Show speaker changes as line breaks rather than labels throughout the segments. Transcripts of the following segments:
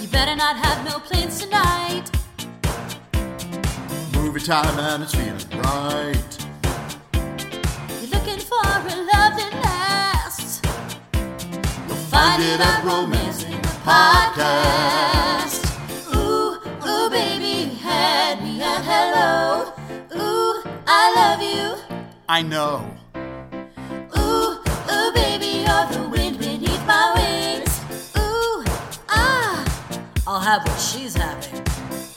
You better not have no plans tonight.
Movie time and it's feeling right.
You're looking for a love that lasts.
You'll
Find it at Romance in the Podcast. Ooh, ooh, baby, you had me at hello. Ooh, I love you.
I know.
Ooh, ooh, baby, you're the wind beneath my wings. Ooh, ah, I'll have what she's having.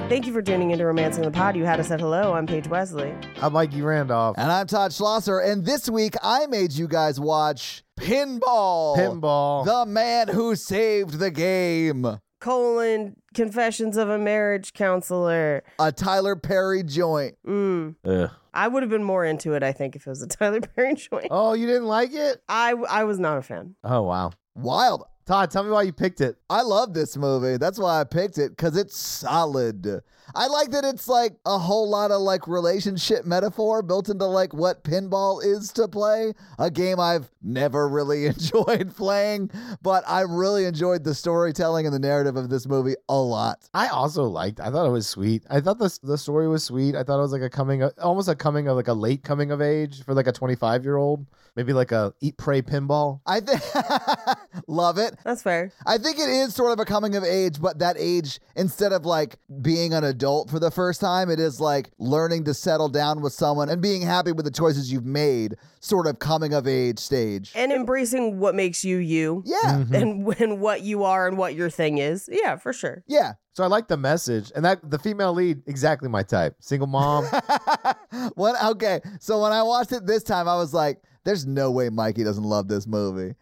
Thank you for tuning into Romancing the Pod. You had us at hello. I'm Paige Wesley.
I'm Mikey Randolph.
And I'm Todd Schlosser, and this week I made you guys watch Pinball.
Pinball.
The man who saved the game.
Colon Confessions of a Marriage Counselor.
A Tyler Perry joint.
Mm.
Ugh.
I would have been more into it, I think, if it was a Tyler Perry joint.
Oh, you didn't like it?
I I was not a fan.
Oh, wow.
Wild.
Todd, tell me why you picked it.
I love this movie. That's why I picked it because it's solid. I like that it's like a whole lot of like relationship metaphor built into like what pinball is to play, a game I've never really enjoyed playing, but I really enjoyed the storytelling and the narrative of this movie a lot.
I also liked. I thought it was sweet. I thought the the story was sweet. I thought it was like a coming, almost a coming of like a late coming of age for like a 25 year old, maybe like a eat pray pinball.
I think love it.
That's fair.
I think it is sort of a coming of age, but that age, instead of like being an adult for the first time, it is like learning to settle down with someone and being happy with the choices you've made, sort of coming of age stage.
And embracing what makes you you
Yeah.
and, and what you are and what your thing is. Yeah, for sure.
Yeah.
So I like the message and that the female lead exactly my type, single mom.
when, okay. So when I watched it this time, I was like, there's no way Mikey doesn't love this movie.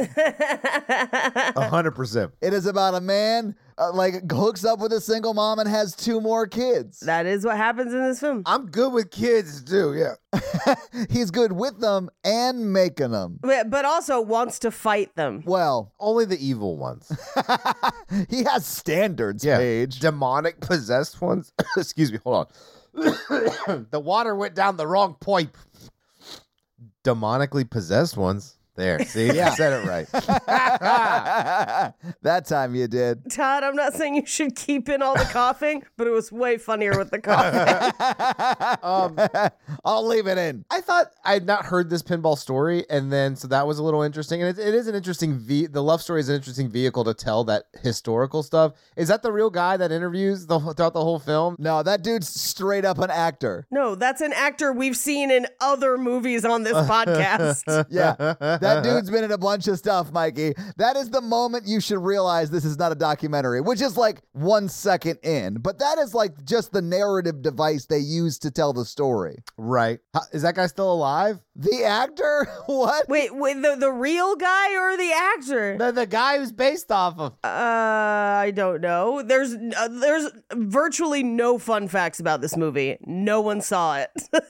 A hundred percent.
it is about a man uh, like hooks up with a single mom and has two more kids.
That is what happens in this film.
I'm good with kids too. Yeah.
He's good with them and making them.
But but also wants to fight them.
Well,
Only the evil ones.
he has standards,
Yeah.
Paige.
Demonic possessed ones. Excuse me. Hold on. the water went down the wrong pipe. Demonically possessed ones. There. See,
Yeah.
I said it right.
that time you did.
Todd, I'm not saying you should keep in all the coughing, but it was way funnier with the coughing.
I'll leave it in.
I thought I had not heard this pinball story, and then so that was a little interesting. And it, it is an interesting ve- the love story is an interesting vehicle to tell that historical stuff. Is that the real guy that interviews the, whole- throughout the whole film?
No, that dude's straight up an actor.
no, that's an actor we've seen in other movies on this podcast.
Yeah. that dude's been in a bunch of stuff, Mikey. That is the moment you should realize this is not a documentary, which is like one second in. But that is like just the narrative device they use to tell the story.
Right? Huh, Is that guy still alive?
The actor? What?
Wait, wait, the the real guy or the actor?
The, the guy who's based off of.
Uh, I don't know. There's uh, there's virtually no fun facts about this movie. No one saw it.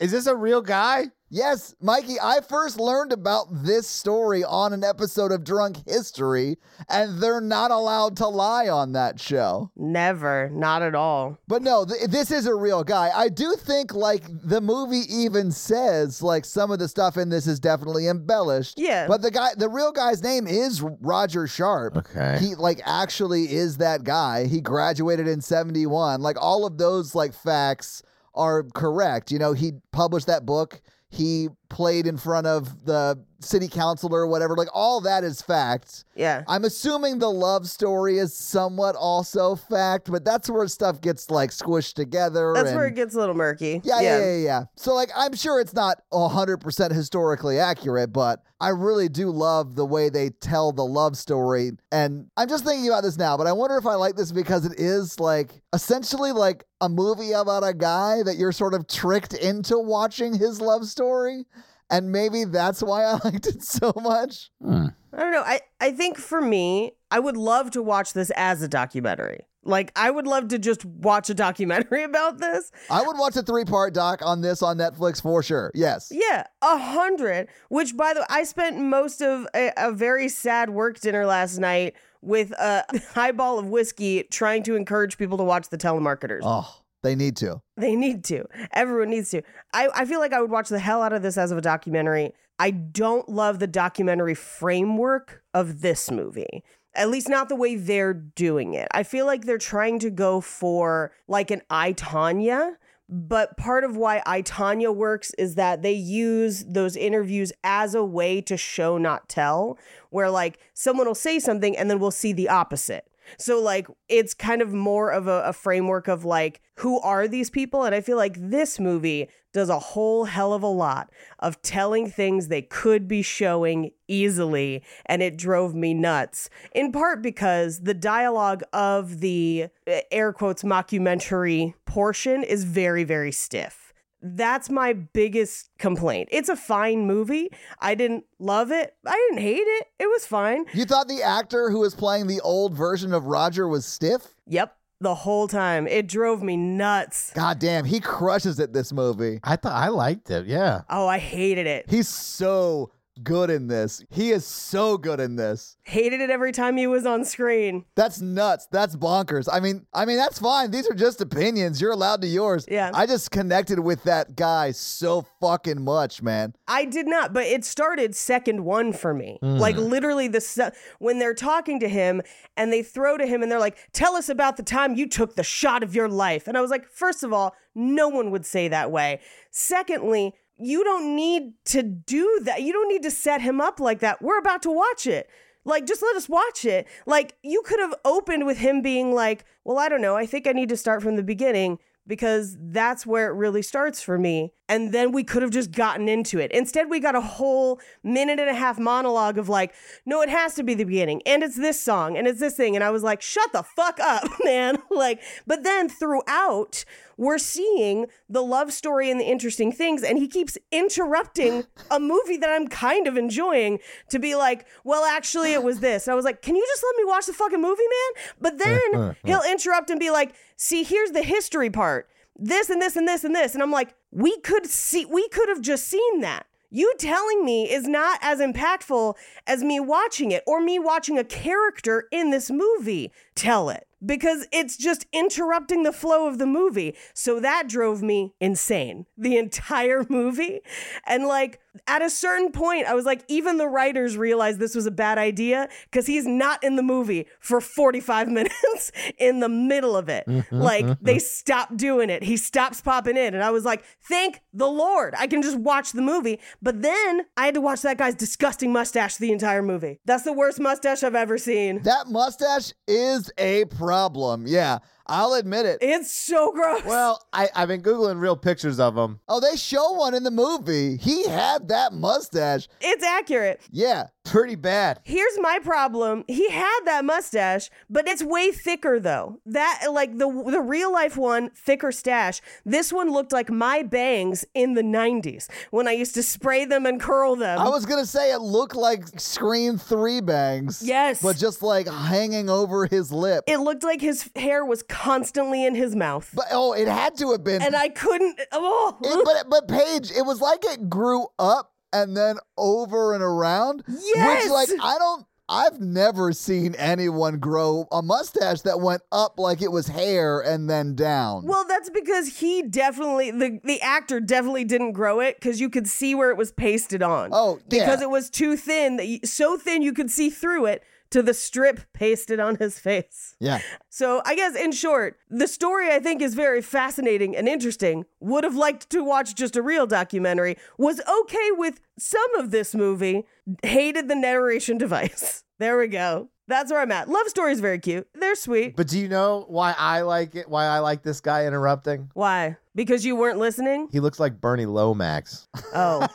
Is this a real guy?
Yes, Mikey, I first learned about this story on an episode of Drunk History, and they're not allowed to lie on that show.
Never, not at all.
But no, th- this is a real guy. I do think, like, the movie even says, like, some of the stuff in this is definitely embellished.
Yeah.
But the guy, the real guy's name is Roger Sharp.
Okay.
He, like, actually is that guy. He graduated in 71. Like, all of those, like, facts are correct. You know, he published that book. He played in front of the city council or whatever. Like all that is fact.
Yeah.
I'm assuming the love story is somewhat also fact, but that's where stuff gets like squished together.
That's
and-
where it gets a little murky.
yeah, yeah, yeah, yeah, yeah. So like I'm sure it's not 100% historically accurate, but I really do love the way they tell the love story. And I'm just thinking about this now, but I wonder if I like this because it is like essentially like a movie about a guy that you're sort of tricked into watching his love story. And maybe that's why I liked it so much.
I don't know. I, I think for me, I would love to watch this as a documentary. Like, I would love to just watch a documentary about this.
I would watch a three-part doc on this on Netflix for sure. Yes.
Yeah, a hundred. Which, by the way, I spent most of a, a very sad work dinner last night with a highball of whiskey, trying to encourage people to watch the telemarketers.
Oh, they need to.
They need to. Everyone needs to. I, I feel like I would watch the hell out of this as of a documentary. I don't love the documentary framework of this movie. At least not the way they're doing it. I feel like they're trying to go for like an I Tanya, but part of why I Tanya works is that they use those interviews as a way to show not tell, where like someone will say something and then we'll see the opposite. So like it's kind of more of a, a framework of like who are these people? And I feel like this movie does a whole hell of a lot of telling things they could be showing easily, and it drove me nuts. In part because the dialogue of the eh, air quotes mockumentary portion is very very stiff. That's my biggest complaint. It's a fine movie. I didn't love it. I didn't hate it. It was fine.
You thought the actor who was playing the old version of Roger was stiff?
Yep. The whole time. It drove me nuts.
God damn, he crushes it this movie.
I thought I liked it. Yeah.
Oh, I hated it.
He's so good in this. He is so good in this.
Hated it every time he was on screen.
That's nuts. That's bonkers. I mean, I mean that's fine. These are just opinions. You're allowed to yours.
Yeah.
I just connected with that guy so fucking much, man.
I did not, but it started second one for me. Like literally the se- when they're talking to him and they throw to him and they're like, "Tell us about the time you took the shot of your life." And I was like, first of all, no one would say that way. Secondly, you don't need to do that. You don't need to set him up like that. We're about to watch it. Like, just let us watch it. Like, you could have opened with him being like, well, I don't know. I think I need to start from the beginning because that's where it really starts for me. And then we could have just gotten into it. Instead, we got a whole minute and a half monologue of like, no, it has to be the beginning. And it's this song and it's this thing. And I was like, shut the fuck up, man. like, but then throughout, we're seeing the love story and the interesting things. And he keeps interrupting a movie that I'm kind of enjoying to be like, well, actually, it was this. And I was like, can you just let me watch the fucking movie, man? But then he'll interrupt and be like, see, here's the history part this and this and this and this. And I'm like, we could see, we could have just seen that. You telling me is not as impactful as me watching it or me watching a character in this movie tell it because it's just interrupting the flow of the movie. So that drove me insane the entire movie. And like at a certain point, I was like, even the writers realized this was a bad idea because he's not in the movie for 45 minutes in the middle of it. Like they stopped doing it. He stops popping in. And I was like, thank the Lord. I can just watch the movie. But then I had to watch that guy's disgusting mustache the entire movie. That's the worst mustache I've ever seen.
That mustache is a problem. Yeah, I'll admit it.
It's so gross.
Well, I, I've been Googling real pictures of him.
Oh, they show one in the movie. He had that mustache.
It's accurate.
Yeah,
Pretty bad.
Here's my problem. He had that mustache, but it's way thicker though. That like the the real life one, thicker stash. This one looked like my bangs in the 90s when I used to spray them and curl them.
I was gonna say it looked like Scream Three bangs.
Yes.
but just like hanging over his lip.
it looked like his hair was constantly in his mouth.
but oh, it had to have been.
and I couldn't oh.
It- but but Paige, it was like it grew up and then over and around.
Yes!
which like I don't. I've never seen anyone grow a mustache that went up like it was hair and then down.
Well, that's because he definitely the the actor definitely didn't grow it because you could see where it was pasted on.
Oh, yeah.
because it was too thin that you, so thin you could see through it to the strip pasted on his face.
Yeah.
So, I guess in short, the story I think is very fascinating and interesting. Would have liked to watch just a real documentary, was okay with some of this movie, hated the narration device. There we go. That's where I'm at. Love stories very cute. They're sweet.
But do you know why I like it? Why I like this guy interrupting?
Why? Because you weren't listening?
He looks like Bernie Lomax.
Oh.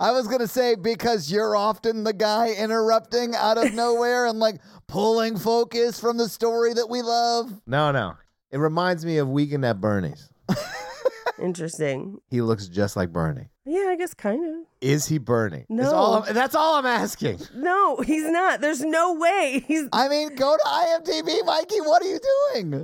I was gonna say because you're often the guy interrupting out of nowhere and like pulling focus from the story that we love.
No, no. It reminds me of Weekend at Bernie's.
Interesting.
He looks just like Bernie.
Yeah, I guess kind of.
Is he Bernie? That's
No.
all I'm- that's all I'm asking.
No, he's not. There's no way. He's
I mean, go to IMDb, Mikey. What are you doing?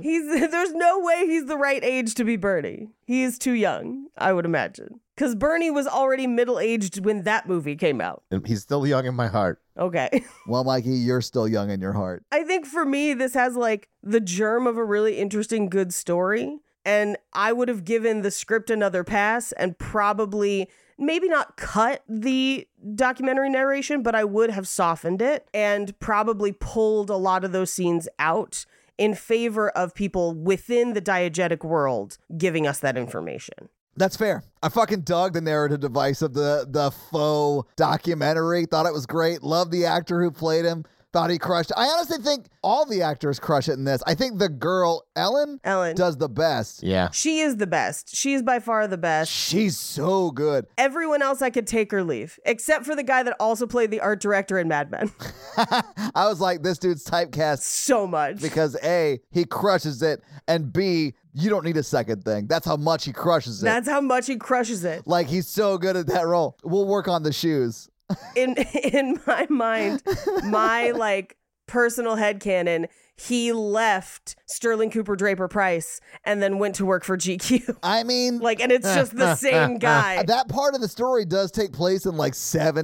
he's there's no way he's the right age to be Bernie. He is too young, I would imagine. Cuz Bernie was already middle-aged when that movie came out.
And He's still young in my heart.
Okay.
Well, Mikey, you're still young in your heart.
I think for me this has like the germ of a really interesting good story and I would have given the script another pass and probably maybe not cut the documentary narration, but I would have softened it and probably pulled a lot of those scenes out in favor of people within the diegetic world giving us that information.
That's fair. I fucking dug the narrative device of the the faux documentary. Thought it was great. Loved the actor who played him. Thought he crushed. I honestly think all the actors crush it in this. I think the girl Ellen
Ellen,
does the best.
Yeah.
she is the best. She is by far the best.
She's so good.
Everyone else I could take or leave, except for the guy that also played the art director in Mad Men.
I was like, this dude's typecast
so much.
because A, he crushes it, and B, you don't need a second thing. That's how much he crushes it.
That's how much he crushes it.
like he's so good at that role. We'll work on the shoes.
In in my mind, my like personal headcanon, he left Sterling Cooper Draper Price and then went to work for GQ.
I mean,
Like and it's just the same guy.
that part of the story does take place in like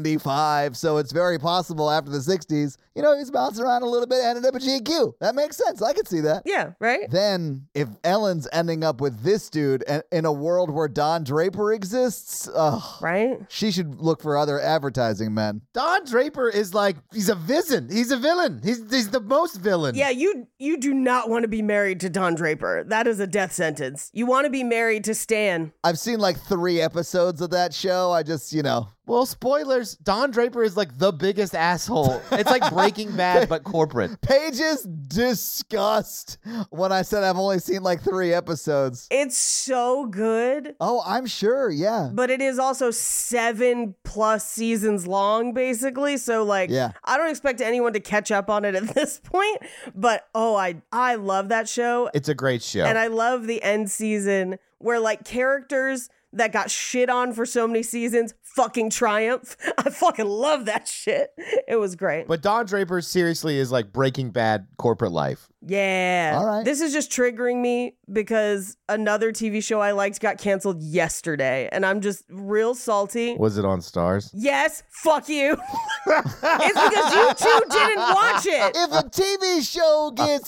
75, so it's very possible after the 60s, you know, he's bouncing around a little bit, ended up at GQ. That makes sense. I could see that.
Yeah, right?
Then, if Ellen's ending up with this dude and in a world where Don Draper exists, ugh,
Right?
she should look for other advertising men.
Don Draper is like he's a villain. He's a villain. He's he's the most villain.
Yeah, you you do not want to be married to Don Draper. That is a death sentence. You want to be married to Stan.
I've seen like three episodes of that show. I just, you know,
Well, spoilers. Don Draper is like the biggest asshole. It's like Breaking Bad but corporate.
pages disgust when I said I've only seen like three episodes.
It's so good.
Oh, I'm sure. Yeah.
but it is also seven plus seasons long, basically. So like,
Yeah.
I don't expect anyone to catch up on it at this point. But oh, I I love that show,
It's a great show.
and I love the end season where like characters that got shit on for so many seasons fucking triumph. I fucking love that shit. It was great.
but Don Draper seriously is like Breaking Bad corporate life.
Yeah.
All right.
This is just triggering me because another TV show I liked got canceled yesterday, and I'm just real salty.
Was it on Stars?
Yes, fuck you. it's because you two didn't watch it.
If a TV show gets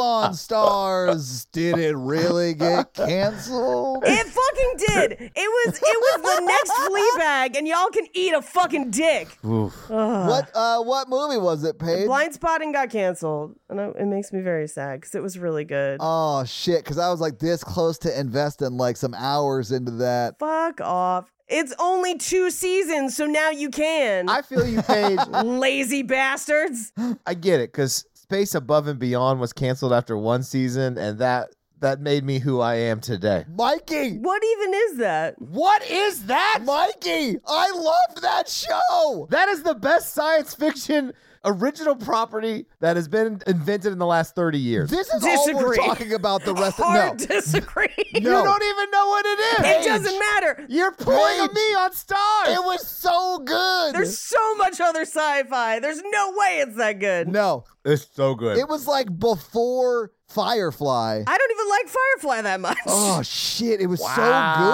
on Stars, did it really get canceled?
It fucking did. It was it was the next flea bag, and y'all can eat a fucking dick.
What uh, what movie was it, Paige?
Blind spotting got canceled, and I, it makes me very sad because it was really good.
Oh shit! Because I was like this close to investing like some hours into that.
Fuck off. It's only two seasons, so now you can.
I feel you, Paige.
Lazy bastards.
I get it because Space Above and Beyond was canceled after one season, and that that made me who I am today.
Mikey,
What even is that?
What is that?
Mikey, I loved that show.
That is the best science fiction original property that has been invented in the last 30 years.
This is all we're
Disagree.
talking about. The rest of no.
Hard disagree.
You don't even know what it is.
It doesn't matter.
You're pulling
Paige.
a me on stars.
It was so good.
There's so much other sci-fi. There's no way it's that good.
no,
it's so good.
it was like before Firefly.
I don't even like Firefly that much.
Oh shit! It was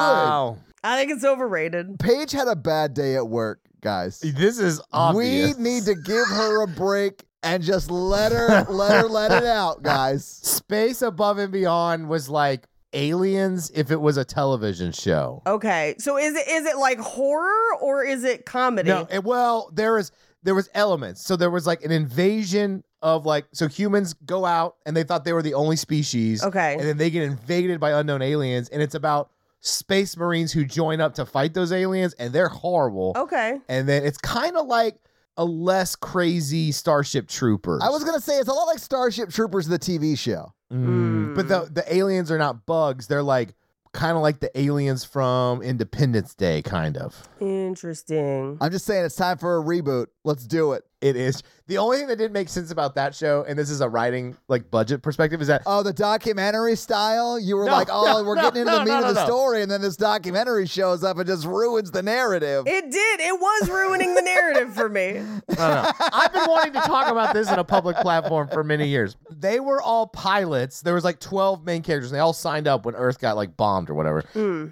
I think it's overrated.
so good. Paige had a bad day at work, guys.
This is
We need to give her a break and just let her let her let it out, guys.
Space Above and Beyond was like Aliens if it was a television show.
Okay, so is it is it like horror or is it comedy?
No, it, well, there is there was elements. So there was like an invasion of like so humans go out and they thought they were the only species.
Okay.
And then they get invaded by unknown aliens, and it's about space marines who join up to fight those aliens, and they're horrible.
Okay.
And then it's kind of like a less crazy Starship Troopers.
I was gonna say it's a lot like Starship Troopers, the TV show.
But the the aliens are not bugs. They're like kind of like the aliens from Independence Day, kind of.
Interesting.
I'm just saying it's time for a reboot. Let's do it.
It is the only thing that didn't make sense about that show, and this is a writing like budget perspective, is that
Oh, the documentary style. You were
No,
like, oh,
no,
we're
no,
getting into
no,
the meat
no,
of
no,
the
no.
story, and then this documentary shows up and just ruins the narrative.
It did. It was ruining the narrative for me.
No, no. I've been wanting to talk about this in a public platform for many years. They were all pilots. There was like 12 main characters. And they all signed up when Earth got like bombed or whatever.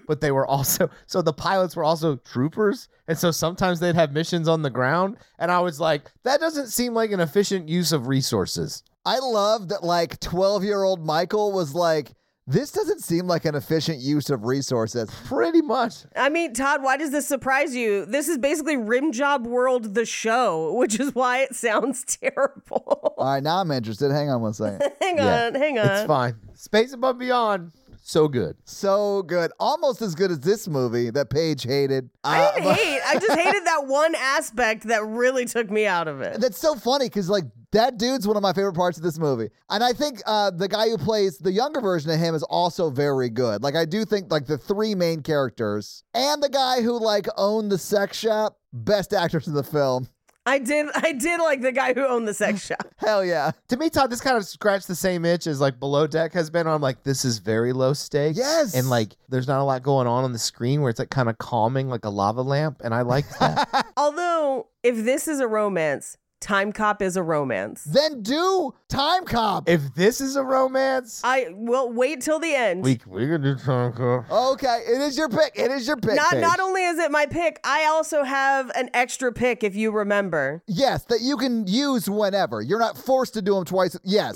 But they were also so the pilots were also troopers, and so sometimes they'd have missions on the ground. And I was like, that doesn't seem like an efficient use of resources.
I love that like 12 year old Michael was like, this doesn't seem like an efficient use of resources.
Pretty much.
I mean, Todd, why does this surprise you? This is basically Rim Job World, the show, which is why it sounds terrible.
All right, now I'm interested. Hang on one second.
hang
Yeah,
on, hang on.
It's fine. Space above beyond. So good.
so good. Almost as good as this movie that Paige hated.
I
Uh,
didn't hate. I just hated that one aspect that really took me out of it.
That's so funny because like that dude's one of my favorite parts of this movie, and I think uh, the guy who plays the younger version of him is also very good. Like I do think like the three main characters and the guy who like owned the sex shop, best actors in the film.
I did. I did like the guy who owned the sex shop.
Hell yeah,
To me, Todd, this kind of scratched the same itch as like Below Deck has been. I'm like, this is very low stakes.
Yes.
And like, there's not a lot going on on the screen where it's like kind of calming, like a lava lamp. And I like that.
Although, if this is a romance, Time Cop is a romance.
then do Time Cop.
if this is a romance,
I will wait till the end.
we we can do time cop.
Oh.
Okay, it is your pick. It is your pick.
not
Paige.
not only is it my pick, I also have an extra pick if you remember.
yes that you can use whenever. You're not forced to do them twice. Yes,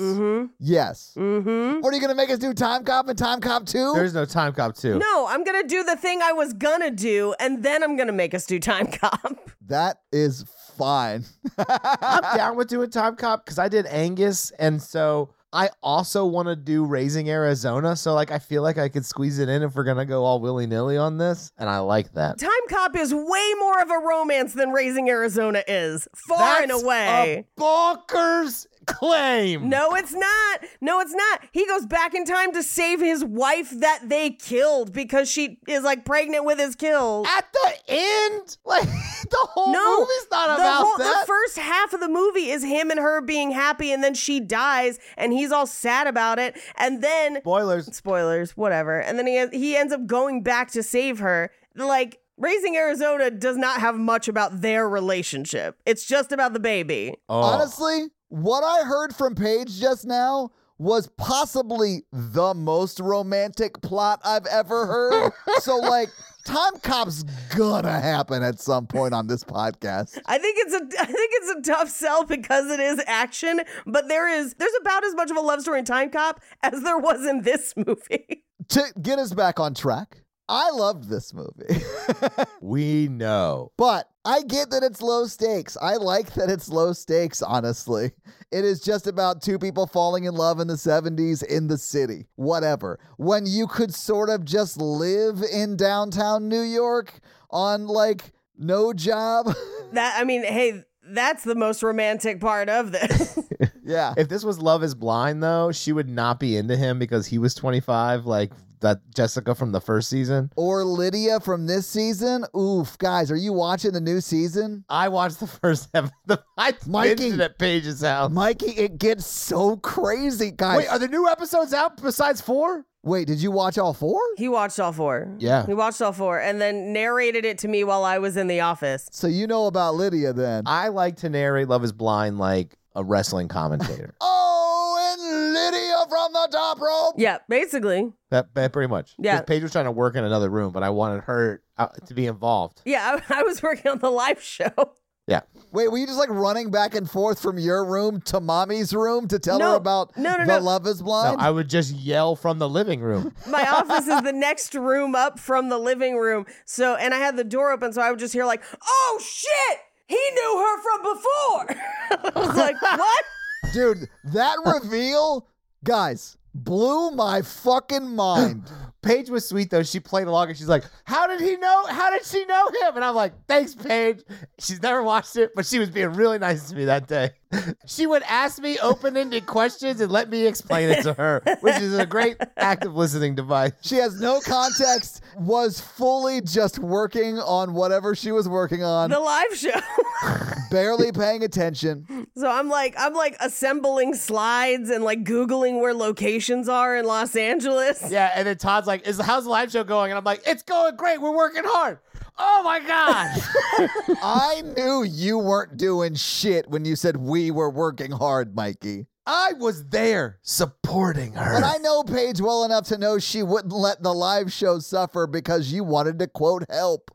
yes. Mm-hmm. What are you gonna make us do? Time Cop and Time Cop Two?
There's no time cop too.
No, I'm gonna do the thing I was gonna do, and then I'm gonna make us do Time Cop.
that is fine.
I'm down with doing time cop because I did Angus, and so I also want to do Raising Arizona. So like, I feel like I could squeeze it in if we're gonna go all willy nilly on this, and I like that.
Time Cop is way more of a romance than Raising Arizona is, far and
That's
away.
A bonkers claim.
No, it's not. No, it's not. He goes back in time to save his wife that they killed because she is like pregnant with his kill.
At the end, like the whole
No,
movie's not
the
about
whole-
that.
The first half of the movie is him and her being happy, and then she dies, and he's all sad about it. And then
Spoilers.
spoilers, whatever. And then he he ends up going back to save her. Like raising Arizona does not have much about their relationship. It's just about the baby.
Oh.
Honestly, what I heard from Paige just now was possibly the most romantic plot I've ever heard. so, like, Time Cop's gonna happen at some point on this podcast.
I think it's a I think it's a tough sell because it is action, but there is there's about as much of a love story in Time Cop as there was in this movie.
To get us back on track, I loved this movie.
we know.
But I get that it's low stakes. I like that it's low stakes, honestly. It is just about two people falling in love in the 70s in the city, whatever. When you could sort of just live in downtown New York on like no job.
That I mean, hey, that's the most romantic part of this.
yeah.
If this was Love is Blind, though, she would not be into him because he was 25, like that Jessica from the first season.
Or Lydia from this season. Oof, guys, are you watching the new season?
I watched the first episode. I
Mikey.
binged it at Paige's house.
Mikey, it gets so crazy, guys.
Wait, are there new episodes out besides four?
Wait, did you watch all four?
he watched all four.
Yeah.
He watched all four and then narrated it to me while I was in the office.
So you know about Lydia then.
I like to narrate Love is Blind like a wrestling commentator.
Oh, and Lydia from the top rope.
Yeah, basically.
That, that pretty much. 'Cause
Yeah.
Paige was trying to work in another room, but I wanted her uh, to be involved.
Yeah, I, I was working on the live show.
Yeah.
Wait, were you just like running back and forth from your room to mommy's room to tell
No.
her about
No, no, no.
the Love Is
No,
Blind?
I would just yell from the living room.
My office is the next room up from the living room. So, and I had the door open, so I would just hear like, "Oh shit!" he knew her from before. I was like, what?
Dude, that reveal, guys, blew my fucking mind.
Paige was sweet though. She played along and she's like, How did he know? How did she know him? And I'm like, Thanks, Paige. She's never watched it, but she was being really nice to me that day. She would ask me open ended questions and let me explain it to her, which is a great active listening device.
She has no context, was fully just working on whatever she was working on,
The live show.
barely paying attention.
so I'm like, I'm like assembling slides and like Googling where locations are in Los Angeles.
Yeah, and then Todd's like, "Is how's the live show going?" And I'm like, "It's going great. We're working hard." Oh my god!
I knew you weren't doing shit when you said we were working hard, Mikey.
I was there supporting her.
But I know Paige well enough to know she wouldn't let the live show suffer because you wanted to quote help.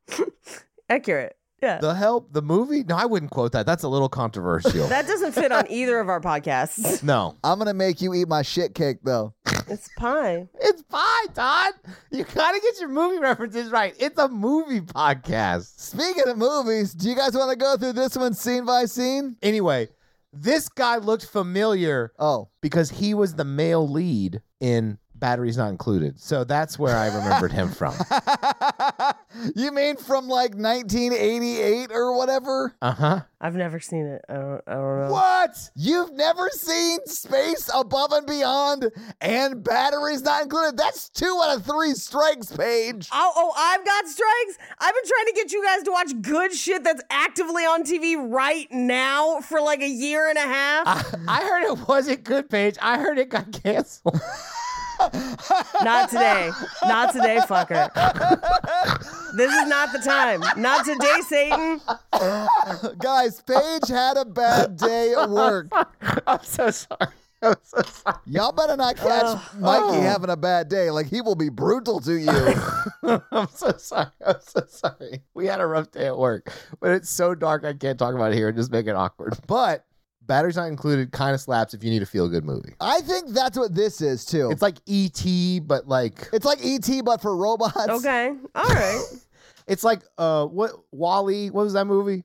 Accurate. Yeah.
the help, the movie? No, I wouldn't quote that. That's a little controversial.
that doesn't fit on either of our podcasts.
no,
I'm going to make you eat my shit cake, though.
It's pie.
it's pie, Todd. You gotta get your movie references right. It's a movie podcast.
Speaking of movies, do you guys want to go through this one scene by scene?
Anyway, this guy looked familiar
Oh,
because he was the male lead in Batteries Not Included. So that's where I remembered him from.
you mean from like 1988 or whatever?
Uh huh.
I've never seen it. I don't, I don't know.
What?
You've never seen Space Above and Beyond and Batteries Not Included. That's two out of three strikes, Paige.
Oh, oh, I've got strikes. I've been trying to get you guys to watch good shit that's actively on TV right now for like a year and a half.
I, I heard it wasn't good, Paige. I heard it got canceled.
Not today. Not today, fucker. this is not the time. Not today, Satan.
Guys, Paige had a bad day at work.
I'm so sorry. I'm so sorry.
Y'all better not catch Mikey having a bad day. Like, he will be brutal to you.
I'm so sorry. I'm so sorry. We had a rough day at work, but it's so dark I can't talk about it here and just make it awkward. But Batteries Not Included kind of slaps if you need a feel good movie.
I think that's what this is, too.
It's like E.T., but like E
It's like E.T., but for robots.
Okay. All right.
it's like uh what Wally, what was that movie?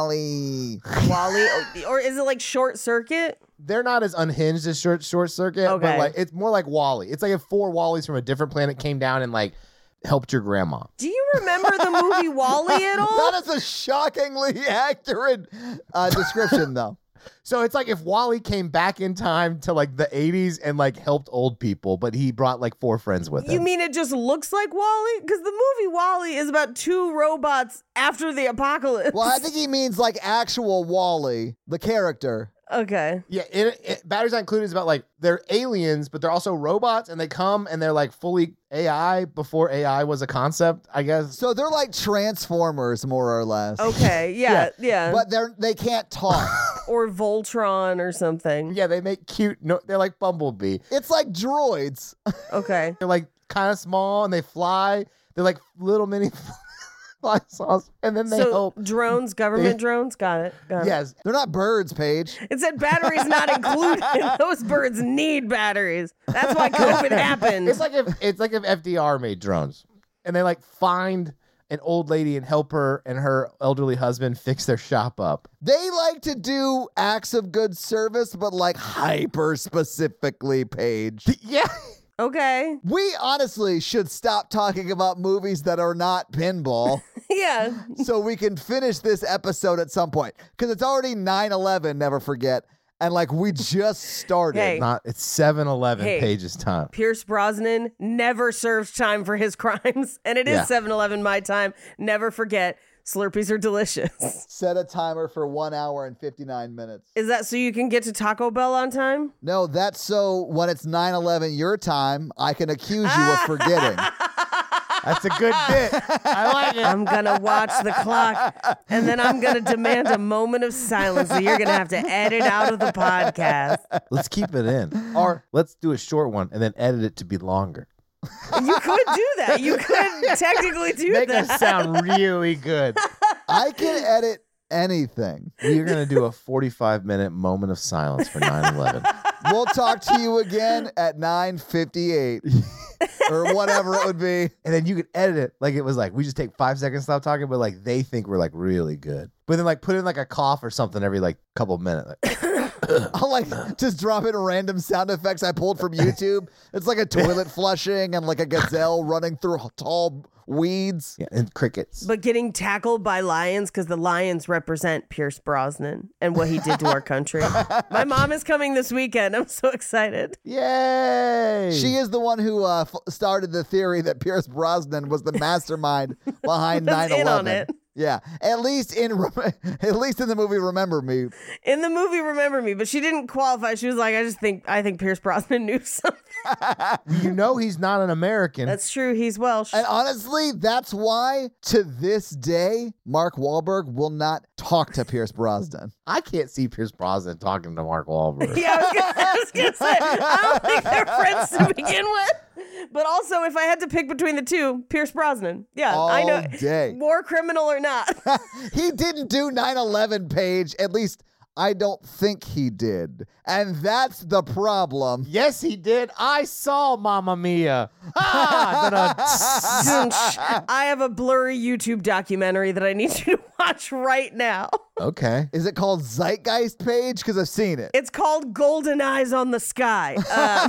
Wally.
Wally. oh, Or is it like short circuit?
They're not as unhinged as short short circuit, but
Okay.
like it's more like Wally. It's like if four Wallies from a different planet came down and like helped your grandma.
Do you remember the movie Wally at all?
That is a shockingly accurate uh, description, though.
So it's like if Wally came back in time to like the 80s and like helped old people, but he brought like four friends with him.
You mean it just looks like Wally? Because the movie Wally is about two robots after the apocalypse.
Well, I think he means like actual Wally, the character.
Okay.
Yeah, it, it, Batteries Not Included is about like they're aliens, but they're also robots, and they come and they're like fully AI before AI was a concept, I guess.
So they're like Transformers, more or less.
Okay. Yeah. Yeah.
But they're they can't talk.
or Voltron or something.
Yeah, they make cute. No, they're like Bumblebee.
it's like droids.
Okay.
They're like kind of small and they fly. They're like little mini fly sauce, and then they
so
help.
drones, government drones. Got it. Got it.
Yes,
They're not birds, Paige.
It said batteries not included. Those birds need batteries. That's why COVID happened.
it's like if it's like if FDR made drones, and they like find an old lady and help her and her elderly husband fix their shop up.
They like to do acts of good service, but like hyper specifically, Paige.
Yeah,
okay.
We honestly should stop talking about movies that are not pinball
Yeah.
so we can finish this episode at some point. Because it's already 9 11, never forget. And like we just started.
Hey.
not it's seven eleven
Hey.
pages time.
Pierce Brosnan never served time for his crimes, and it
Yeah.
is 7 Eleven my time. Never forget, Slurpees are delicious.
Set a timer for one hour and 59 minutes.
Is that so you can get to Taco Bell on time?
No, that's so when it's 9 11 your time, I can accuse you of forgetting.
That's a good bit. I like it.
I'm gonna watch the clock and then I'm gonna demand a moment of silence that you're gonna have to edit out of the podcast.
Let's keep it in. Or let's do a short one and then edit it to be longer.
You could do that. You could technically do
Make
that.
us sound really good.
I can edit anything.
We're going to do a 45 minute moment of silence for 9 11.
We'll talk to you again at 9:58. or whatever it would be.
and then you could edit it like it was like we just take five seconds stop talking but like they think we're like really good but then like put in like a cough or something every like couple minutes like,
I'll like just drop in random sound effects I pulled from YouTube. It's like a toilet flushing and like a gazelle running through tall weeds.
yeah, and crickets
But getting tackled by lions because the lions represent Pierce Brosnan and what he did to our country. My mom is coming this weekend. I'm so excited.
yay
She is the one who uh, f- started the theory that Pierce Brosnan was the mastermind behind 9/11.
Was in on it.
Yeah, at least in rem- at least in the movie Remember Me.
In the movie, remember me, but she didn't qualify. She was like, I just think I think Pierce Brosnan knew something.
you know he's not an american
That's true. He's Welsh.
And honestly, that's why to this day Mark Wahlberg will not talk to Pierce Brosnan.
i can't see pierce brosnan talking to mark Wahlberg.
Yeah, I was, gonna, I was gonna say I don't think they're friends to begin with. But also, if I had to pick between the two, Pierce Brosnan. Yeah, I know.
All day.
War criminal or not?
he didn't do 9/11 page. At least I don't think he did. And that's the problem.
yes he did i saw mama mia ah, da-da.
I have a blurry YouTube documentary that I need you to watch right now.
okay
Is it called Zeitgeist page? Because I've seen it.
It's called Golden Eyes on the Sky. Uh,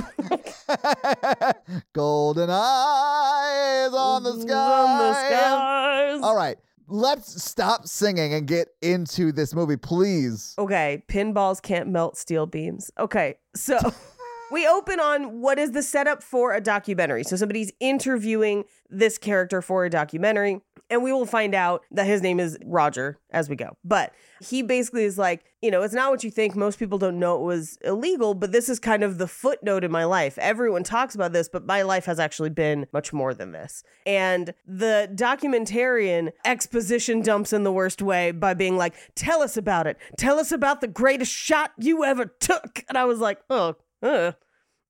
Golden eyes on the sky.
on the skies.
All right. Let's stop singing and get into this movie, please.
Okay, pinballs can't melt steel beams. Okay, so we open on what is the setup for a documentary. So somebody's interviewing this character for a documentary, and we will find out that his name is Roger as we go. But he basically is like, you know, it's not what you think. Most people don't know it was illegal, but this is kind of the footnote in my life. Everyone talks about this, but my life has actually been much more than this. And the documentarian exposition dumps in the worst way by being like, tell us about it. Tell us about the greatest shot you ever took. And I was like, oh, uh,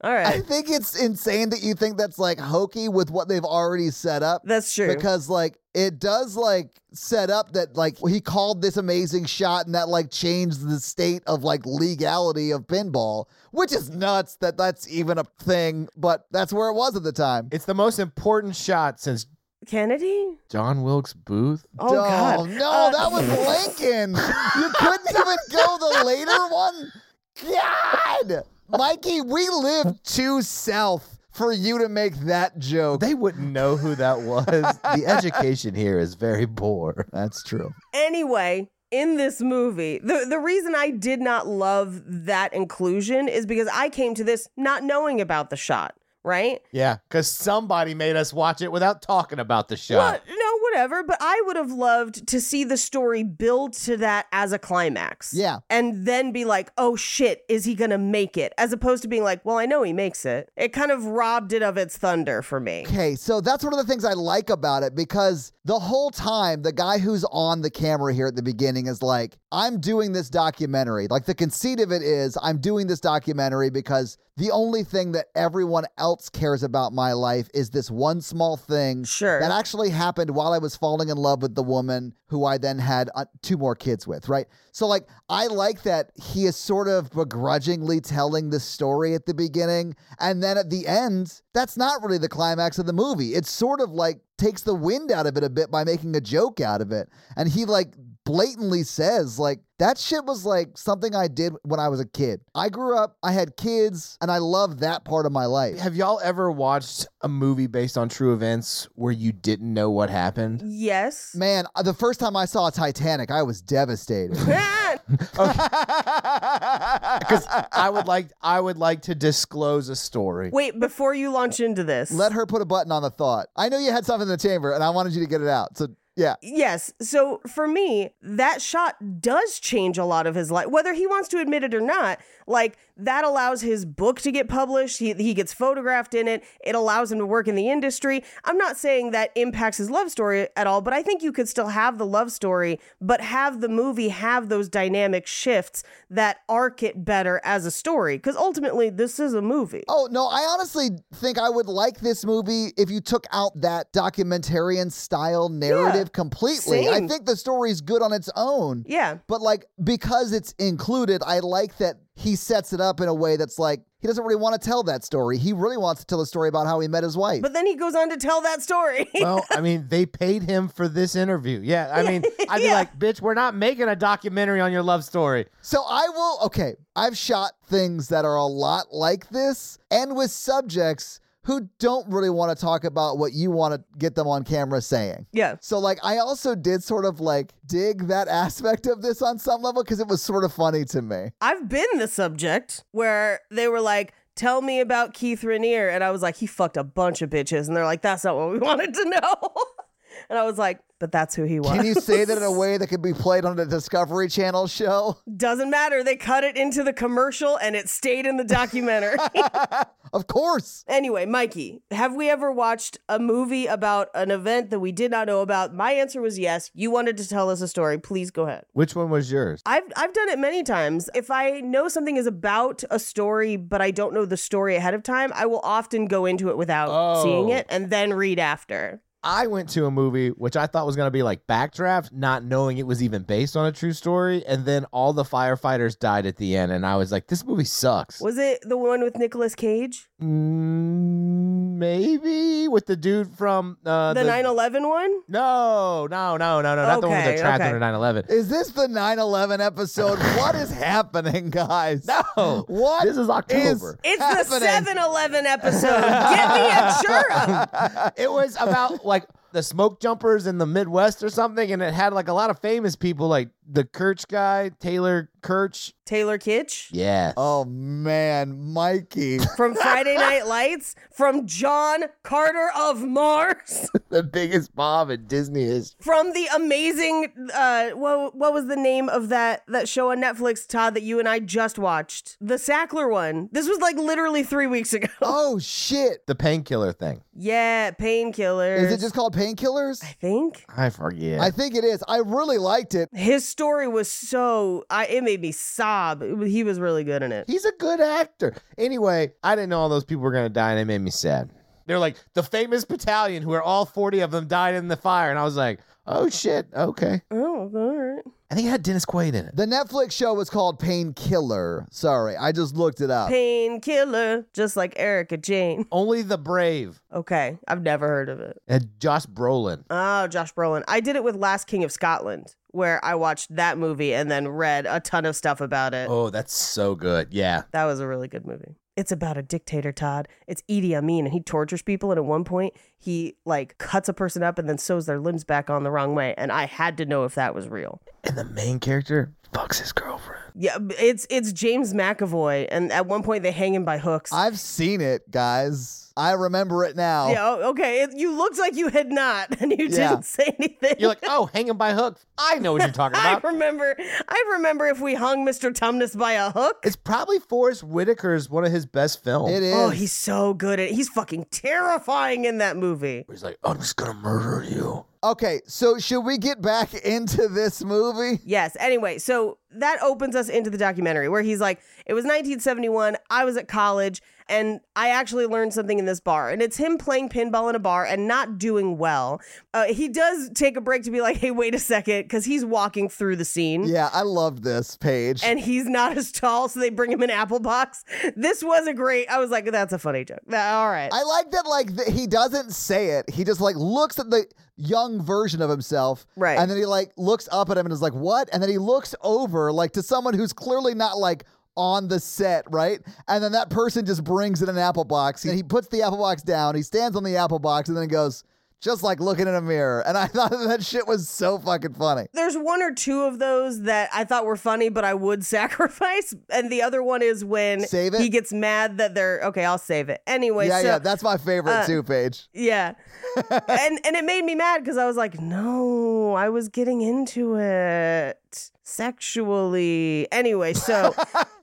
all
I
right.
think it's insane that you think that's like hokey with what they've already set up.
That's true.
Because like it does like set up that like he called this amazing shot and that like changed the state of like legality of pinball, which is nuts that that's even a thing, but that's where it was at the time.
it's the most important shot since
Kennedy?
john wilkes booth
Oh,
Oh,
God.
no,
Uh,
that was Lincoln. You couldn't even go the later one. God, Mikey, we live too south for you to make that joke.
They wouldn't know who that was. the education here is very poor.
That's true.
Anyway, in this movie, the, the reason I did not love that inclusion is because I came to this not knowing about the shot, right?
Yeah, because somebody made us watch it without talking about the shot.
Well, no, whatever. But I would have loved to see the story build to that as a climax.
Yeah.
And then be like, oh shit, is he going to make it? As opposed to being like, well, I know he makes it. It kind of robbed it of its thunder for me.
Okay, so that's one of the things I like about it because the whole time the guy who's on the camera here at the beginning is like, I'm doing this documentary. Like the conceit of it is, I'm doing this documentary because the only thing that everyone else cares about my life is this one small thing
Sure.
that actually happened while I was falling in love with the woman who I then had uh, two more kids with, right? So, like, I like that he is sort of begrudgingly telling the story at the beginning. And then at the end, that's not really the climax of the movie. It's sort of like takes the wind out of it a bit by making a joke out of it. And he, like, blatantly says, like, that shit was like something I did when I was a kid. I grew up, I had kids, and I love that part of my life.
Have y'all ever watched a movie based on true events where you didn't know what happened?
Yes.
Man, uh, the first time I saw Titanic, I was devastated.
Ah,
Because I would like I would like to disclose a story.
Wait, before you launch into this.
Let her put a button on the thought. I know you had something in the chamber, and I wanted you to get it out. So yeah,
Yes. So for me, that shot does change a lot of his life, whether he wants to admit it or not. Like that allows his book to get published. He, he gets photographed in it. It allows him to work in the industry. I'm not saying that impacts his love story at all, but I think you could still have the love story, but have the movie have those dynamic shifts that arc it better as a story. Because ultimately, this is a movie.
Oh, no, I honestly think I would like this movie if you took out that documentarian style narrative completely. I
Same.
think the story's good on its own.
Yeah.
But like because it's included, I like that he sets it up in a way that's like he doesn't really want to tell that story. He really wants to tell a story about how he met his wife.
But then he goes on to tell that story.
well, I mean, they paid him for this interview. Yeah, I mean, I'd be
Yeah.
like, bitch, we're not making a documentary on your love story.
So I will, okay, I've shot things that are a lot like this and with subjects who don't really want to talk about what you want to get them on camera saying.
yeah.
So, like, I also did sort of like dig that aspect of this on some level because it was sort of funny to me.
I've been the subject where they were like, Tell me about Keith Rainier. And I was like, He fucked a bunch of bitches. And they're like, That's not what we wanted to know. and I was like, But that's who he was.
Can you say that in a way that could be played on a Discovery Channel show?
Doesn't matter. They cut it into the commercial and it stayed in the documentary.
Of course.
anyway, Mikey, have we ever watched a movie about an event that we did not know about? My answer was yes. You wanted to tell us a story. Please go ahead.
Which one was yours?
I've I've done it many times. If I know something is about a story, but I don't know the story ahead of time, I will often go into it without
Oh.
seeing it and then read after.
I went to a movie which I thought was going to be like Backdraft, not knowing it was even based on a true story. And then all the firefighters died at the end. And I was like, this movie sucks.
Was it the one with Nicolas Cage?
Mm, maybe with the dude from uh,
the 9/11 one?
No, no, no, no, no. Not the one where
Okay,
they're trapped
okay.
under 9 11.
Is this the 9 11 episode? what is happening, guys?
No.
What
This is October.
It's the
happening?
7-Eleven episode. Get me a churro.
it was about like the smoke jumpers in the Midwest or something. And it had like a lot of famous people, like the Kirch guy, Taylor Kirch.
Taylor Kitsch
Yeah.
Oh, man, Mikey.
from Friday Night Lights from John Carter of Mars
the biggest bomb in Disney history.
from the amazing uh what, what was the name of that that show on Netflix Todd that you and I just watched the Sackler one this was like literally 3 weeks ago
Oh, shit.
The painkiller thing.
yeah painkillers
Is it just called painkillers?
I think
I forget.
I think it is. I really liked it.
his story was so I it made me sob It- he was really good in it
He's a good actor. Anyway, I didn't know all those people were going to die, and it made me sad. They're like the famous battalion who are all 40 of them died in the fire. And I was like, oh shit, okay.
oh all right
I think it had Dennis Quaid in it.
The Netflix show was called Painkiller. Sorry, I just looked it up.
painkiller just like Erica Jane
Only the Brave.
okay I've never heard of it
And Josh Brolin.
Oh, Josh Brolin. I did it with Last King of Scotland, where I watched that movie and then read a ton of stuff about it.
Oh, that's so good. Yeah.
That was a really good movie. It's about a dictator, Todd. It's Idi Amin, and he tortures people. And at one point, he like cuts a person up and then sews their limbs back on the wrong way. And I had to know if that was real.
And the main character fucks his girlfriend.
Yeah, b- it's it's James McAvoy, and at one point they hang him by hooks.
I've seen it, guys. I remember it now.
yeah, oh, okay. It, you looked like you had not, and you
Yeah.
didn't say anything.
You're like, oh, hang him by hook. I know what you're talking
I
about.
remember. I remember if we hung Mr. Tumnus by a hook.
It's probably Forrest Whitaker's one of his best films.
It is.
Oh, he's so good at He's fucking terrifying in that movie.
He's like, I'm just gonna murder you.
okay, so should we get back into this movie?
Yes. Anyway, so that opens us into the documentary where he's like, it was 1971. I was at college and I actually learned something in this bar. And it's him playing pinball in a bar and not doing well. Uh, he does take a break to be like, hey, wait a second, because he's walking through the scene.
Yeah, I love this page.
And he's not as tall, so they bring him an apple box. This was a great. I was like, "That's a funny joke." That- all right,
I like that like th- he doesn't say it. He just like looks at the young version of himself.
Right.
And then he like looks up at him and is like, "What?" And then he looks over like to someone who's clearly not like on the set, right? And then that person just brings in an apple box. And he puts the apple box down. He stands on the apple box and then goes just like looking in a mirror. And I thought that shit was so fucking funny.
there's one or two of those that I thought were funny, but I would sacrifice. And the other one is when
Save it?
he gets mad that they're okay. I'll save it anyway.
yeah,
so,
yeah, that's my favorite
uh,
too, Paige.
yeah. and and it made me mad because I was like, no, I was getting into it sexually. Anyway, so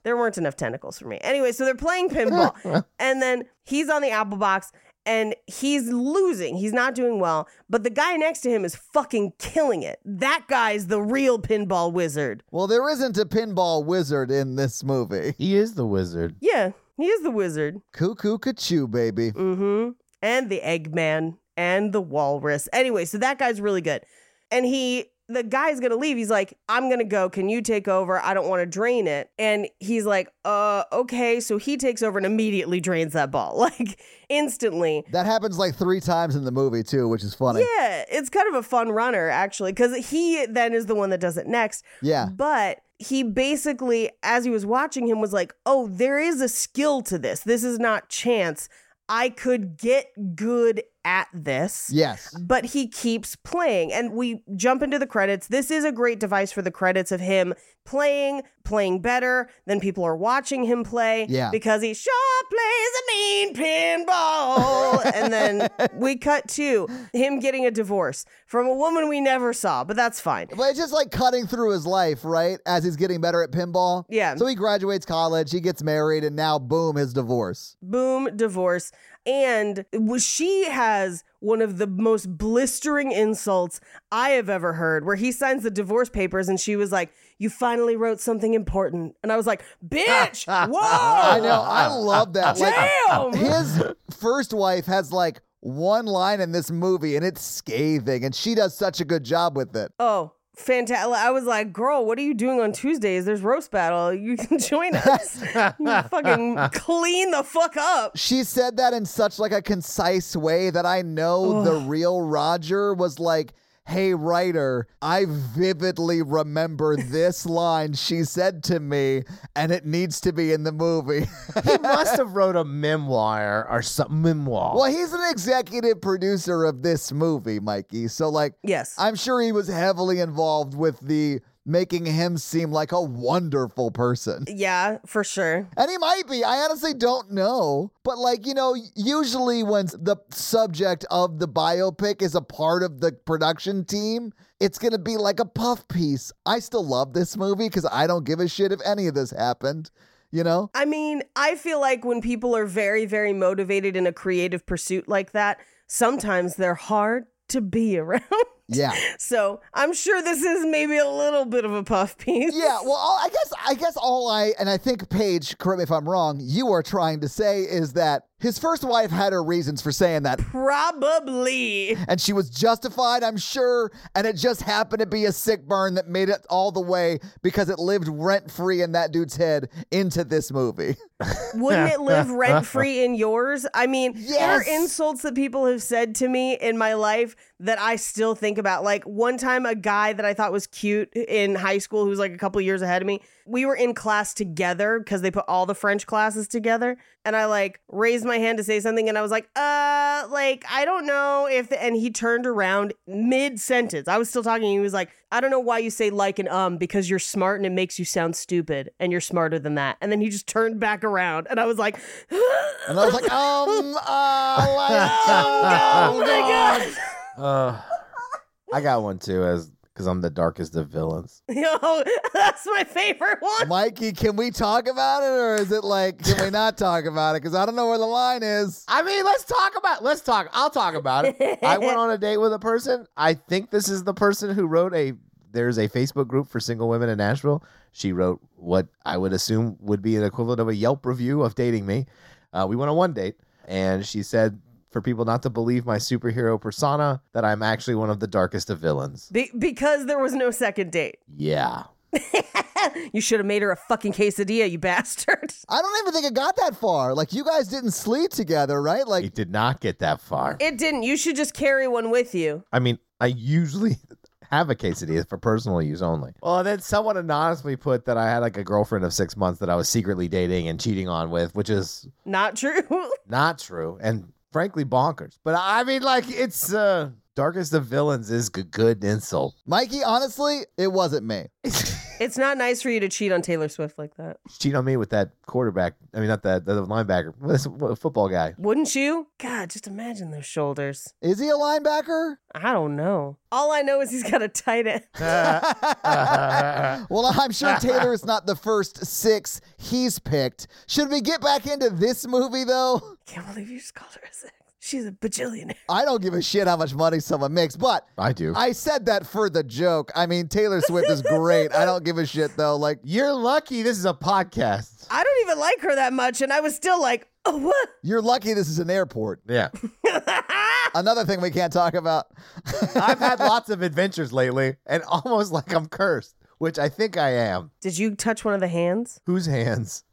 there weren't enough tentacles for me. Anyway, so they're playing pinball, and then he's on the apple box. And he's losing. He's not doing well. But the guy next to him is fucking killing it. That guy's the real pinball wizard.
Well, there isn't a pinball wizard in this movie.
He is the wizard.
Yeah, he is the wizard.
Cuckoo Cachoo, baby.
Mm-hmm. And the Eggman and the Walrus. Anyway, so that guy's really good. And he the guy's gonna leave. He's like, I'm gonna go. Can you take over? I don't want to drain it. And he's like, uh, okay. So he takes over and immediately drains that ball, like instantly.
That happens like three times in the movie too, which is funny.
Yeah, it's kind of a fun runner actually, because he then is the one that does it next.
Yeah.
But he basically, as he was watching him, was like, oh, there is a skill to this. This is not chance. I could get good at this.
Yes.
But he keeps playing. And we jump into the credits. This is a great device for the credits of him playing, playing better. Then people are watching him play
Yeah.
because he sure plays a mean pinball. and then we cut to him getting a divorce from a woman we never saw, but that's fine.
But it's just like cutting through his life, right? As he's getting better at pinball.
Yeah.
So he graduates college, he gets married, and now boom, his divorce.
boom divorce and w- she has one of the most blistering insults i have ever heard where he signs the divorce papers and she was like you finally wrote something important and i was like bitch whoa
I know. I love that.
Damn!
his first wife has like one line in this movie, and it's scathing, and she does such a good job with it.
oh fantastic i was like girl what are you doing on tuesdays there's roast battle you can join us you fucking clean the fuck up
She said that in such like a concise way that I know the real Roger was like, "Hey writer, I vividly remember this line she said to me and it needs to be in the movie."
he must have wrote a memoir or some memoir.
well, he's an executive producer of this movie, Mikey. So like
yes
I'm sure he was heavily involved with the making him seem like a wonderful person.
yeah for sure
And he might be. I honestly don't know. But, like, you know, usually when the subject of the biopic is a part of the production team, it's going to be like a puff piece. I still love this movie because I don't give a shit if any of this happened, you know?
I mean, I feel like when people are very, very motivated in a creative pursuit like that, sometimes they're hard to be around.
Yeah.
so I'm sure this is maybe a little bit of a puff piece.
Yeah, well, all- I guess I guess all I and I think Paige, correct me if I'm wrong. You are trying to say is that his first wife had her reasons for saying that,
Probably.
and she was justified, I'm sure. And it just happened to be a sick burn that made it all the way because it lived rent free in that dude's head into this movie.
Wouldn't it live rent free in yours? I mean, there are
Yes.
insults that people have said to me in my life that I still think about. Like one time, a guy that I thought was cute in high school, who was like a couple years ahead of me, we were in class together because they put all the French classes together. And I like raised my hand to say something, and I was like, uh, like, I don't know if, the, and he turned around mid sentence. I was still talking. And he was like, I don't know why you say like and um because you're smart and it makes you sound stupid and you're smarter than that. And then he just turned back around and I was like,
And I was like, um, uh, like, um,
oh my god.
Uh, I got one too, as because I'm the darkest of villains.
Yo, that's my favorite one.
Mikey, can we talk about it, or is it like, can we not talk about it? Because I don't know where the line is.
I mean, let's talk about. Let's talk. I'll talk about it. I went on a date with a person. I think this is the person who wrote a. There's a Facebook group for single women in Nashville. She wrote what I would assume would be an equivalent of a Yelp review of dating me. Uh, we went on one date, and she said for people not to believe my superhero persona that I'm actually one of the darkest of villains.
Be- because there was no second date.
Yeah.
You should have made her a fucking quesadilla, you bastard.
I don't even think it got that far. Like, you guys didn't sleep together, right? Like,
It did not get that far.
It didn't. You should just carry one with you.
I mean, I usually have a quesadilla for personal use only. Well, and then someone anonymously put that I had like a girlfriend of six months that I was secretly dating and cheating on with, which is
Not true.
not true and frankly bonkers. But I mean, like, it's uh, darkest of villains is a good insult.
Mikey, honestly, it wasn't me.
it's not nice for you to cheat on Taylor Swift like that.
Cheat on me with that quarterback. I mean, not that, the linebacker, What is- what, football guy.
Wouldn't you? God, just imagine those shoulders.
Is he a linebacker?
I don't know. All I know is he's got a tight end.
Well, I'm sure Taylor is not the first six he's picked. Should we get back into this movie, though?
Can't believe you just called her a six. She's a bajillionaire.
I don't give a shit how much money someone makes, but
I do.
I said that for the joke. I mean, Taylor Swift is great. I don't give a shit, though. Like,
You're lucky this is a podcast.
I don't even like her that much, and I was still like, oh, what?
you're lucky this is an airport.
Yeah.
Another thing we can't talk about.
I've had lots of adventures lately, and almost like I'm cursed, which I think I am.
Did you touch one of the hands?
Whose hands?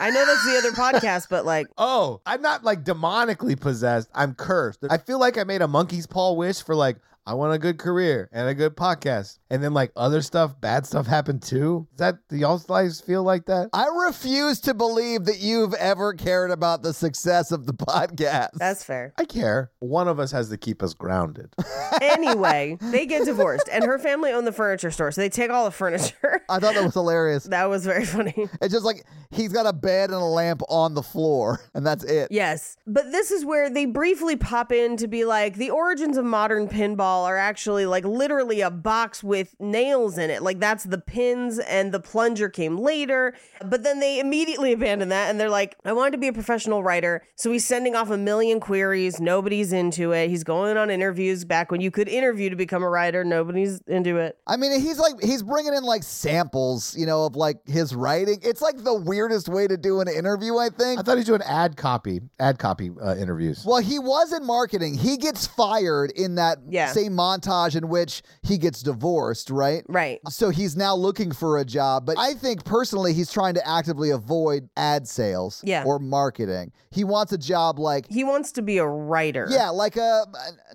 I know that's the other podcast, but like,
Oh, I'm not like demonically possessed. I'm cursed. I feel like I made a monkey's paw wish for like I want a good career and a good podcast, and then like other stuff, bad stuff happened too. Is that do y'all's lives feel like that?
I refuse to believe that you've ever cared about the success of the podcast.
that's fair.
I care. One of us has to keep us grounded.
Anyway, they get divorced, and her family owned the furniture store, so they take all the furniture.
I thought that was hilarious.
that was very funny.
It's just like he's got a bed and a lamp on the floor, and that's it.
Yes. But this is where they briefly pop in to be like, the origins of modern pinball are actually like literally a box with nails in it. Like, that's the pins, and the plunger came later. But then they immediately abandon that and they're like, I wanted to be a professional writer. So he's sending off a million queries. Nobody's into it. He's going on interviews back when you could interview to become a writer. Nobody's into it.
I mean, he's like he's bringing in like samples, you know, of like his writing. It's like the weirdest way to do an interview, I think.
I thought he's doing ad copy, ad copy uh, interviews.
Well, he was in marketing. He gets fired in that
Yeah.
same montage in which he gets divorced, right?
Right.
So he's now looking for a job, but I think personally he's trying to actively avoid ad sales
Yeah.
or marketing. He wants a job like
He wants to be a writer.
yeah, like a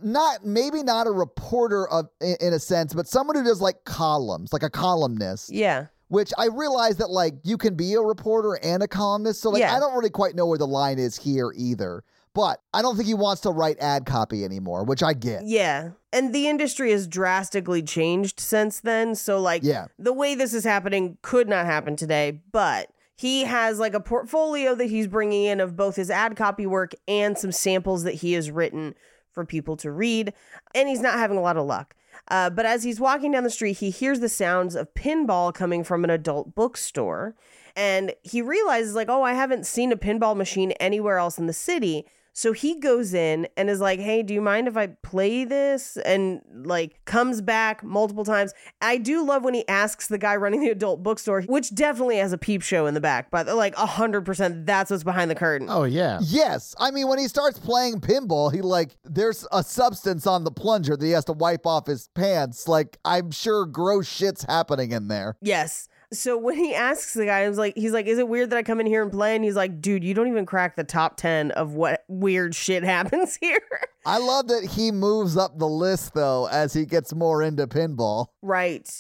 not maybe not a reporter of in, in a sense, but someone who does like columns, like a columnist.
Yeah.
Which I realize that like you can be a reporter and a columnist, so like
Yeah.
I don't really quite know where the line is here either. But I don't think he wants to write ad copy anymore, which I get.
Yeah. And the industry has drastically changed since then. So, like,
Yeah.
the way this is happening could not happen today, but he has like a portfolio that he's bringing in of both his ad copy work and some samples that he has written for people to read. And he's not having a lot of luck. Uh, but as he's walking down the street, he hears the sounds of pinball coming from an adult bookstore. And he realizes, like, oh, I haven't seen a pinball machine anywhere else in the city. So he goes in and is like, hey, do you mind if I play this? And like comes back multiple times. I do love when he asks the guy running the adult bookstore, which definitely has a peep show in the back, but like 100% that's what's behind the curtain.
Oh yeah.
Yes, I mean when he starts playing pinball, he like there's a substance on the plunger that he has to wipe off his pants. Like I'm sure gross shit's happening in there.
Yes. So when he asks the guy, I was like, he's like, is it weird that I come in here and play? And he's like, dude, you don't even crack the top 10 of what weird shit happens here.
I love that he moves up the list though as he gets more into pinball.
Right.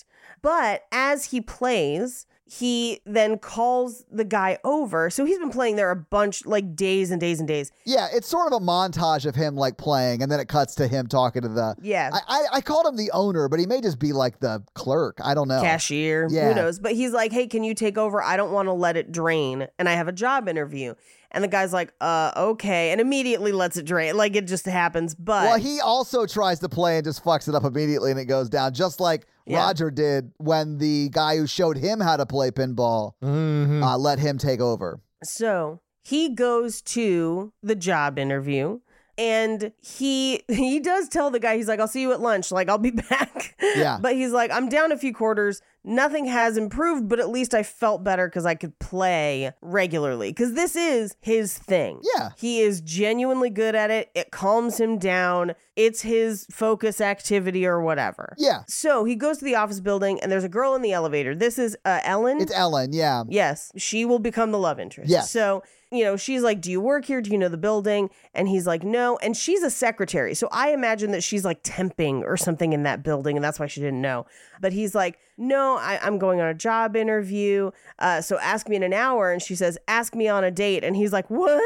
But as he plays, he then calls the guy over. So he's been playing there a bunch, like days and days and days.
Yeah, it's sort of a montage of him like playing, and then it cuts to him talking to the.
Yeah.
I, I, I called him the owner, but he may just be like the clerk. I don't know.
Cashier,
Oh, Yeah.
who knows? But he's like, hey, can you take over? I don't want to let it drain. And I have a job interview. And the guy's like, uh, okay. And immediately lets it drain. Like it just happens. But
Well, he also tries to play and just fucks it up immediately, and it goes down, just like
Yeah.
Roger did when the guy who showed him how to play pinball
Mhm.
uh, let him take over.
So he goes to the job interview and he he does tell the guy he's like i'll see you at lunch like i'll be back
Yeah.
but he's like i'm down a few quarters nothing has improved but at least i felt better because i could play regularly because this is his thing
Yeah.
he is genuinely good at it it calms him down it's his focus activity or whatever
Yeah,
so he goes to the office building and there's a girl in the elevator this is uh, ellen
it's Ellen. Yeah.
Yes, she will become the love interest.
Yes.
So, you know, she's like, Do you work here? Do you know the building? And he's like, No. And she's a secretary. So I imagine that she's like temping or something in that building. And that's why she didn't know. But he's like, No, I, I'm going on a job interview. Uh, so ask me in an hour. And she says, Ask me on a date. And he's like, What?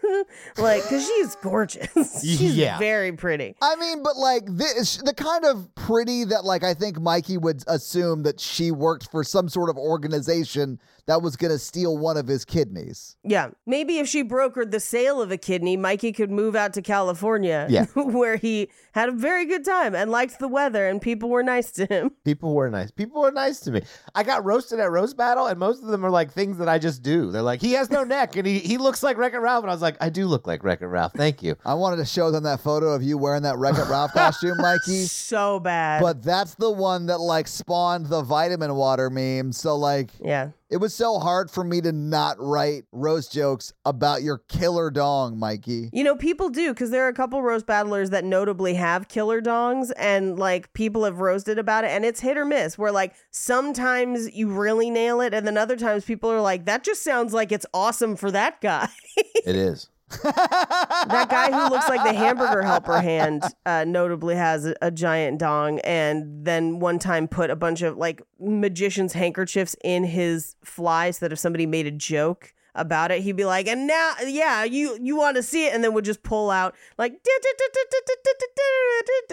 like, because she's gorgeous. she's
Yeah.
very pretty.
I mean, but like this, the kind of pretty that like I think Mikey would assume that she worked for some sort of organization that was going to steal one of his kidneys.
Yeah. Maybe if she brokered the sale of a kidney, Mikey could move out to California,
Yeah.
where he had a very good time and liked the weather and people were nice to him.
People were nice. People were nice to me. I got roasted at roast battle, and most of them are like things that I just do. They're like, he has no neck, and he, he looks like Wreck-It Ralph, and I was like, I do look like Wreck-It Ralph. Thank you.
I wanted to show them that photo of you wearing that Wreck-It Ralph costume, Mikey.
So bad.
But that's the one that like spawned the vitamin water meme. So like
yeah.
It was so hard for me to not write roast jokes about your killer dong, Mikey.
You know, people do because there are a couple roast battlers that notably have killer dongs, and like people have roasted about it, and it's hit or miss. Where like sometimes you really nail it, and then other times people are like, "That just sounds like it's awesome for that guy,
It is.
that guy who looks like the hamburger helper hand." Uh, notably has a, a giant dong, and then one time put a bunch of like magician's handkerchiefs in his fly, so that if somebody made a joke about it he'd be like and now yeah you you want to see it and then would just pull out like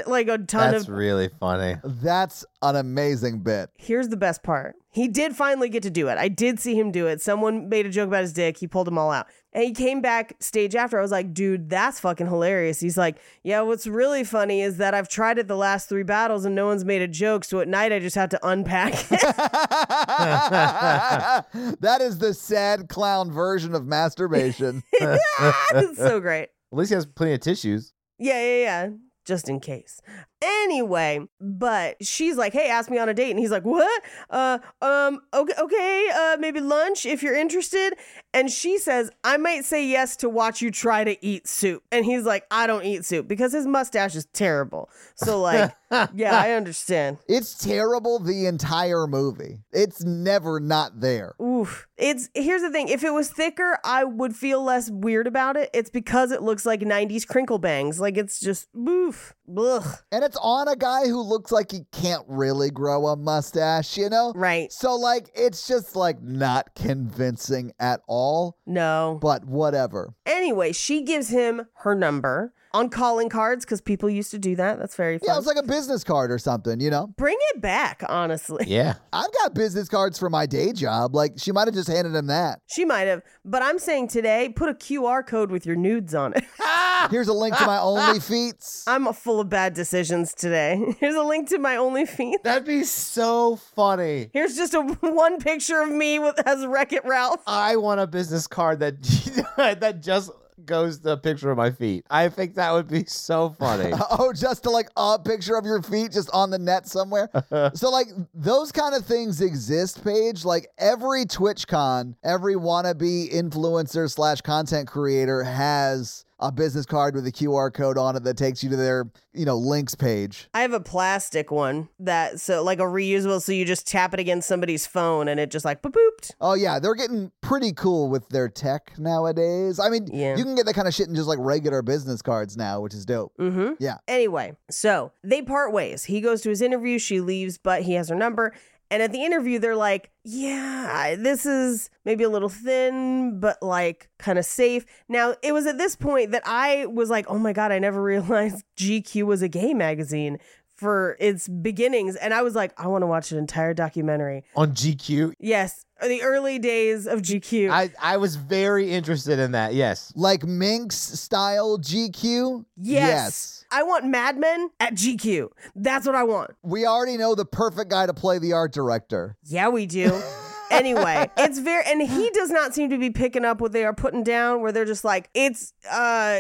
like a ton
That's
of
really funny.
That's an amazing bit.
here's the best part he did finally get to do it i did see him do it someone made a joke about his dick he pulled them all out and he came back stage after i was like dude that's fucking hilarious he's like yeah what's really funny is that i've tried it the last three battles and no one's made a joke so at night i just have to unpack it
that is the sad clown version of masturbation.
it's so great
At least he has plenty of tissues.
Yeah, yeah, yeah. Just in case. Anyway, but she's like, "Hey, ask me on a date," and he's like, "What? Uh, um, okay, okay, uh, maybe lunch if you're interested." And she says, "I might say yes to watch you try to eat soup." And he's like, "I don't eat soup because his mustache is terrible." So like, yeah, I understand.
It's terrible the entire movie. It's never not there.
Oof. It's here's the thing. If it was thicker, I would feel less weird about it. It's because it looks like '90s crinkle bangs. Like it's just oof, blech.
And it's on a guy who looks like he can't really grow a mustache, you know?
Right.
So, like, it's just like not convincing at all,
No.
but whatever.
Anyway, she gives him her number on calling cards because people used to do that. That's very fun.
Yeah, it's like a business card or something, you know?
Bring it back, honestly.
Yeah.
I've got business cards for my day job. Like, she might have just handed him that.
She might have, but I'm saying today, put a QR code with your nudes on it.
Here's a link to my only feats.
I'm full of bad decisions today. Here's a link to my OnlyFeed.
That'd be so funny.
Here's just a one picture of me with as Wreck It Ralph.
I want a business card that that just goes to a picture of my feet. I think that would be so funny.
Oh, just to like a picture of your feet just on the net somewhere. so like those kind of things exist, Paige. Like every TwitchCon, every wannabe influencer slash content creator has a business card with a QR code on it that takes you to their, you know, links page.
I have a plastic one that so like a reusable, so you just tap it against somebody's phone and it just like boop booped.
Oh yeah, they're getting pretty cool with their tech nowadays. I mean,
Yeah.
you can get that kind of shit in just like regular business cards now, which is dope.
Mm-hmm.
Yeah.
Anyway, so they part ways. He goes to his interview, she leaves, but he has her number. And at the interview, they're like, yeah, I- this is maybe a little thin, but like kind of safe. Now, it was at this point that I was like, oh my God, I never realized GQ was a gay magazine for its beginnings. And I was like, I want to watch an entire documentary.
On GQ.
Yes, the early days of GQ.
I, I was very interested in that. Yes.
Like Minx style GQ?
yes. I want Mad Men at GQ. That's what I want.
We already know the perfect guy to play the art director.
Yeah, we do. anyway, it's very and he does not seem to be picking up what they are putting down where they're just like it's uh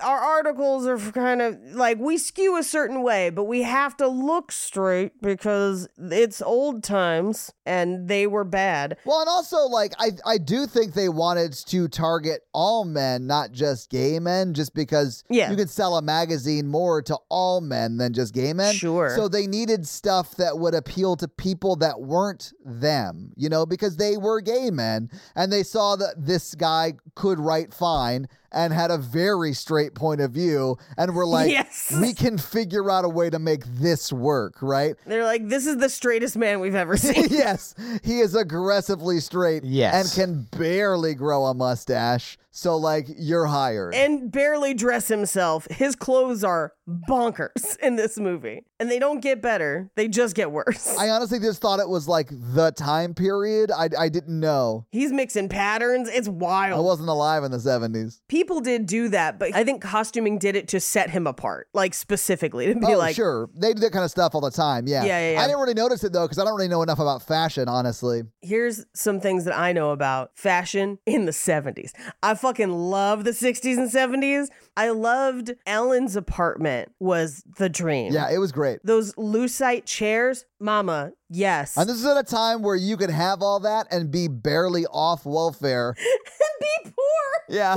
our articles are kind of like we skew a certain way, but we have to look straight because it's old times and they were bad.
Well, and also like I I do think they wanted to target all men, not just gay men, just because
Yeah.
you could sell a magazine more to all men than just gay men.
Sure.
So they needed stuff that would appeal to people that weren't them, you know, because they were gay men and they saw that this guy could write fine and had a very straight point of view and were like
Yes.
we can figure out a way to make this work, right?
They're like, this is the straightest man we've ever seen.
yes, he is aggressively straight.
Yes.
and can barely grow a mustache. So like, you're hired.
and barely dress himself. His clothes are bonkers in this movie. And they don't get better, they just get worse.
I honestly just thought it was like the time period. I I didn't know.
He's mixing patterns. It's wild.
I wasn't alive in the seventies.
people did do that, but I think costuming did it to set him apart, like specifically to be
Oh,
like,
sure. They do that kind of stuff all the time. Yeah.
Yeah, yeah, yeah.
I didn't really notice it though because I don't really know enough about fashion, honestly.
here's some things that I know about fashion in the 70s. I fucking love the 60s and 70s. I loved Ellen's apartment was the dream.
Yeah, it was great.
Those lucite chairs, mama, yes.
And this is at a time where you could have all that and be barely off welfare.
Be poor.
Yeah.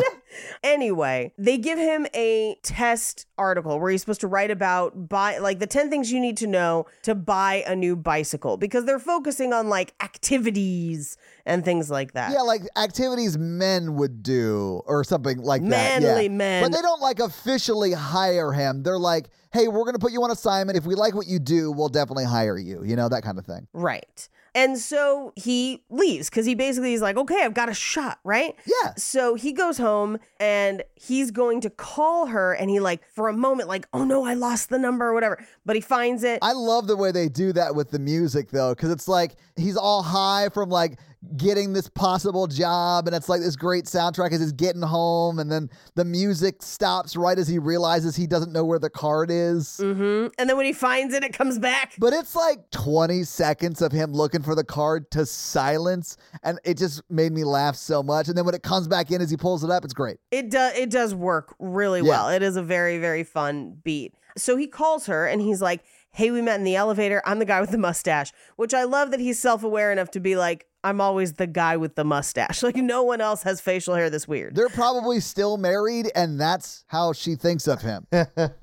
Anyway, they give him a test article where he's supposed to write about buy like the 10 things you need to know to buy a new bicycle because they're focusing on like activities and things like that.
Yeah, like activities men would do or something like that.
Manly
yeah.
men.
But they don't like officially hire him. They're like, hey, we're going to put you on assignment. If we like what you do, we'll definitely hire you, you know, that kind of thing.
Right. And so he leaves because he basically is like, okay, I've got a shot, right?
Yeah.
So he goes home and he's going to call her. And he, like, for a moment, like, oh no, I lost the number or whatever. But he finds it.
I love the way they do that with the music though, because it's like he's all high from like getting this possible job, and it's like this great soundtrack as he's getting home, and then the music stops right as he realizes he doesn't know where the card is.
Mm-hmm. and then when he finds it, it comes back.
But it's like 20 seconds of him looking for the card to silence, and it just made me laugh so much. And then when it comes back in as he pulls it up, it's great.
It does it does work really
Yeah.
well. It is a very very fun beat. So he calls her and he's like, "Hey, we met in the elevator. I'm the guy with the mustache." Which I love that he's self-aware enough to be like, "I'm always the guy with the mustache." Like no one else has facial hair this weird.
They're probably still married, and that's how she thinks of him.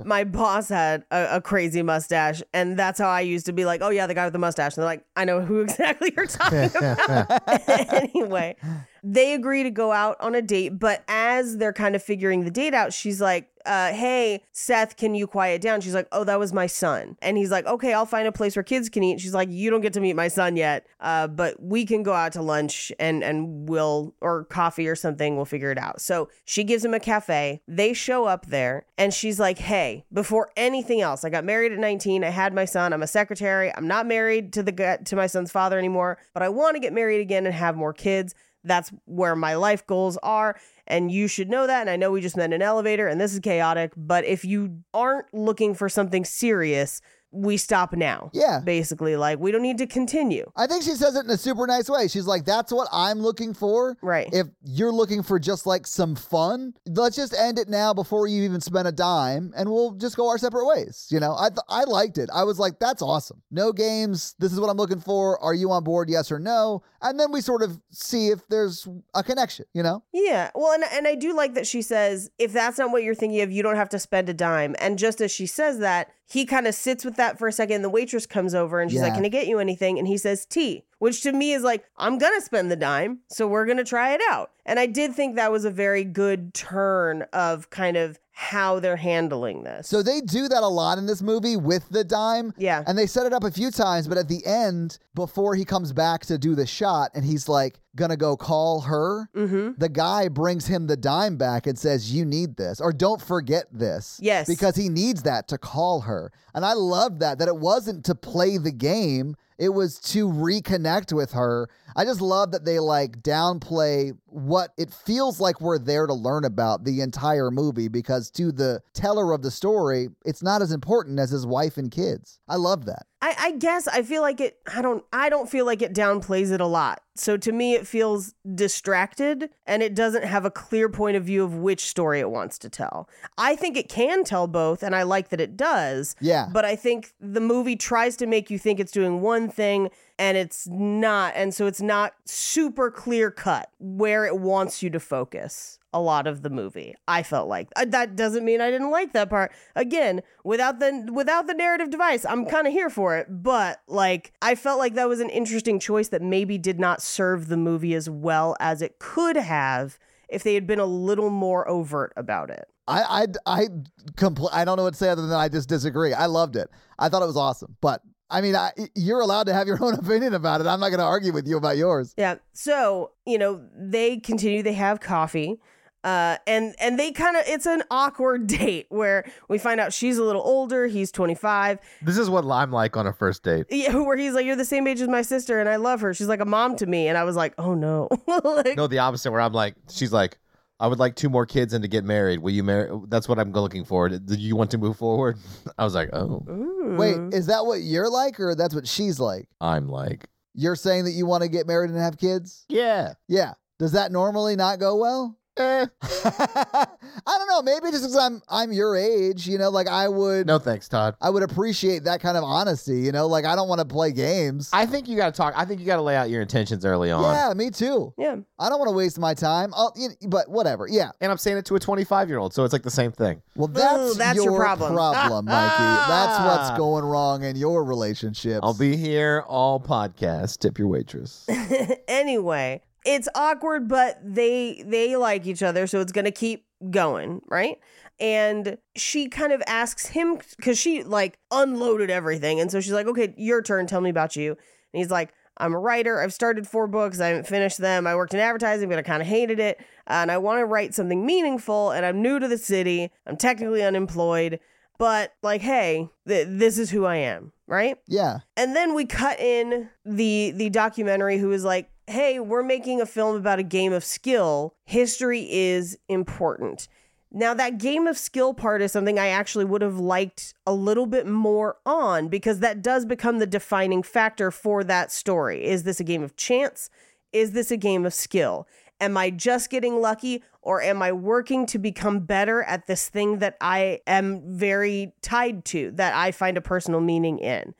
My boss had a, a crazy mustache and that's how I used to be like, "Oh yeah, the guy with the mustache." And they're like, "I know who exactly you're talking about." anyway, they agree to go out on a date, but as they're kind of figuring the date out, she's like, uh, hey, Seth, can you quiet down? She's like, oh, that was my son. And he's like, okay, I'll find a place where kids can eat. She's like, you don't get to meet my son yet, uh, but we can go out to lunch and and we'll or coffee or something. We'll figure it out. So she gives him a cafe. They show up there, and she's like, hey, before anything else, I got married at 19. I had my son. I'm a secretary. I'm not married to the gu- to my son's father anymore, but I want to get married again and have more kids that's where my life goals are and you should know that and i know we just met in an elevator and this is chaotic but if you aren't looking for something serious we stop now
Yeah.
basically like we don't need to continue
I think she says it in a super nice way. She's like, that's what I'm looking for.
Right.
If you're looking for just like some fun, let's just end it now before you even spend a dime and we'll just go our separate ways. You know, I, th- I liked it. I was like, that's awesome. No games. This is what I'm looking for. Are you on board? Yes or no? And then we sort of see if there's a connection, you know?
yeah well and, and i do like that she says if that's not what you're thinking of you don't have to spend a dime and just as she says that he kind of sits with that for a second the waitress comes over and she's like
Yeah.
can i get you anything and he says tea which to me is like i'm gonna spend the dime so we're gonna try it out and i did think that was a very good turn of kind of how they're handling this
So they do that a lot in this movie with the dime.
Yeah.
And they set it up a few times, but at the end, before he comes back to do the shot and he's like, gonna go call her, the guy brings him the dime back and says, You need this, or don't forget this.
Yes.
Because he needs that to call her. And I loved that, that it wasn't to play the game. It was to reconnect with her. I just love that they like downplay what it feels like we're there to learn about the entire movie because to the teller of the story, it's not as important as his wife and kids. I love that.
I, I guess I feel like it I don't I don't feel like it downplays it a lot. So to me it feels distracted and it doesn't have a clear point of view of which story it wants to tell. I think it can tell both and I like that it does.
Yeah.
But I think the movie tries to make you think it's doing one thing and it's not and so it's not super clear cut where it wants you to focus a lot of the movie. I felt like Uh, that doesn't mean I didn't like that part. Again, without the without the narrative device, I'm kind of here for it, but like I felt like that was an interesting choice that maybe did not serve the movie as well as it could have if they had been a little more overt about it.
I I I compl- I don't know what to say other than I just disagree. I loved it. I thought it was awesome. But I mean, I, you're allowed to have your own opinion about it. I'm not going to argue with you about yours.
Yeah. So, you know, they continue, they have coffee. Uh, and and they kind of it's an awkward date where we find out she's a little older, he's 25.
This is what I'm like on a first date.
Yeah, where he's like, You're the same age as my sister and I love her. She's like a mom to me. And I was like, Oh no. like,
No, the opposite. Where I'm like, she's like, I would like two more kids and to get married. Will you marry? That's what I'm looking for. Do you want to move forward? I was like, oh,
Wait,
Mm-hmm.
is that what you're like, or that's what she's like?
I'm like,
You're saying that you want to get married and have kids?
yeah.
Yeah. Does that normally not go well?
Eh,
I don't know. Maybe just because I'm I'm your age, you know, like I would
no thanks, Todd.
I would appreciate that kind of honesty, you know, like I don't want to play games.
I think you got to talk. I think you got to lay out your intentions early on.
yeah, me too.
Yeah.
I don't want to waste my time. Oh, you, but whatever. Yeah.
And I'm saying it to a 25 year old, so it's like the same thing.
Well, that's,
that's your problem.
problem, Mikey. That's what's going wrong in your relationships.
I'll be here all podcast. Tip your waitress.
anyway, it's awkward, but they they like each other, so it's gonna keep going, right? And she kind of asks him because she like unloaded everything, and so she's like, "Okay, your turn. Tell me about you." And he's like, "I'm a writer. I've started four books. I haven't finished them. I worked in advertising, but I kind of hated it, and I want to write something meaningful. And I'm new to the city. I'm technically unemployed." But, like, hey, th- this is who I am, right?
yeah.
And then we cut in the the documentary who is like, "Hey, we're making a film about a game of skill. History is important." Now that game of skill part is something I actually would have liked a little bit more on because that does become the defining factor for that story. Is this a game of chance? Is this a game of skill? Am I just getting lucky or am I working to become better at this thing that I am very tied to, that I find a personal meaning in?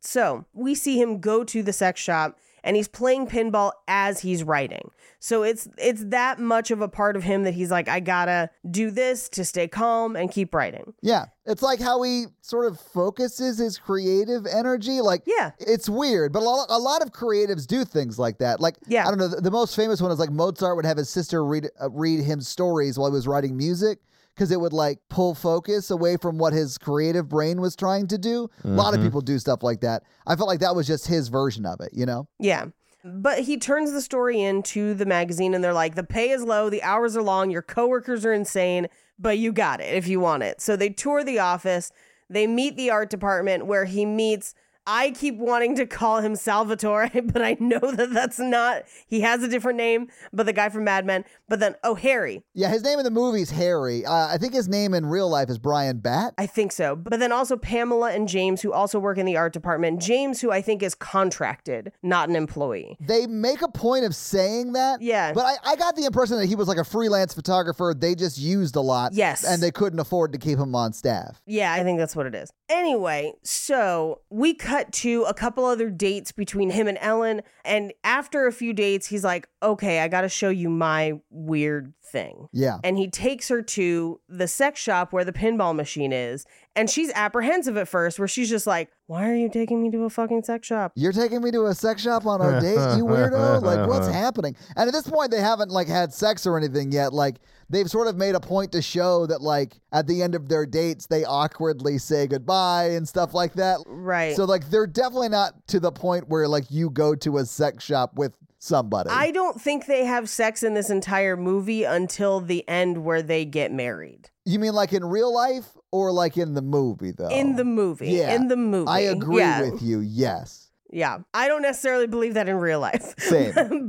So we see him go to the sex shop and he's playing pinball as he's writing. So it's it's that much of a part of him that he's like, I gotta do this to stay calm and keep writing.
Yeah. It's like how he sort of focuses his creative energy. Like,
Yeah.
it's weird, but a lot, a lot of creatives do things like that. Like,
Yeah.
I don't know. The, the most famous one is like Mozart would have his sister read, uh, read him stories while he was writing music because it would like pull focus away from what his creative brain was trying to do. A lot of people do stuff like that. I felt like that was just his version of it, you know?
Yeah. But he turns the story in to the magazine and they're like, the pay is low, the hours are long, your coworkers are insane, but you got it if you want it. So they tour the office, they meet the art department where he meets. I keep wanting to call him Salvatore, but I know that that's not. He has a different name, but the guy from Mad Men. But then, oh, Harry.
Yeah. His name in the movie is Harry. Uh, I think his name in real life is Brian Bat.
I think so. But then also Pamela and James, who also work in the art department. James, who I think is contracted, not an employee.
They make a point of saying that.
Yeah.
But I, I got the impression that he was like a freelance photographer they just used a lot.
Yes.
And they couldn't afford to keep him on staff.
Yeah, I think that's what it is. Anyway, so we cut to a couple other dates between him and Ellen. And after a few dates, he's like, okay, I got to show you my weird thing.
Yeah.
And he takes her to the sex shop where the pinball machine is. And she's apprehensive at first, where she's just like, why are you taking me to a fucking sex shop?
You're taking me to a sex shop on our date, you weirdo? Like, what's happening? And at this point, they haven't like had sex or anything yet. Like, they've sort of made a point to show that, like, at the end of their dates, they awkwardly say goodbye and stuff like that.
Right.
So, like, they're definitely not to the point where like you go to a sex shop with somebody.
I don't think they have sex in this entire movie until the end where they get married.
you mean like in real life or like in the movie though?
In the movie.
Oh. Yeah,
In the movie.
I agree
Yeah.
with you. Yes.
Yeah, I don't necessarily believe that in real life.
Same.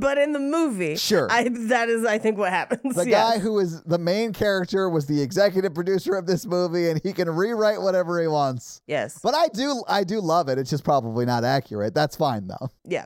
but in the movie,
Sure.
I, that is, I think, what happens.
The
yeah.
guy who is the main character was the executive producer of this movie, and he can rewrite whatever he wants.
yes,
But I do, I do love it. It's just probably not accurate. That's fine though.
yeah.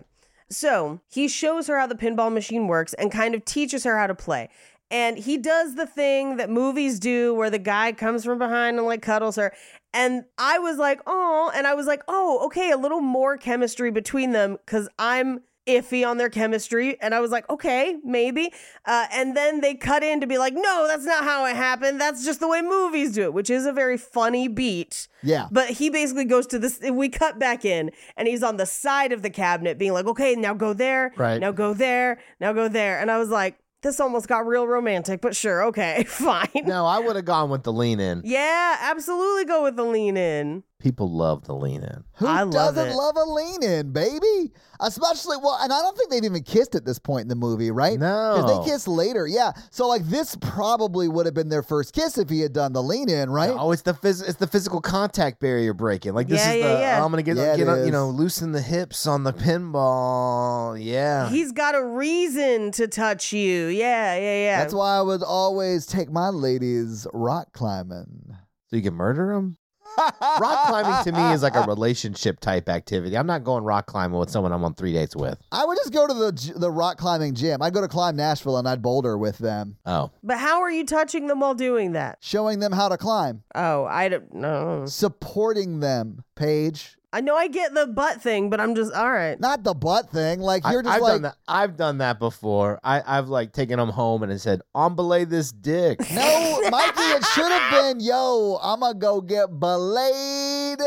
So he shows her how the pinball machine works and kind of teaches her how to play. And he does the thing that movies do, where the guy comes from behind and like cuddles her. And I was like, oh, and I was like, oh, okay, a little more chemistry between them because I'm iffy on their chemistry. And I was like, okay, maybe. Uh, and then they cut in to be like, no, that's not how it happened. That's just the way movies do it, which is a very funny beat.
Yeah.
But he basically goes to this. We cut back in and he's on the side of the cabinet being like, okay, now go there.
Right.
Now go there. Now go there. And I was like, this almost got real romantic, but sure, okay, fine.
no, I would have gone with the lean in.
Yeah, absolutely go with the lean in.
People love the lean in.
Who
I love
doesn't
it.
love a lean in, baby? Especially well, and I don't think they've even kissed at this point in the movie, right?
No.
because they kiss later. Yeah, so like this probably would have been their first kiss if he had done the lean in, right?
Oh, it's the phys- it's the physical contact barrier breaking. Like this
Yeah,
is
yeah,
the
yeah.
I'm gonna get,
Yeah, it
get on-
is.
you know loosen the hips on the pinball. Yeah,
He's got a reason to touch you. Yeah, yeah, yeah.
That's why I would always take my ladies rock climbing.
so you can murder him. rock climbing to me is like a relationship type activity. I'm not going rock climbing with someone I'm on three dates with.
I would just go to the g- the rock climbing gym. I'd go to Climb Nashville and I'd boulder with them,
Oh,
But how are you touching them while doing that?
showing them how to climb,
Mm-hmm.
Oh, I don't know.
supporting them. Paige,
I know I get the butt thing, but I'm just all right.
not the butt thing. Like
I,
you're
have
just
done
like
that. I've done that before. I, I've like taken them home and I said, "Embelay this dick."
no, Mikey. It should have been yo. I'ma go get belayed.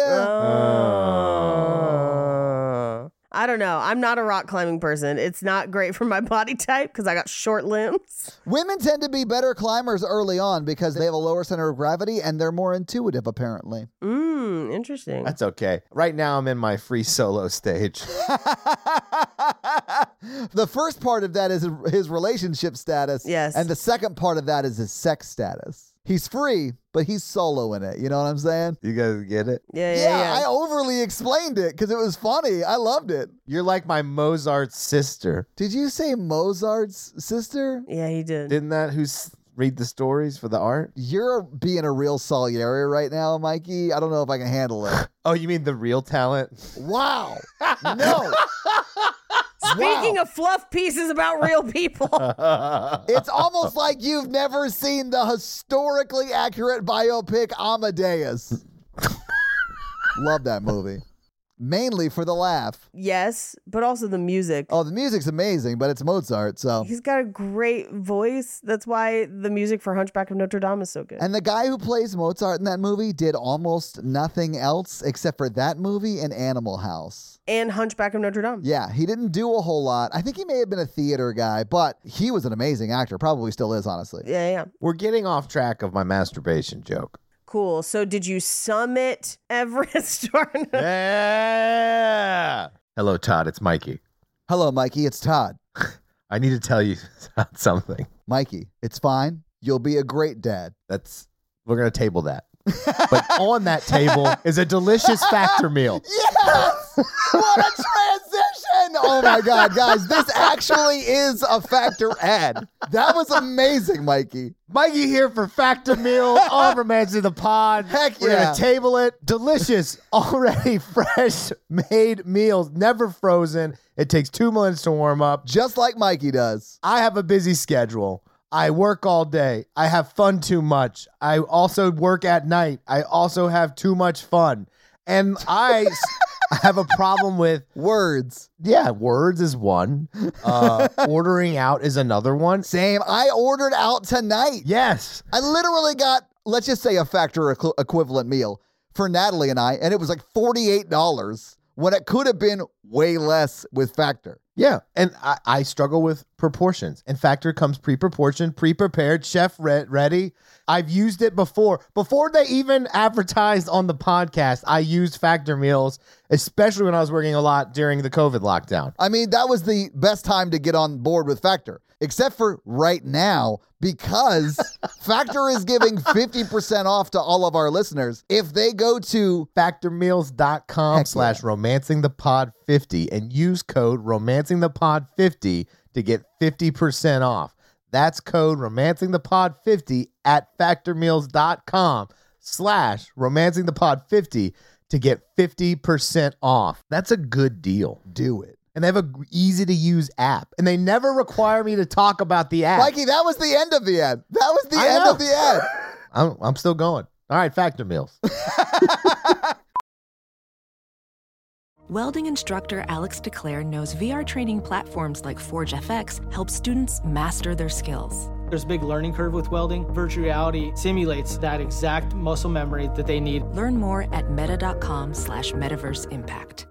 Oh. I don't know. I'm not a rock climbing person. It's not great for my body type because I got short limbs.
Women tend to be better climbers early on because they have a lower center of gravity and they're more intuitive, apparently.
Mmm, interesting.
That's okay. Right now, I'm in my free solo stage.
the first part of that is his relationship status.
Yes.
And the second part of that is his sex status. He's free, but he's solo in it. You know what I'm saying?
You guys get it?
yeah, yeah, yeah.
I overly explained it because it was funny. I loved it.
You're like my Mozart sister.
Did you say Mozart's sister?
yeah, he did.
Didn't that who's read the stories for the art?
You're being a real solidary right now, Mikey. I don't know if I can handle it.
Oh, you mean the real talent?
Wow. No.
Speaking of fluff pieces about real people,
It's almost like you've never seen the historically accurate biopic Amadeus. Love that movie. Mainly for the laugh.
yes, but also the music.
Oh, the music's amazing, but it's Mozart, so.
He's got a great voice. That's why the music for Hunchback of Notre Dame is so good.
And the guy who plays Mozart in that movie did almost nothing else except for that movie and Animal House.
And Hunchback of Notre Dame.
Yeah, he didn't do a whole lot. I think he may have been a theater guy, but he was an amazing actor. Probably still is, honestly.
Yeah, yeah.
We're getting off track of my masturbation joke.
Cool. So did you summit Everest or no?
Yeah. Hello, Todd. It's Mikey.
Hello, Mikey. It's Todd.
I need to tell you something.
Mikey, it's fine. You'll be a great dad.
That's we're gonna table that. but on that table is a delicious factor meal.
Yes! What a transition! Oh my God, guys, this actually is a factor ad. That was amazing, Mikey.
Mikey here for Factor Meal on Romance of the Pod.
Heck
We're
yeah.
gonna table it. Delicious, already fresh made meals, never frozen. It takes two minutes to warm up.
Just like Mikey does.
I have a busy schedule. I work all day. I have fun too much. I also work at night. I also have too much fun. And I s- I have a problem with
Words.
yeah, words is one. Uh, ordering out is another one.
Same. I ordered out tonight.
Yes.
I literally got, let's just say, a factor equ- equivalent meal for Natalie and I, and it was like $48 when it could have been way less with factor.
Yeah. And I, I struggle with proportions. And Factor comes pre proportioned, pre prepared, chef re- ready. I've used it before. Before they even advertised on the podcast, I used Factor meals, especially when I was working a lot during the COVID lockdown.
I mean, that was the best time to get on board with Factor, except for right now, because Factor is giving 50% off to all of our listeners if they go to.
factormeals.com slash romancing the pod 50 and use code romancing the pod 50 to get 50% off that's code romancing the pod 50 at factormeals.com slash romancing the pod 50 to get 50% off that's a good deal
Do it.
and they have a g- easy to use app and they never require me to talk about the app
Mikey, that was the end of the ad. That was the
I
end
know.
of the ad.
I'm, I'm still going all right factor meals
Welding instructor Alex DeClaire knows VR training platforms like ForgeFX help students master their skills.
There's a big learning curve with welding. Virtual reality simulates that exact muscle memory that they need.
Learn more at meta.com slash metaverse impact.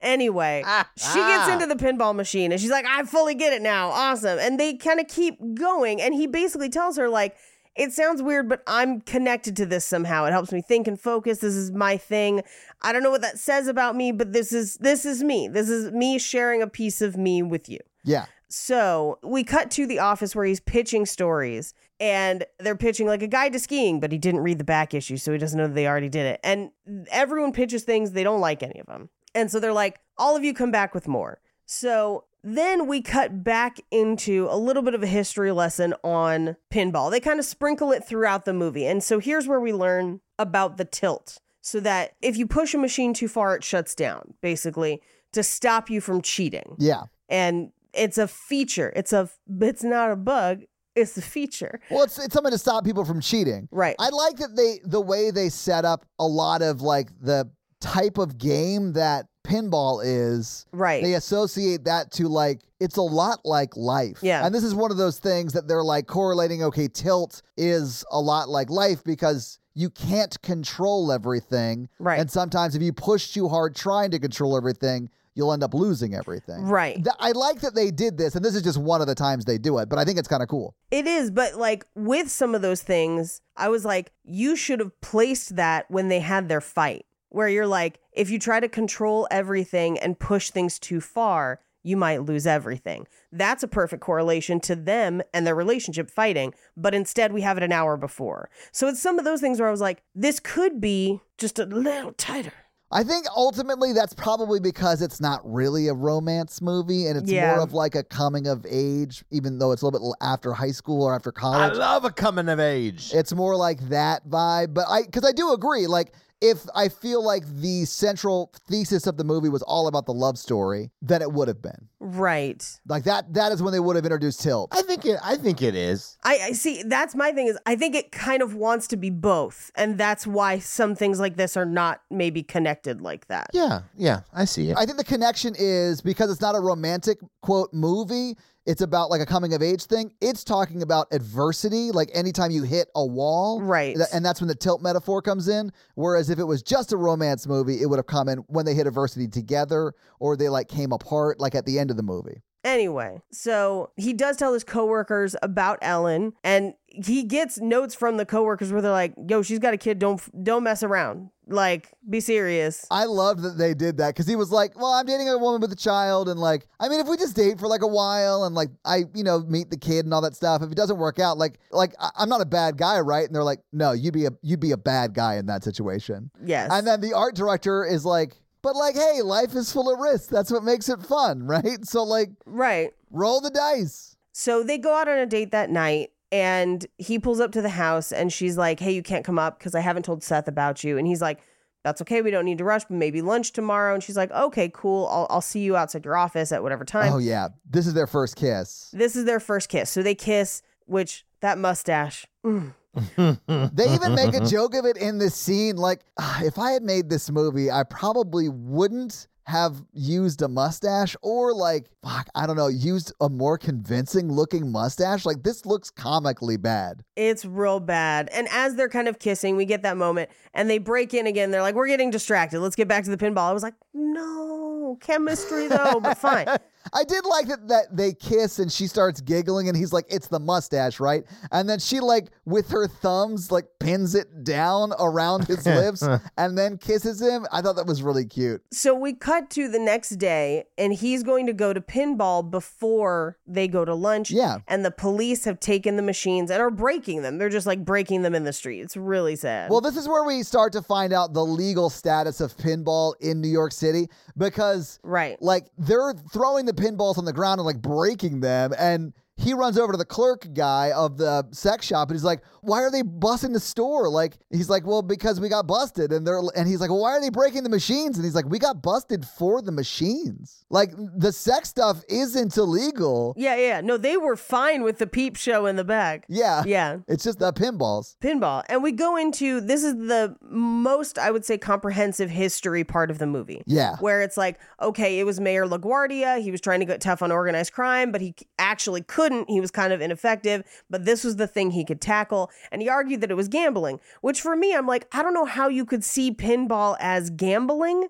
Anyway, she gets into the pinball machine and she's like, I fully get it now. Awesome. And they kind of keep going. And he basically tells her, like, it sounds weird, but I'm connected to this somehow. It helps me think and focus. This is my thing. I don't know what that says about me, but this is this is me. This is me sharing a piece of me with you.
Yeah.
So we cut to the office where he's pitching stories, and they're pitching like a guide to skiing, but he didn't read the back issue, so he doesn't know that they already did it. And everyone pitches things, they don't like any of them. And so they're like, all of you come back with more. So Then we cut back into a little bit of a history lesson on pinball. They kind of sprinkle it throughout the movie. And so here's where we learn about the tilt so that if you push a machine too far, it shuts down, basically, to stop you from cheating.
Yeah.
And it's a feature. It's a it's not a bug, it's a feature.
Well, it's, it's something to stop people from cheating.
Right.
I like that they the way they set up a lot of like the type of game that pinball is.
Right.
They associate that to like it's a lot like life.
Yeah.
And this is one of those things that they're like correlating. Okay, tilt is a lot like life because you can't control everything.
Right.
And sometimes if you push too hard trying to control everything, you'll end up losing everything.
Right.
Th- I like that they did this, and this is just one of the times they do it, but I think it's kind of cool.
It is, but like with some of those things, I was like, you should have placed that when they had their fight, where you're like, if you try to control everything and push things too far, you might lose everything. That's a perfect correlation to them and their relationship fighting, but instead we have it an hour before. So it's some of those things where I was like, this could be just a little tighter.
I think ultimately that's probably because it's not really a romance movie and it's
Yeah.
more of like a coming of age, even though it's a little bit after high school or after
I
college.
love a coming of age.
It's more like that vibe. But I, because I do agree, like, if I feel like the central thesis of the movie was all about the love story, then it would have been.
Right.
Like, that that is when they would have introduced Tilt.
I think it. I think it is.
I, I see. That's my thing is I think it kind of wants to be both, and that's why some things like this are not maybe connected like that.
Yeah, yeah. I see it.
I think the connection is because it's not a romantic quote movie. It's about like a coming of age thing. It's talking about adversity, like anytime you hit a wall,
Right.
th- And that's when the tilt metaphor comes in. Whereas if it was just a romance movie, it would have come in when they hit adversity together, or they like came apart, like at the end of the movie.
Anyway, so he does tell his coworkers about Ellen, and he gets notes from the coworkers where they're like, "Yo, she's got a kid. Don't f- don't mess around. Like, be serious."
I love that they did that because he was like, "Well, I'm dating a woman with a child, and like, I mean, if we just date for like a while, and like, I, you know, meet the kid and all that stuff. If it doesn't work out, like, like I- I'm not a bad guy, right?" And they're like, "No, you'd be a you'd be a bad guy in that situation."
Yes.
And then the art director is like, "But like, hey, life is full of risks. That's what makes it fun, right? So like,
right.
roll the dice."
So they go out on a date that night and he pulls up to the house and she's like, Hey, you can't come up because I haven't told Seth about you. And he's like, That's okay. We don't need to rush, but maybe lunch tomorrow. And she's like, Okay, cool. I'll, I'll see you outside your office at whatever time.
Oh yeah, this is their first kiss.
This is their first kiss. So they kiss, which that mustache. mm.
They even make
Mm-hmm.
a joke of it in this scene. Like, "Ah, if I had made this movie, I probably wouldn't have used a mustache or like, fuck, I don't know, used a more convincing looking mustache. Like, this looks comically bad.
It's real bad. And as they're kind of kissing, we get that moment and they break in again. They're like, We're getting distracted. Let's get back to the pinball. I was like, No, chemistry though, but fine.
I did like that that they kiss and she starts giggling and he's like, "It's the mustache, right?" And then she like with her thumbs like pins it down around his lips and then kisses him. I thought that was really cute.
So we cut to the next day, and he's going to go to pinball before they go to lunch.
Yeah.
And the police have taken the machines and are breaking them. They're just like breaking them in the street. It's really sad.
Well, this is where we start to find out the legal status of pinball in New York City because
right.
like they're throwing the pinballs on the ground and like breaking them and he runs over to the clerk guy of the sex shop and he's like, "Why are they busting the store?" Like he's like, "Well, because we got busted." And they're and he's like, "Well, "Why are they breaking the machines?" And he's like, "We got busted for the machines." Like the sex stuff isn't illegal.
Yeah, yeah. No, they were fine with the peep show in the back.
Yeah.
Yeah.
It's just the pinballs.
Pinball. And we go into this is the most, I would say, comprehensive history part of the movie.
Yeah.
where it's like, okay, it was Mayor LaGuardia. He was trying to get tough on organized crime, but he c- actually couldn't. He was kind of ineffective, but this was the thing he could tackle. And he argued that it was gambling, which for me, I'm like, I don't know how you could see pinball as gambling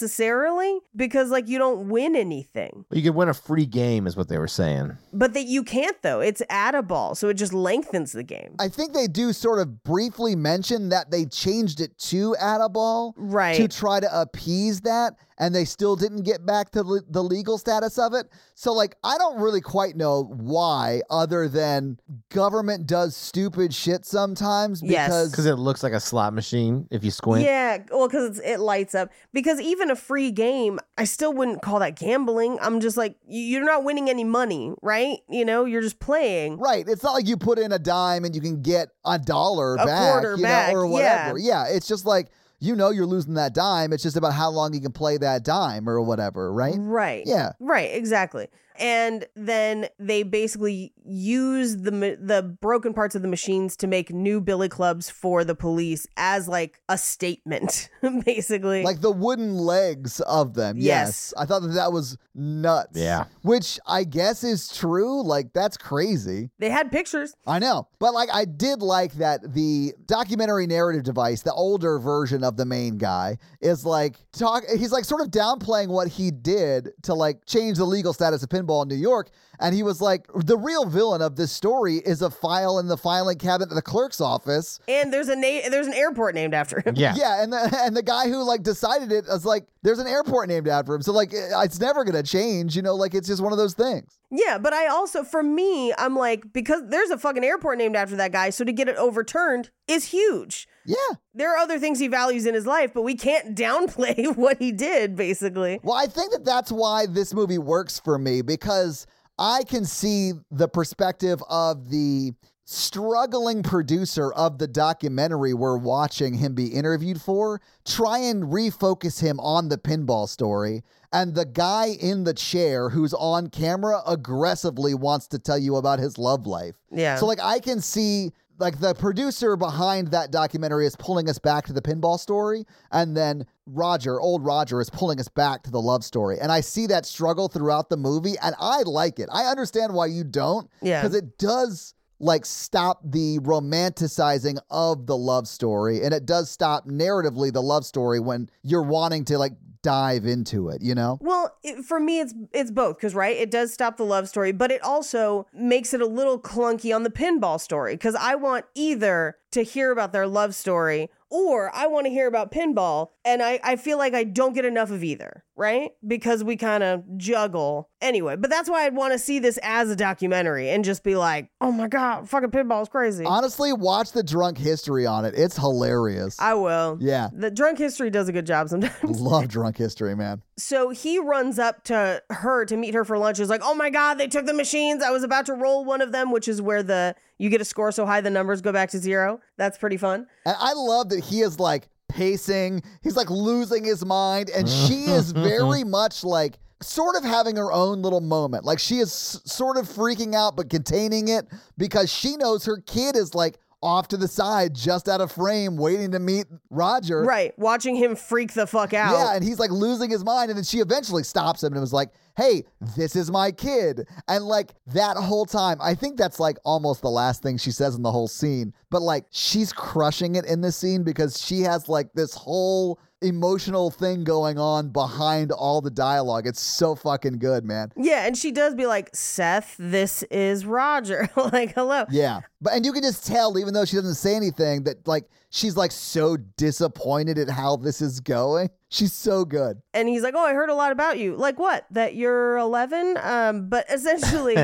necessarily because, like, you don't win anything.
You could win a free game, is what they were saying.
But that you can't, though. It's at a ball, so it just lengthens the game.
I think they do sort of briefly mention that they changed it to Adaball
Right.
to try to appease that, and they still didn't get back to le- the legal status of it. So, like, I don't really quite know why, other than government does stupid shit sometimes
Yes.
because
Because it looks like a slot machine if you squint.
Yeah, well, because it lights up. Because even a free game, I still wouldn't call that gambling. I'm just like, you- you're not winning any money, right? You know, you're just playing.
Right. It's not like you put in a dime and you can get a dollar
A
back,
quarter
you know,
back,
or
yeah.
whatever. Yeah. It's just like you know you're losing that dime. It's just about how long you can play that dime or whatever, right?
Right.
Yeah.
Right, exactly. And then they basically use the ma- the broken parts of the machines to make new billy clubs for the police as like a statement, basically.
Like the wooden legs of them. Yes.
Yes.
I thought that that was nuts.
Yeah.
Which I guess is true. Like that's crazy.
they had pictures.
I know. But like I did like that the documentary narrative device, the older version of the main guy, is like talk he's like sort of downplaying what he did to like change the legal status of pinball in New York. And he was like, the real villain of this story is a file in the filing cabinet at the clerk's office.
And there's a na- there's an airport named after him.
Yeah.
Yeah, and the and the guy who like decided it was like, there's an airport named after him, so like eh, uh, it's never gonna change, you know, like it's just one of those things.
Yeah, but I also, for me, I'm like, because there's a fucking airport named after that guy, so to get it overturned is huge.
Yeah.
There are other things he values in his life, but we can't downplay what he did, basically.
Well, I think that that's why this movie works for me because I can see the perspective of the struggling producer of the documentary we're watching him be interviewed for try and refocus him on the pinball story and the guy in the chair who's on camera aggressively wants to tell you about his love life
Yeah.
so like I can see like the producer behind that documentary is pulling us back to the pinball story and then Roger, old Roger is pulling us back to the love story. And I see that struggle throughout the movie and I like it. I understand why you don't
Yeah.
cuz it does like stop the romanticizing of the love story and it does stop narratively the love story when you're wanting to like dive into it, you know?
Well, it, for me, it's it's both because right, it does stop the love story, but it also makes it a little clunky on the pinball story because I want either to hear about their love story or I want to hear about pinball, and I I feel like I don't get enough of either, right? Because we kind of juggle anyway. But that's why I'd want to see this as a documentary and just be like, oh my god, fucking pinball is crazy.
Honestly, watch the drunk history on it. It's hilarious.
I will.
yeah.
The drunk history does a good job sometimes.
Love drunk history, man.
So he runs up to her to meet her for lunch. He's like, "Oh my god, they took the machines! I was about to roll one of them, which is where the you get a score so high the numbers go back to zero. That's pretty fun.
And I love that he is like pacing, he's like losing his mind, and she is very much like sort of having her own little moment. Like she is s- sort of freaking out but containing it because she knows her kid is like off to the side, just out of frame, waiting to meet Roger.
Right? Watching him freak the fuck out.
Yeah, and he's like losing his mind, and then she eventually stops him and was like, "Hey, this is my kid," and like that whole time, I think that's like almost the last thing she says in the whole scene. But like, she's crushing it in this scene because she has like this whole emotional thing going on behind all the dialogue. It's so fucking good, man.
Yeah, and she does be like, "Seth, this is Roger." like, hello.
Yeah, but and you can just tell, even though she doesn't say anything, that like she's like so disappointed at how this is going. She's so good.
And he's like, "Oh, I heard a lot about you. Like what? That you're 11?" Um, but essentially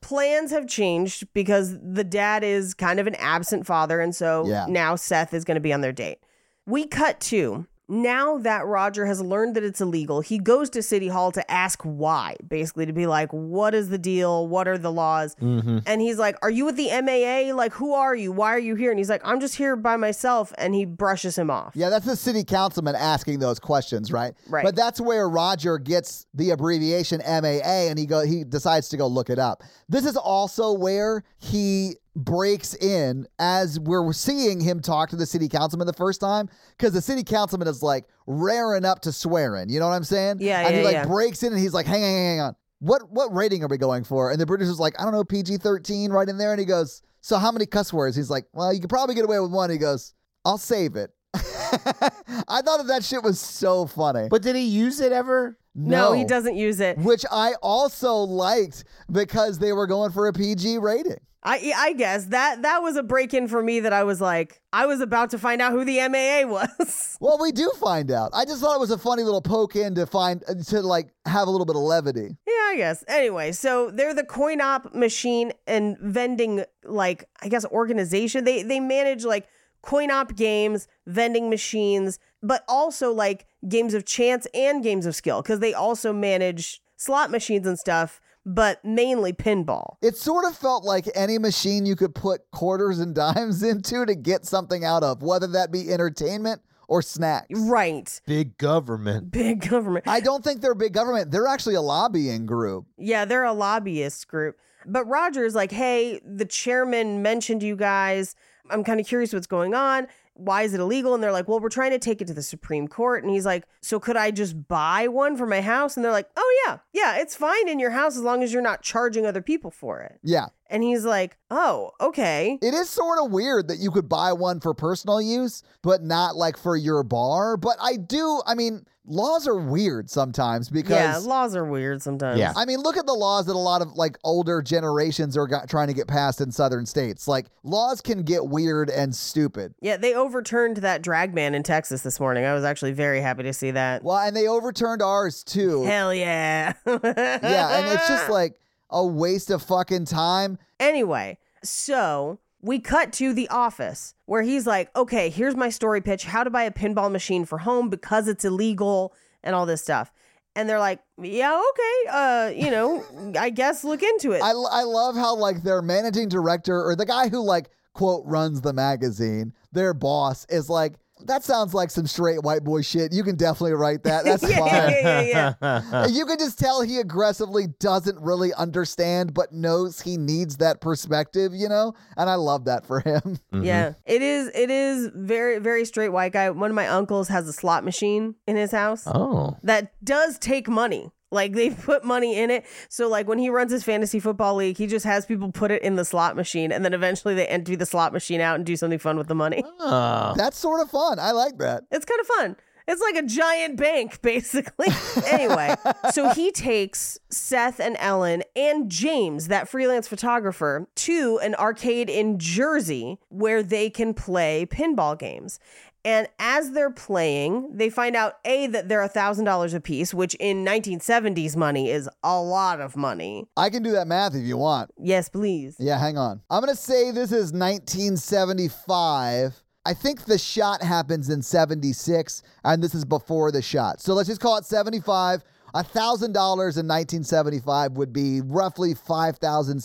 plans have changed because the dad is kind of an absent father. And so
Yeah.
now Seth is going to be on their date. We cut to now that Roger has learned that it's illegal, he goes to City Hall to ask why, basically to be like, what is the deal? What are the laws?
Mm-hmm.
And he's like, Are you with the MAA? Like, who are you? Why are you here? And he's like, I'm just here by myself. And he brushes him off.
Yeah, that's the city councilman asking those questions, right?
Right.
But that's where Roger gets the abbreviation MAA, and he go he decides to go look it up. This is also where he breaks in as we're seeing him talk to the city councilman the first time because the city councilman is like raring up to swearing. You know what I'm saying?
Yeah,
And he
yeah,
like
yeah.
breaks in and he's like, hang on, hang on, hang on. What what rating are we going for? And the producer's like, I don't know, PG thirteen, right in there. And he goes, So how many cuss words? He's like, Well, you could probably get away with one. He goes, I'll save it. I thought that that shit was so funny.
But did he use it ever?
No, he doesn't use it.
Which I also liked because they were going for a PG rating.
I I guess that that was a break in for me that I was like I was about to find out who the MAA was.
Well, we do find out. I just thought it was a funny little poke in to find uh, to like have a little bit of levity.
yeah, I guess. Anyway, so they're the coin op machine and vending like I guess organization. They they manage like coin op games, vending machines, but also like games of chance and games of skill because they also manage slot machines and stuff, but mainly pinball.
It sort of felt like any machine you could put quarters and dimes into to get something out of, whether that be entertainment or snacks.
Right.
Big government.
Big government.
I don't think they're big government. They're actually a lobbying group.
Yeah, they're a lobbyist group. But Roger's like, hey, the chairman mentioned you guys. I'm kind of curious what's going on. Why is it illegal? And they're like, well, we're trying to take it to the Supreme Court. And he's like, so could I just buy one for my house? And they're like, oh, yeah, yeah, it's fine in your house as long as you're not charging other people for it.
Yeah.
And he's like, oh, okay.
It is sort of weird that you could buy one for personal use, but not like for your bar. But I do, I mean, laws are weird sometimes
Yeah,
because.
laws are weird sometimes.
Yeah.
I mean, look at the laws that a lot of like older generations are got, trying to get passed in southern states. Like, laws can get weird and stupid.
Yeah, they overturned that drag ban in Texas this morning. I was actually very happy to see that.
Well, and they overturned ours too.
Hell yeah.
yeah, and it's just like a waste of fucking time.
Anyway, so we cut to the office where he's like, okay, here's my story pitch how to buy a pinball machine for home because it's illegal and all this stuff. And they're like, yeah, okay. Uh, you know, I guess look into it.
I, I love how like their managing director or the guy who like quote runs the magazine, their boss is like, that sounds like some straight white boy shit. You can definitely write that. That's
yeah, yeah,
fine.
yeah, yeah, yeah.
You can just tell he aggressively doesn't really understand, but knows he needs that perspective, you know? And I love that for him.
Yeah. It is it is very, very straight white guy. One of my uncles has a slot machine in his house.
Oh.
that does take money. Like they put money in it. So like when he runs his fantasy football league, he just has people put it in the slot machine and then eventually they empty the slot machine out and do something fun with the money.
Oh.
That's sort of fun. I like that.
It's kind of fun. It's like a giant bank, basically. anyway, so he takes Seth and Ellen and James, that freelance photographer, to an arcade in Jersey where they can play pinball games. And as they're playing, they find out A, that they're $1,000 a piece, which in 1970s money is a lot of money.
I can do that math if you want.
Yes, please.
Yeah, hang on. I'm going to say this is 1975. I think the shot happens in 76, and this is before the shot. So let's just call it 75. $1,000 in 1975 would be roughly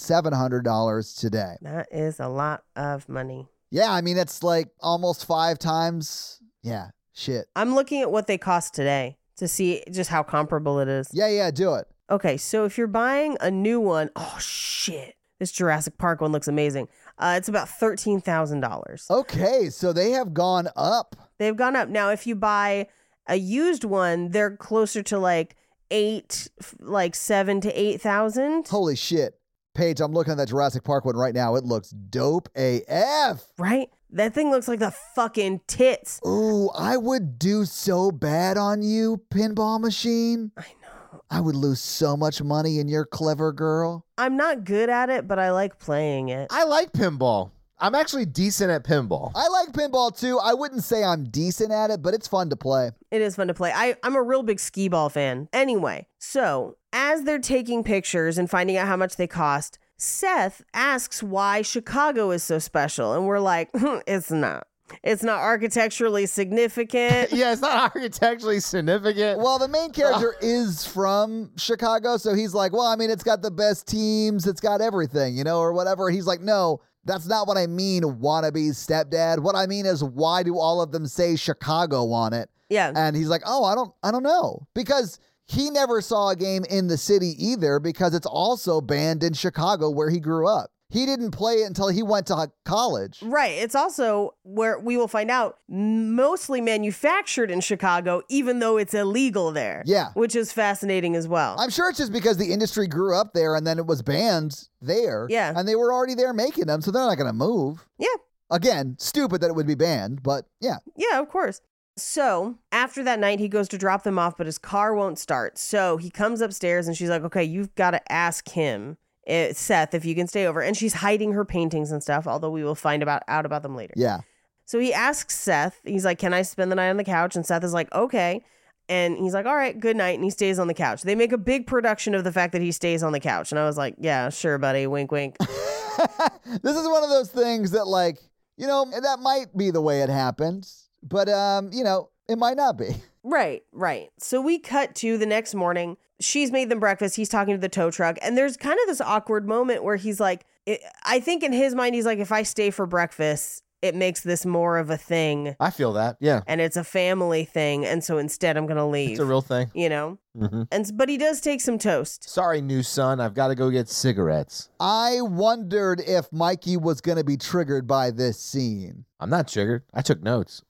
$5,700 today.
That is a lot of money.
Yeah, I mean, it's like almost five times. Yeah, shit.
I'm looking at what they cost today to see just how comparable it is.
Yeah, yeah, do it.
Okay, so if you're buying a new one, oh shit, this Jurassic Park one looks amazing. Uh, it's about thirteen thousand dollars.
Oh. Okay, so they have gone up.
They've gone up now. If you buy a used one, they're closer to like eight, f- like seven to eight thousand.
Holy shit. Paige, I'm looking at that Jurassic Park one right now. It looks dope AF.
Right? That thing looks like the fucking tits.
Ooh, I would do so bad on you, pinball machine. I know. I would lose so much money in your clever girl.
I'm not good at it, but I like playing it.
I like pinball. I'm actually decent at pinball.
I like pinball too. I wouldn't say I'm decent at it, but it's fun to play.
It is fun to play. I, I'm a real big skee ball fan. Anyway, so as they're taking pictures and finding out how much they cost, Seth asks why Chicago is so special. And we're like, "Hmm, it's not. It's not architecturally significant.
Yeah, it's not architecturally significant.
Well, the main character is from Chicago, so he's like, well, I mean, it's got the best teams, it's got everything, you know, or whatever. He's like, no, that's not what I mean, wannabe stepdad. What I mean is, why do all of them say Chicago on it?
yeah.
And he's like, "Oh, I don't I don't know." Because he never saw a game in the city either because it's also banned in Chicago where he grew up. He didn't play it until he went to ho- college.
Right. It's also where we will find out mostly manufactured in Chicago, even though it's illegal there.
Yeah.
Which is fascinating as well.
I'm sure it's just because the industry grew up there and then it was banned there.
Yeah.
And they were already there making them, so they're not going to move.
yeah.
Again, stupid that it would be banned, but yeah.
Yeah, of course. So after that night, he goes to drop them off, but his car won't start. So he comes upstairs and she's like, okay, you've got to ask him, eh, Seth, if you can stay over. And she's hiding her paintings and stuff, although we will find about out about them later.
Yeah.
So he asks Seth, he's like, Can I spend the night on the couch? And Seth is like, Okay. And he's like, All right, good night. And he stays on the couch. They make a big production of the fact that he stays on the couch. And I was like, Yeah, sure, buddy. Wink, wink.
this is one of those things that like, you know, that might be the way it happened, but um, you know, It might not be.
Right, right. So we cut to the next morning. She's made them breakfast. He's talking to the tow truck. And there's kind of this awkward moment where he's like, it, I think in his mind, he's like, if I stay for breakfast, it makes this more of a thing
I feel that. Yeah.
and it's a family thing. And so instead, I'm going to leave.
It's a real thing.
you know?
Mhm.
And s- But he does take some toast.
Sorry, new son. I've got to go get cigarettes.
I wondered if Mikey was going to be triggered by this scene.
I'm not triggered. I took notes.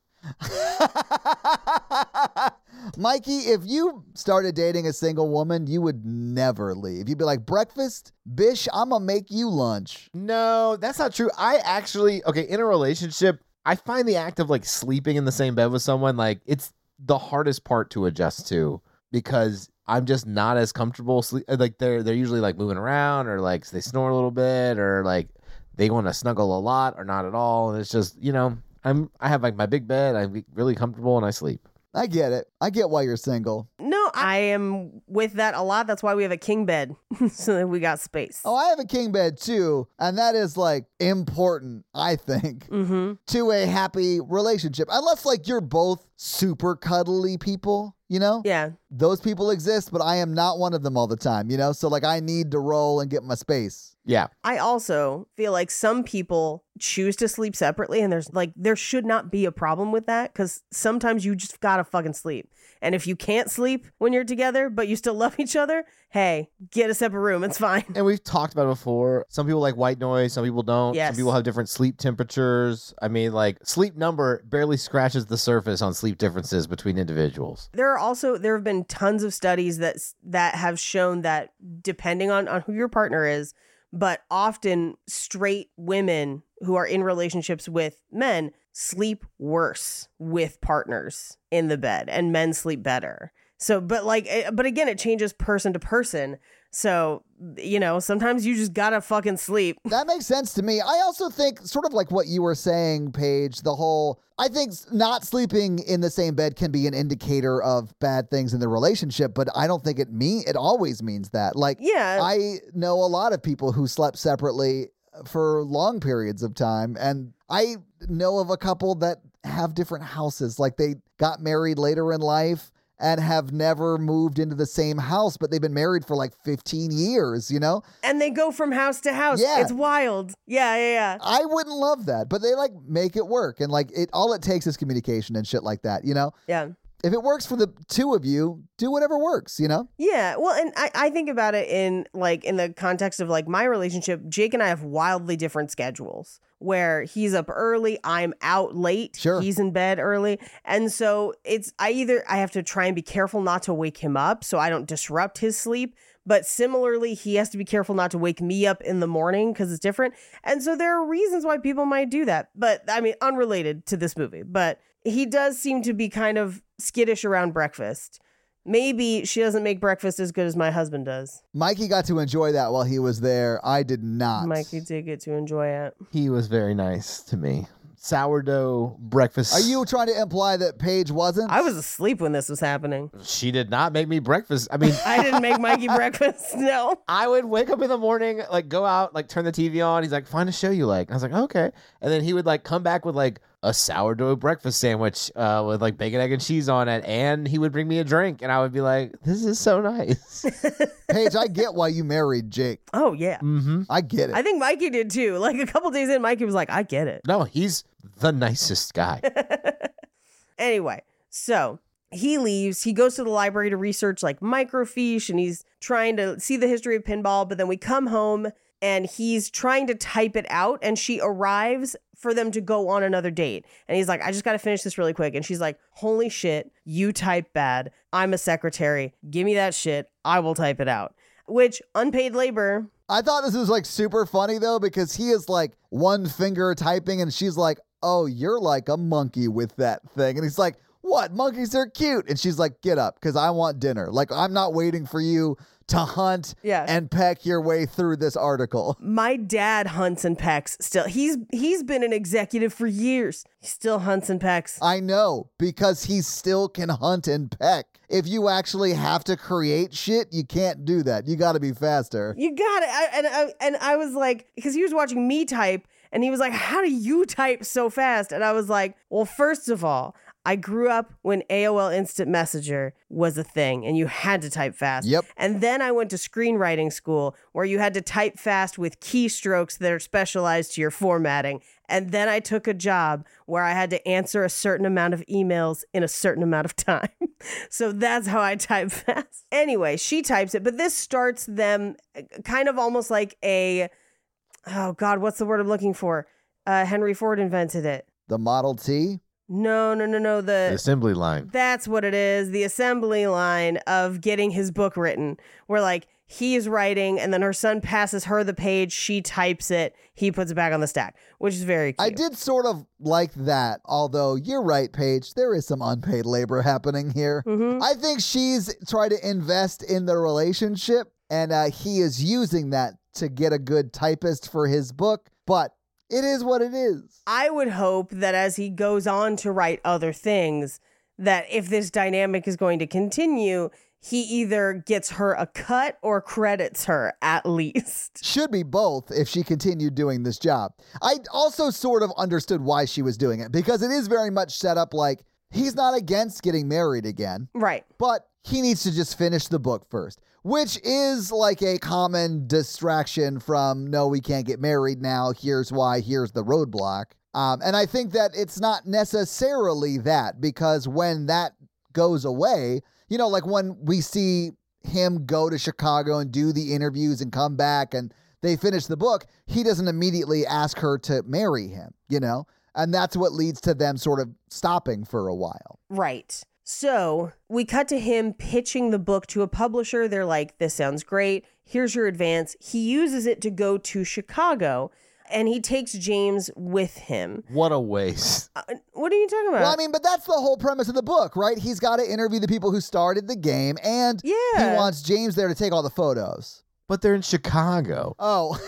Mikey, if you started dating a single woman, you would never leave. You'd be like, breakfast? Bish, I'm going to make you lunch.
No, that's not true. I actually, okay, in a relationship, I find the act of like sleeping in the same bed with someone, like, it's the hardest part to adjust to because I'm just not as comfortable. Sleep, like, they're, they're usually like moving around or like they snore a little bit or like they want to snuggle a lot or not at all. And it's just, you know, I'm, I have like my big bed. I'm really comfortable and I sleep.
I get it. I get why you're single.
No, I am with that a lot. That's why we have a king bed. so that we got space.
Oh, I have a king bed too, and that is like important, I think,
Mm-hmm.
to a happy relationship. Unless like you're both super cuddly people, you know?
Yeah.
Those people exist, but I am not one of them all the time, you know? So like I need to roll and get my space.
Yeah.
I also feel like some people choose to sleep separately, and there's like, there should not be a problem with that because sometimes you just gotta fucking sleep. And if you can't sleep when you're together, but you still love each other, hey, get a separate room. It's fine.
and we've talked about it before. Some people like white noise, some people don't.
Yes.
Some people have different sleep temperatures. I mean, like sleep number barely scratches the surface on sleep differences between individuals.
There are also there have been tons of studies that s- that have shown that depending on on who your partner is, but often straight women who are in relationships with men sleep worse with partners in the bed and men sleep better. So but like eh, but again it changes person to person. So you know, sometimes you just got to fucking sleep.
That makes sense to me. I also think, sort of like what you were saying, Paige, the whole I think s- not sleeping in the same bed can be an indicator of bad things in the relationship, but I don't think it mean it always means that. Like
Yeah.
I know a lot of people who slept separately for long periods of time and I know of a couple that have different houses. Like they got married later in life and have never moved into the same house, but they've been married for like 15 years, you know?
and they go from house to house.
Yeah.
It's wild. Yeah, yeah, yeah.
I wouldn't love that, but they like make it work and like it all it takes is communication and shit like that, you know?
Yeah.
If it works for the two of you, do whatever works, you know?
Yeah, well, and I, I think about it in like in the context of like my relationship. Jake and I have wildly different schedules where he's up early, I'm out late,
Sure.
he's in bed early. And so it's I either I have to try and be careful not to wake him up so I don't disrupt his sleep, but similarly he has to be careful not to wake me up in the morning cuz it's different. And so there are reasons why people might do that. But I mean unrelated to this movie, but he does seem to be kind of skittish around breakfast. Maybe she doesn't make breakfast as good as my husband does.
Mikey got to enjoy that while he was there. I did not.
Mikey did get to enjoy it.
He was very nice to me. Sourdough breakfast.
Are you trying to imply that Paige wasn't?
I was asleep when this was happening.
She did not make me breakfast. I mean,
I didn't make Mikey breakfast. No.
I would wake up in the morning, like go out, like turn the TV on. He's like, find a show you like. I was like, okay. And then he would like come back with like a sourdough breakfast sandwich uh, with like bacon, egg, and cheese on it. And he would bring me a drink. And I would be like, this is so nice.
Paige, I get why you married Jake.
Oh yeah.
mm-hmm.
I get it.
I think Mikey did too. Like a couple days in, Mikey was like, "I get it."
No, he's the nicest guy.
Anyway, so he leaves. He goes to the library to research like microfiche and he's trying to see the history of pinball. But then we come home and he's trying to type it out. And she arrives for them to go on another date. And he's like, I just got to finish this really quick. And she's like, Holy shit, you type bad. I'm a secretary. Give me that shit. I will type it out. Which unpaid labor.
I thought this was like super funny though because he is like one finger typing and she's like, "Oh, you're like a monkey with that thing." And he's like, "What? Monkeys are cute." And she's like, "Get up cuz I want dinner. Like I'm not waiting for you to hunt
Yeah.
and peck your way through this article."
My dad hunts and pecks still. He's he's been an executive for years. He still hunts and pecks.
I know because he still can hunt and peck. If you actually have to create shit, you can't do that. You got to be faster.
You got it. I, and I, and I was like, because he was watching me type, and he was like, "How do you type so fast?" And I was like, "Well, first of all, I grew up when AOL Instant Messenger was a thing and you had to type fast.
Yep.
And then I went to screenwriting school where you had to type fast with keystrokes that are specialized to your formatting. And then I took a job where I had to answer a certain amount of emails in a certain amount of time. so that's how I type fast. Anyway, she types it, but this starts them uh, kind of almost like a oh god, what's the word I'm looking for? Uh, Henry Ford invented it.
The Model T.
No, no, no, no. The
The assembly line.
that's what it is. The assembly line of getting his book written, where like he's writing and then her son passes her the page, she types it, he puts it back on the stack, which is very cute.
I did sort of like that, although you're right, Paige. There is some unpaid labor happening here.
Mm-hmm.
I think she's trying to invest in the relationship, and uh, he is using that to get a good typist for his book. But it is what it is.
I would hope that as he goes on to write other things, that if this dynamic is going to continue, he either gets her a cut or credits her at least.
Should be both if she continued doing this job. I also sort of understood why she was doing it because it is very much set up like he's not against getting married again.
Right.
but he needs to just finish the book first, which is like a common distraction from no, we can't get married now. Here's why. Here's the roadblock. Um, and I think that it's not necessarily that because when that goes away, you know, like when we see him go to Chicago and do the interviews and come back and they finish the book, he doesn't immediately ask her to marry him, you know? And that's what leads to them sort of stopping for a while.
Right. So we cut to him pitching the book to a publisher. They're like, this sounds great. Here's your advance. He uses it to go to Chicago and he takes James with him.
What a waste.
Uh, what are you talking about?
Well, I mean, but that's the whole premise of the book, right? He's got to interview the people who started the game, and
Yeah.
he wants James there to take all the photos.
But they're in Chicago.
Oh,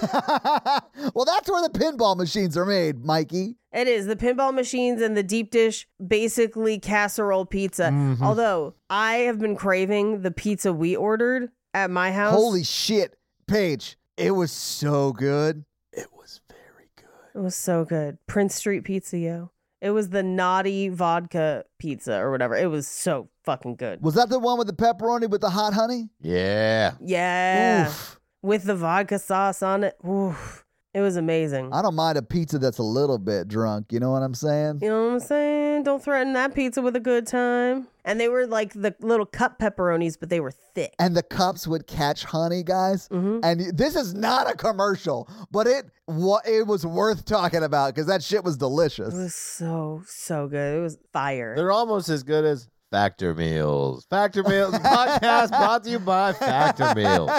well, that's where the pinball machines are made, Mikey.
It is the pinball machines and the deep dish, basically casserole pizza.
Mm-hmm.
Although I have been craving the pizza we ordered at my house.
Holy shit, Paige, it was so good.
It was so good. Prince Street Pizza, yo. It was the naughty vodka pizza or whatever. It was so fucking good.
Was that the one with the pepperoni with the hot honey?
Yeah.
Yeah.
Oof.
With the vodka sauce on it. Oof. It was amazing.
I don't mind a pizza that's a little bit drunk. You know what I'm saying?
you know what I'm saying? Don't threaten that pizza with a good time. And they were like the little cup pepperonis, but they were thick.
And the cups would catch honey, guys.
Mhm.
And y- this is not a commercial, but it wa- it was worth talking about because that shit was delicious.
It was so, so good. It was fire.
They're almost as good as Factor Meals. Factor Meals podcast brought to you by Factor Meals.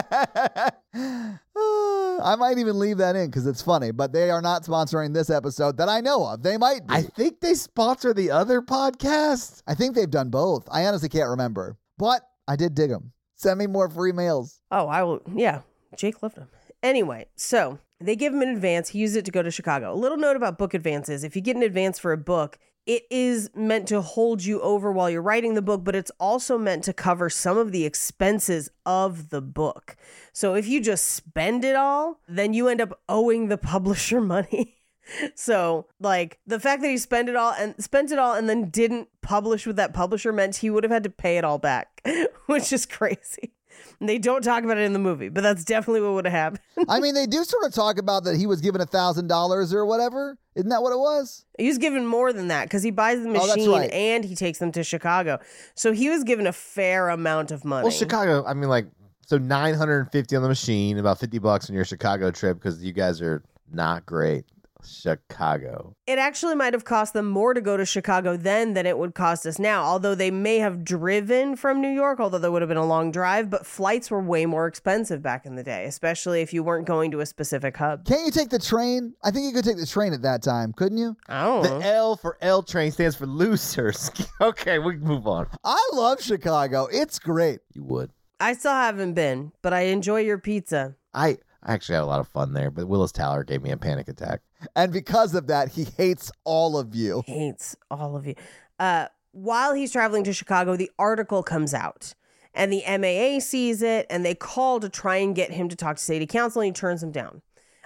Uh, I might even leave that in because it's funny, but they are not sponsoring this episode that I know of. They might be.
I
I,
think they sponsor the other podcast.
think they've done both. I honestly can't remember, but I did dig them. Send me more free mails.
Oh, I will. Yeah, Jake loved him. Anyway, so they give him an advance. He uses it to go to Chicago. A little note about book advances: if you get an advance for a book, it is meant to hold you over while you're writing the book, but it's also meant to cover some of the expenses of the book. So if you just spend it all, then you end up owing the publisher money. So, like the fact that he spent it all and spent it all and then didn't publish with that publisher meant he would have had to pay it all back, which is crazy. And They don't talk about it in the movie, but that's definitely what would have happened.
I mean, they do sort of talk about that he was given a thousand dollars or whatever. Isn't that what it was?
He's given more than that because he buys the
that's
machine
right.
and he takes them to Chicago. So he was given a fair amount of money.
Well, Chicago, I mean, like, so 950 on the machine, about 50 bucks on your Chicago trip because you guys are not great. Chicago.
it actually might have cost them more to go to Chicago then than it would cost us now. Although they may have driven from New York, although that would have been a long drive, but flights were way more expensive back in the day, especially if you weren't going to a specific hub.
Can't you take the train? I think you could take the train at that time, couldn't you?
I don't
The
know.
L for L train stands for losers. okay, we can move on.
I love Chicago. It's great.
You would.
I still haven't been, but I enjoy your pizza.
I I actually had a lot of fun there, but Willis Tower gave me a panic attack.
And because of that, he hates all of you.
hates all of you. Uh, while he's traveling to Chicago, the article comes out and the MAA sees it and they call to try and get him to talk to Sadie Council and he turns him down.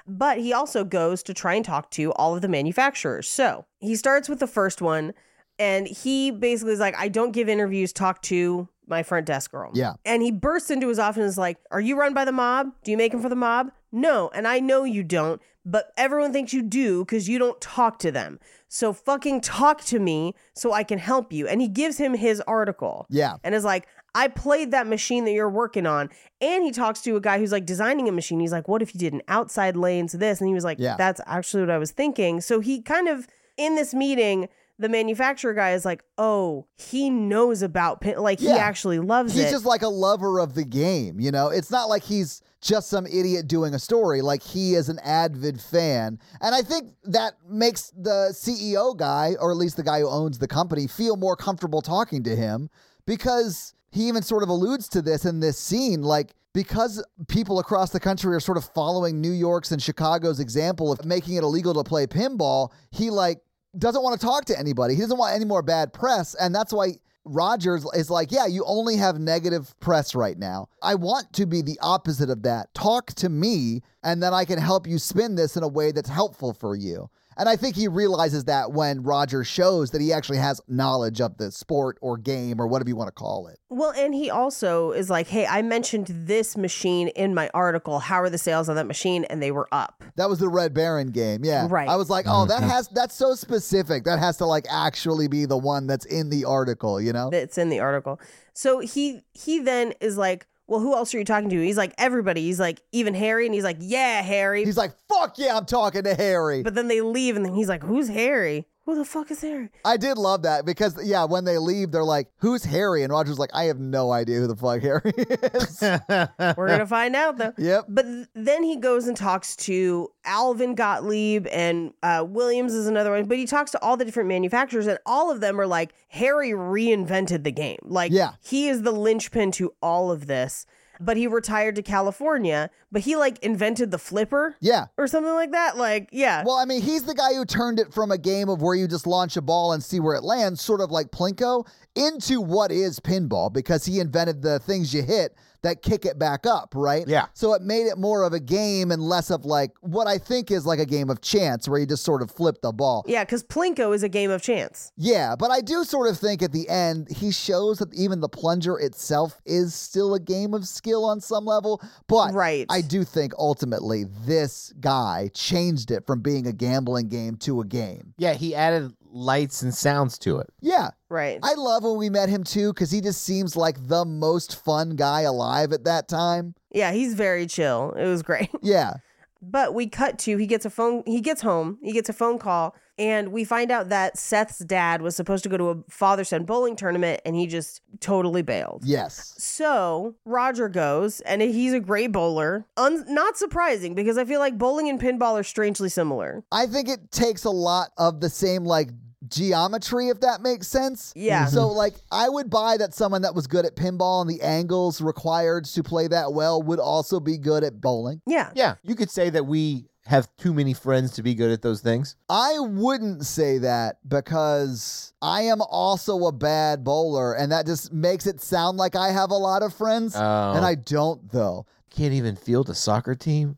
But he also goes to try and talk to all of the manufacturers. So he starts with the first one and he basically is like, I don't give interviews, talk to my front desk girl.
Yeah.
And he bursts into his office and is like, Are you run by the mob? Do you make him for the mob? No. And I know you don't, but everyone thinks you do because you don't talk to them. So fucking talk to me so I can help you. And he gives him his article
Yeah.
and is like, I played that machine that you're working on. And he talks to a guy who's like designing a machine. He's like, What if you did an outside lane to this? And he was like,
Yeah.
That's actually what I was thinking. So he kind of, in this meeting, the manufacturer guy is like, Oh, he knows about pin. Like,
Yeah.
he actually loves
He's
it.
just like a lover of the game, you know? It's not like he's just some idiot doing a story. Like he is an avid fan. And I think that makes the CEO guy, or at least the guy who owns the company, feel more comfortable talking to him because he even sort of alludes to this in this scene. Like, because people across the country are sort of following New York's and Chicago's example of making it illegal to play pinball, he like doesn't want to talk to anybody. He doesn't want any more bad press. And that's why Rogers is like, yeah, you only have negative press right now. I want to be the opposite of that. Talk to me, and then I can help you spin this in a way that's helpful for you. And I think he realizes that when Roger shows that he actually has knowledge of the sport or game or whatever you want to call it.
Well, and he also is like, Hey, I mentioned this machine in my article. How are the sales on that machine? And they were up.
That was the Red Baron game, yeah.
Right.
I was like, oh, that has that's so specific. That has to like actually be the one that's in the article, you know?
that's in the article. So he he then is like, well, who else are you talking to? He's like everybody. He's like even Harry, and he's like, yeah, Harry.
He's like, fuck yeah, I'm talking to Harry.
but then they leave, and then he's like, who's Harry? Who the fuck is Harry?
I did love that because yeah, when they leave, they're like, "Who's Harry?" And Roger's like, "I have no idea who the fuck Harry is."
We're gonna find out though.
yep.
But th- then he goes and talks to Alvin Gottlieb and uh, Williams is another one. But he talks to all the different manufacturers, and all of them are like, Harry reinvented the game. Like,
Yeah.
he is the linchpin to all of this. But he retired to California, but he like invented the flipper.
Yeah.
or something like that. Like, yeah.
Well, I mean, he's the guy who turned it from a game of where you just launch a ball and see where it lands, sort of like Plinko, into what is pinball because he invented the things you hit that kick it back up, right?
Yeah.
So it made it more of a game and less of like what I think is like a game of chance where you just sort of flip the ball.
yeah, because Plinko is a game of chance.
Yeah, but I do sort of think at the end he shows that even the plunger itself is still a game of skill on some level. But
Right.
I do think ultimately this guy changed it from being a gambling game to a game.
Yeah, he added lights and sounds to it.
Yeah,
Right.
I love when we met him too because he just seems like the most fun guy alive at that time.
yeah, he's very chill. It was great.
Yeah,
But we cut to he gets a phone he gets home, he gets a phone call, and we find out that Seth's dad was supposed to go to a father son bowling tournament and he just totally bailed.
yes.
So Roger goes, and he's a great bowler. Un- not surprising because I feel like bowling and pinball are strangely similar.
I think it takes a lot of the same like geometry if that makes sense.
Yeah.
So like I would buy that someone that was good at pinball and the angles required to play that well would also be good at bowling.
Yeah.
Yeah, you could say that we have too many friends to be good at those things.
I wouldn't say that because I am also a bad bowler and that just makes it sound like I have a lot of friends
Oh.
and I don't though.
Can't even field a soccer team.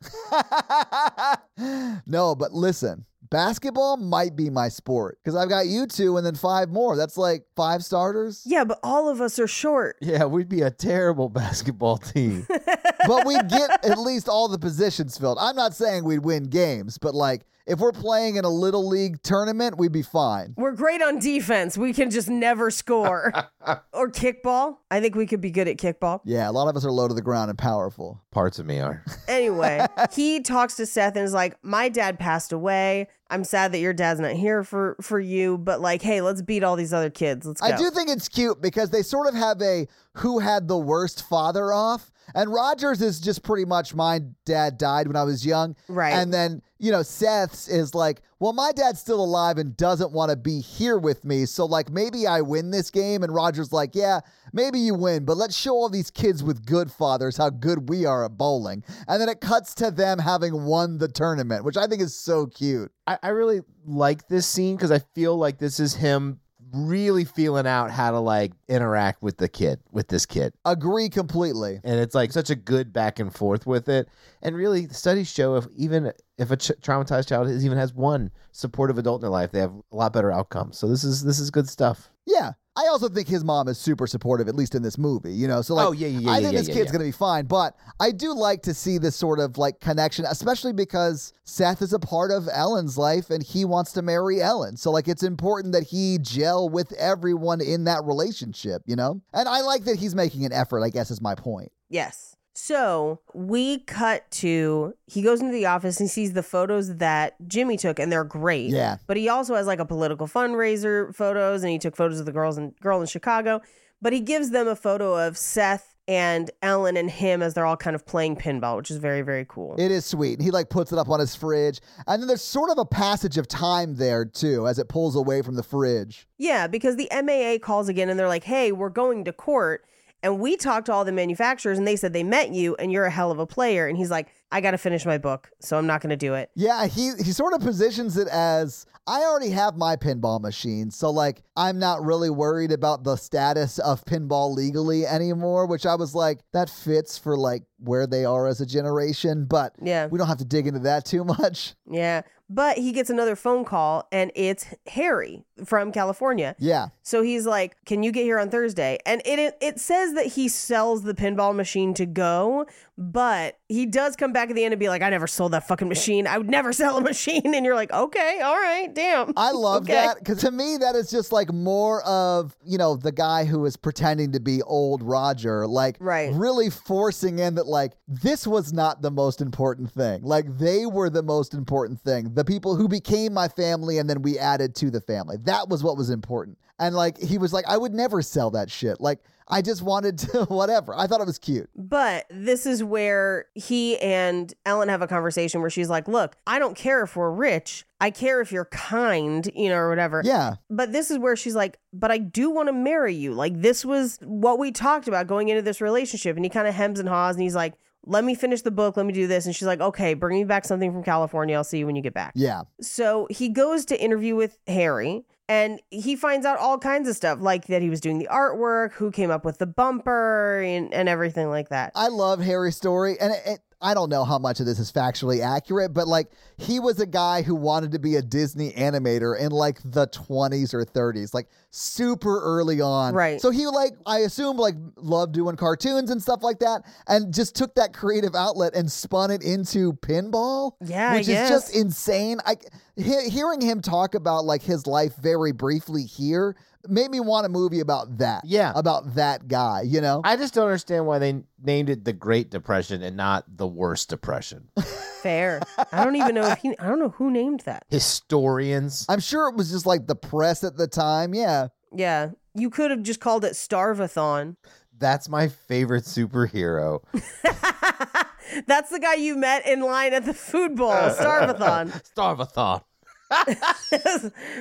no, but listen, basketball might be my sport because I've got you two and then five more. That's like five starters.
Yeah, but all of us are short.
Yeah, we'd be a terrible basketball team.
but we get at least all the positions filled. I'm not saying we'd win games, but like if we're playing in a little league tournament, we'd be fine.
We're great on defense. We can just never score. or kickball. I think we could be good at kickball.
Yeah, a lot of us are low to the ground and powerful.
Parts of me are.
Anyway, he talks to Seth and is like, "My dad passed away. I'm sad that your dad's not here for for you, but like, hey, let's beat all these other kids. Let's go."
I do think it's cute because they sort of have a who had the worst father off. And Rogers is just pretty much my dad died when I was young.
Right.
And then, you know, Seth's is like, well, my dad's still alive and doesn't want to be here with me. So, like, maybe I win this game. And Rogers, like, yeah, maybe you win, but let's show all these kids with good fathers how good we are at bowling. And then it cuts to them having won the tournament, which I think is so cute.
I, I really like this scene because I feel like this is him really feeling out how to like interact with the kid, with this kid.
Agree completely.
And it's like such a good back and forth with it. And really, the studies show if even if a ch- traumatized child is, even has one supportive adult in their life, they have a lot better outcomes. So this is this is good stuff.
Yeah. I also think his mom is super supportive, at least in this movie, you know? So, like,
Oh, yeah, yeah, yeah,
I
yeah,
think
yeah,
this
yeah,
kid's
yeah.
going to be fine. But I do like to see this sort of like connection, especially because Seth is a part of Ellen's life and he wants to marry Ellen. So, like, it's important that he gel with everyone in that relationship, you know? And I like that he's making an effort, I guess, is my point.
Yes. So we cut to he goes into the office and sees the photos that Jimmy took, and they're great.
Yeah.
But he also has like a political fundraiser photos, and he took photos of the girls and girl in Chicago. But he gives them a photo of Seth and Ellen and him as they're all kind of playing pinball, which is very very cool.
It is sweet. He like puts it up on his fridge. And then there's sort of a passage of time there too as it pulls away from the fridge.
Yeah, because the MAA calls again and they're like, hey, we're going to court. And we talked to all the manufacturers and they said they met you and you're a hell of a player. And he's like, I got to finish my book, so I'm not going to do it.
Yeah, he he sort of positions it as I already have my pinball machine, so like I'm not really worried about the status of pinball legally anymore, which I was like that fits for like where they are as a generation, but
Yeah.
we don't have to dig into that too much.
Yeah. But he gets another phone call and it's Harry from California.
Yeah.
So he's like, "Can you get here on Thursday?" And it, it it says that he sells the pinball machine to go, but he does come back at the end and be like, "I never sold that fucking machine. I would never sell a machine." And you're like, "Okay, all right, damn."
I love
Okay.
that because to me that is just like more of you know the guy who is pretending to be old Roger, like
Right.
really forcing in that like this was not the most important thing. Like they were the most important thing. The people who became my family and then we added to the family. That was what was important. And like he was like, I would never sell that shit. Like I just wanted to whatever. I thought it was cute.
But this is where he and Ellen have a conversation where she's like, Look, I don't care if we're rich. I care if you're kind, you know, or whatever.
Yeah.
But this is where she's like, But I do want to marry you. Like, this was what we talked about going into this relationship. And he kind of hems and haws and he's like, Let me finish the book. Let me do this. And she's like, Okay, bring me back something from California. I'll see you when you get back.
Yeah.
So he goes to interview with Harry and he finds out all kinds of stuff, like that he was doing the artwork, who came up with the bumper, and, and everything like that.
I love Harry's story, and it, it, I don't know how much of this is factually accurate, but like he was a guy who wanted to be a Disney animator in like the 20s or 30s, like super early on.
Right.
So he like I assume like loved doing cartoons and stuff like that, and just took that creative outlet and spun it into pinball.
Yeah,
which
yes.
is just insane. I he- hearing him talk about like his life very briefly here made me want a movie about that.
Yeah.
about that guy. You know.
I just don't understand why they named it the Great Depression and not the Worst Depression.
Fair. I don't even know if he. I don't know who named that.
Historians.
I'm sure it was just like the press at the time. Yeah.
Yeah, you could have just called it Starvathon.
That's my favorite superhero.
That's the guy you met in line at the food bowl. Starvathon.
Starvathon.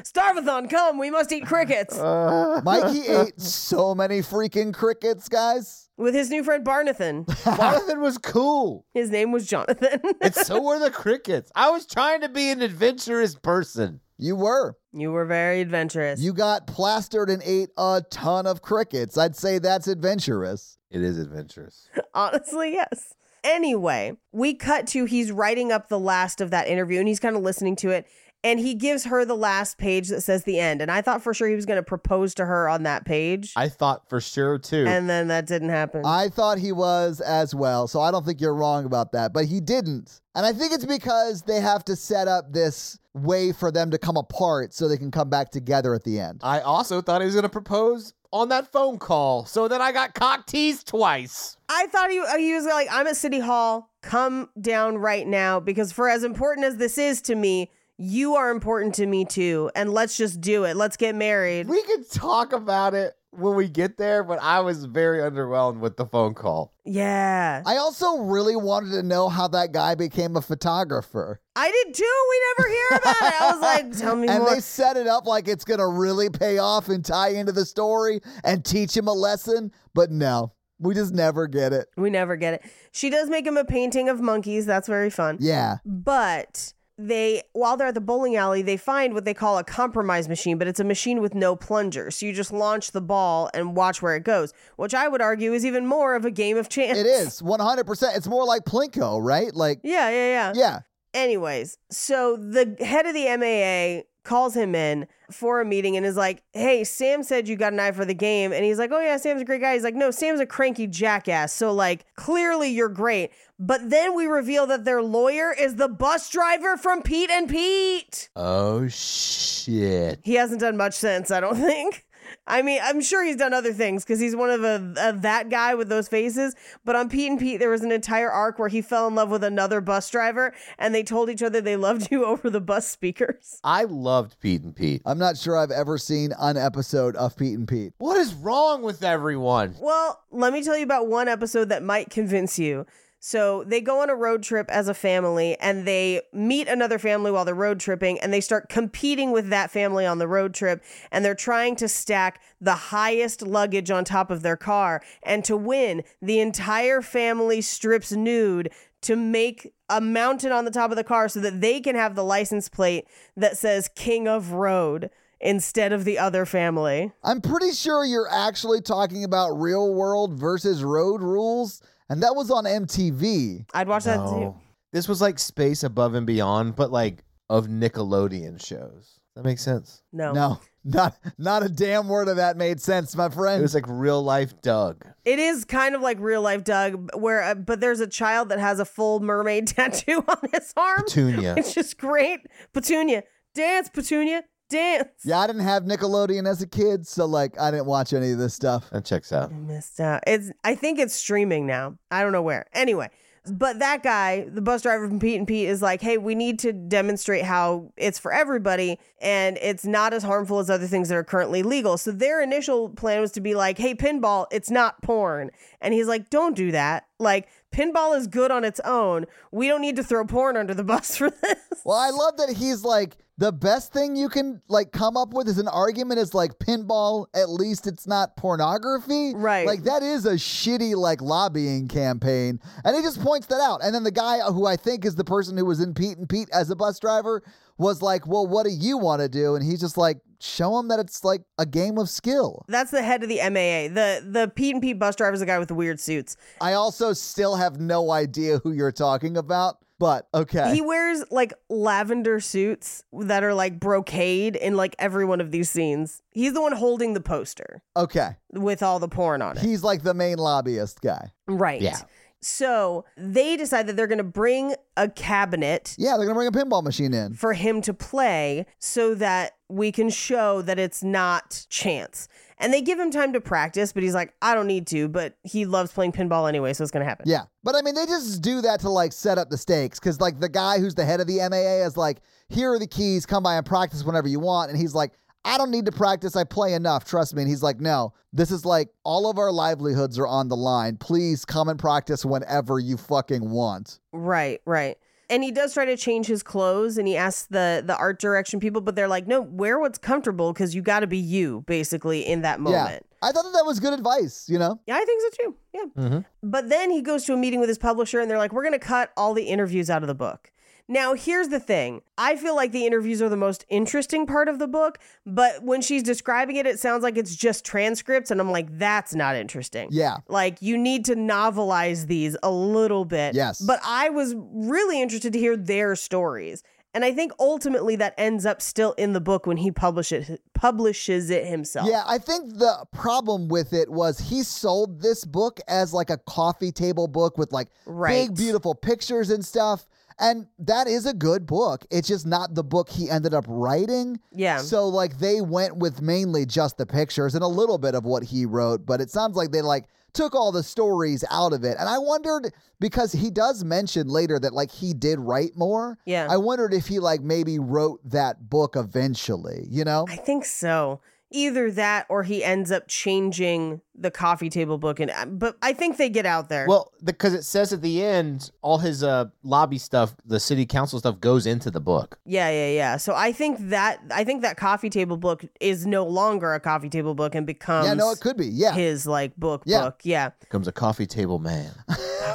Starvathon, come! We must eat crickets
Mikey ate so many freaking crickets, guys.
with his new friend Barnathan.
Jonathan was cool.
His name was Jonathan.
And so were the crickets. I was trying to be an adventurous person.
You were.
you were very adventurous.
You got plastered and ate a ton of crickets. I'd say that's adventurous.
It is adventurous.
Honestly, yes. Anyway, we cut to he's writing up the last of that interview and he's kind of listening to it. And he gives her the last page that says the end. And I thought for sure he was going to propose to her on that page.
I thought for sure too.
and then that didn't happen.
I thought he was as well, so I don't think you're wrong about that, but he didn't. And I think it's because they have to set up this way for them to come apart so they can come back together at the end.
I also thought he was going to propose on that phone call. So then I got cock teased twice.
I thought he, he was like, I'm at City Hall. Come down right now because for as important as this is to me, you are important to me too. And let's just do it. Let's get married.
We could talk about it when we get there, but I was very underwhelmed with the phone call.
Yeah.
I also really wanted to know how that guy became a photographer.
I did too. We never hear about it. I was like, tell me
and
more.
they set it up like it's gonna really pay off and tie into the story and teach him a lesson but no we just never get it
We never get it. She does make him a painting of monkeys. That's very fun.
yeah
But they while they're at the bowling alley, they find what they call a compromise machine, but it's a machine with no plunger. So you just launch the ball and watch where it goes, which I would argue is even more of a game of chance.
It is 100%. It's more like Plinko, right? Like,
Yeah, yeah, yeah.
yeah.
Anyways, so the head of the MAA calls him in for a meeting and is like, "Hey, Sam said you got an eye for the game." And he's like, "Oh yeah, Sam's a great guy." He's like, "No, Sam's a cranky jackass. So like, clearly you're great." But then we reveal that their lawyer is the bus driver from Pete and Pete.
Oh shit.
He hasn't done much since, I don't think. I mean, I'm sure he's done other things because he's one of a, a that guy with those faces. But on Pete and Pete, there was an entire arc where he fell in love with another bus driver, and they told each other they loved you over the bus speakers.
I loved Pete and Pete. Uh,
I'm not sure I've ever seen an episode of Pete and Pete.
What is wrong with everyone?
Well, let me tell you about one episode that might convince you. So they go on a road trip as a family, and they meet another family while they're road tripping, and they start competing with that family on the road trip, and they're trying to stack the highest luggage on top of their car, and to win, the entire family strips nude to make a mountain on the top of the car so that they can have the license plate that says King of Road instead of the other family.
I'm pretty sure you're actually talking about real world versus road rules, and that was on MTV.
I'd watch that too.
This was like space above and beyond, but like of Nickelodeon shows. That makes sense.
No, not not a damn word of that made sense, my
It
friend.
was like real life Doug.
It is kind of like real life Doug, where uh, but there's a child that has a full mermaid tattoo on his arm.
Petunia.
It's just great. Petunia, dance, Petunia, dance.
yeah, I didn't have Nickelodeon as a kid, so like I didn't watch any of this stuff.
That checks out.
I missed out. It's I think it's streaming now. I don't know where. Anyway, but that guy, the bus driver from Pete and Pete, is like, hey, we need to demonstrate how it's for everybody and it's not as harmful as other things that are currently legal. So their initial plan was to be like, hey, pinball, it's not porn. And he's like, don't do that. Like, pinball is good on its own. We don't need to throw porn under the bus for this.
Well, I love that he's like the best thing you can like come up with is an argument is like pinball. At least it's not pornography,
Right.
Like that is a shitty like lobbying campaign, and he just points that out. And then the guy who I think is the person who was in Pete and Pete as a bus driver was like, "Well, what do you want to do?" And he's just like, "Show him that it's like a game of skill."
That's the head of the MAA. The the Pete and Pete bus driver is the guy with the weird suits.
I also still have no idea who you're talking about, but okay.
He wears like lavender suits that are like brocade in like every one of these scenes. He's the one holding the poster
okay.
with all the porn on it.
He's like the main lobbyist guy.
right.
Yeah.
So they decide that they're going to bring a cabinet
Yeah, they're going to bring a pinball machine in.
for him to play so that we can show that it's not chance. And they give him time to practice, but he's like, I don't need to, but he loves playing pinball anyway, so it's going to happen.
Yeah. But I mean, they just do that to like set up the stakes because like the guy who's the head of the MAA is like, here are the keys, come by and practice whenever you want. And he's like, I don't need to practice. I play enough. Trust me. And he's like, no, this is like all of our livelihoods are on the line. Please come and practice whenever you fucking want.
Right, right. And he does try to change his clothes and he asks the the art direction people, but they're like, no, wear what's comfortable because you got to be you, basically, in that moment.
Yeah. I thought that that was good advice, you know?
Yeah, I think so too. Yeah.
Mm-hmm.
But then he goes to a meeting with his publisher and they're like, we're going to cut all the interviews out of the book. Now, here's the thing. I feel like the interviews are the most interesting part of the book, but when she's describing it, it sounds like it's just transcripts. And I'm like, that's not interesting.
Yeah.
Like, you need to novelize these a little bit.
Yes.
But I was really interested to hear their stories. And I think ultimately that ends up still in the book when he publish it, publishes it himself.
Yeah, I think the problem with it was he sold this book as like a coffee table book with like
Right.
big, beautiful pictures and stuff. And that is a good book. It's just not the book he ended up writing.
Yeah.
So like they went with mainly just the pictures and a little bit of what he wrote, but it sounds like they like took all the stories out of it. And I wondered because he does mention later that like he did write more.
Yeah.
I wondered if he like maybe wrote that book eventually, you know?
I think so. Either that or he ends up changing the coffee table book and uh, but I think they get out there.
Well, because it says at the end, all his uh, lobby stuff, the city council stuff, goes into the book.
yeah, yeah, yeah. So I think that I think that coffee table book is no longer a coffee table book and becomes
yeah, no, it could be. Yeah.
his like book
Yeah.
book. Yeah.
Comes a coffee table man.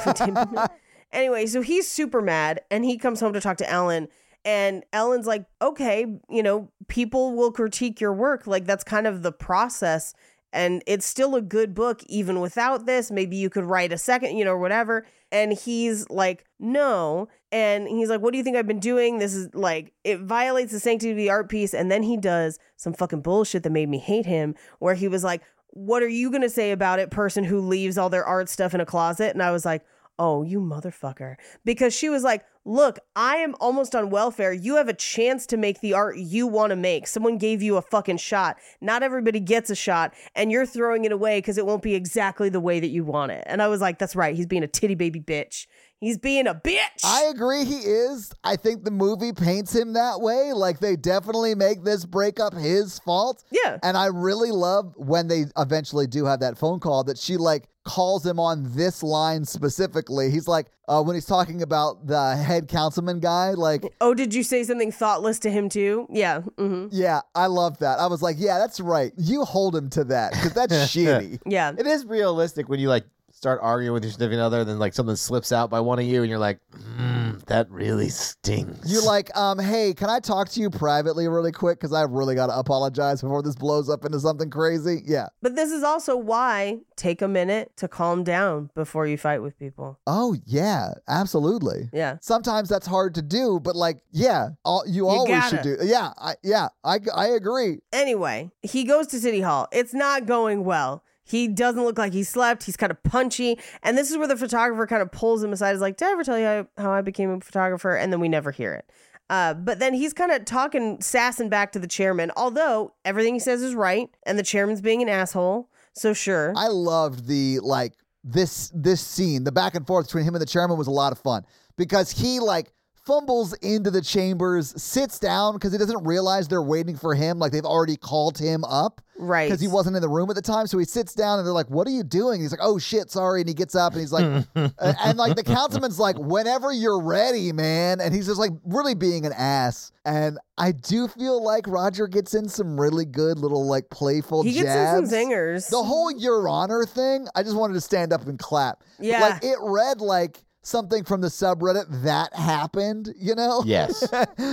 Anyway, so he's super mad and he comes home to talk to Ellen And Ellen's like, okay, you know, people will critique your work. Like, that's kind of the process. And it's still a good book, even without this. Maybe you could write a second, you know, or whatever. And he's like, no. And he's like, what do you think I've been doing? This is like, it violates the sanctity of the art piece. And then he does some fucking bullshit that made me hate him, where he was like, what are you going to say about it, person who leaves all their art stuff in a closet? And I was like, oh, you motherfucker. Because she was like, look, I am almost on welfare. You have a chance to make the art you want to make. Someone gave you a fucking shot. Not everybody gets a shot, and you're throwing it away because it won't be exactly the way that you want it. And I was like, that's right. He's being a titty baby bitch. He's being a bitch.
I agree he is. I think the movie paints him that way. Like they definitely make this breakup his fault.
Yeah.
And I really love when they eventually do have that phone call that she like calls him on this line specifically. He's like, uh, when he's talking about the head councilman guy, like,
oh, did you say something thoughtless to him too? Yeah. hmm
yeah, I love that. I was like, yeah, that's right. You hold him to that because that's shitty.
Yeah.
It is realistic when you like start arguing with your significant other, and then like something slips out by one of you, and you're like, mm, that really stings.
You're like, um, hey, can I talk to you privately really quick? Because I really got to apologize before this blows up into something crazy. Yeah.
But this is also why take a minute to calm down before you fight with people.
Oh yeah, absolutely.
Yeah.
Sometimes that's hard to do, but like, yeah, all, you, always should do.
gotta.
Yeah, I, yeah, I, I agree.
Anyway, he goes to City Hall. It's not going well. He doesn't look like he slept. He's kind of punchy. And this is where the photographer kind of pulls him aside. Is like, Did I ever tell you how, how I became a photographer? And then we never hear it. Uh, but then he's kind of talking, sassing back to the chairman, although everything he says is right. And the chairman's being an asshole. So sure.
I loved the like this this scene. The back and forth between him and the chairman was a lot of fun because he like fumbles into the chambers, sits down because he doesn't realize they're waiting for him. Like they've already called him up.
Right.
Because he wasn't in the room at the time. So he sits down and they're like, What are you doing? He's like, Oh shit, sorry. And he gets up and he's like, uh, And like the councilman's like, Whenever you're ready, man. And he's just like really being an ass. And I do feel like Roger gets in some really good little like playful
he gets in
jabs.
some zingers.
The whole Your Honor thing, I just wanted to stand up and clap.
Yeah.
Like it read like something from the subreddit that happened, you know?
Yes.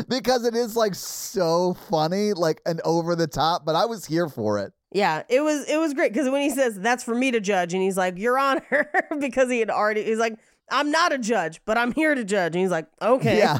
because it is like so funny, like and over the top, but I was here for it.
Yeah, it was it was great because when he says that's for me to judge, and he's like, "Your Honor," because he had already he's like, "I'm not a judge, but I'm here to judge," and he's like, "Okay,
Yeah.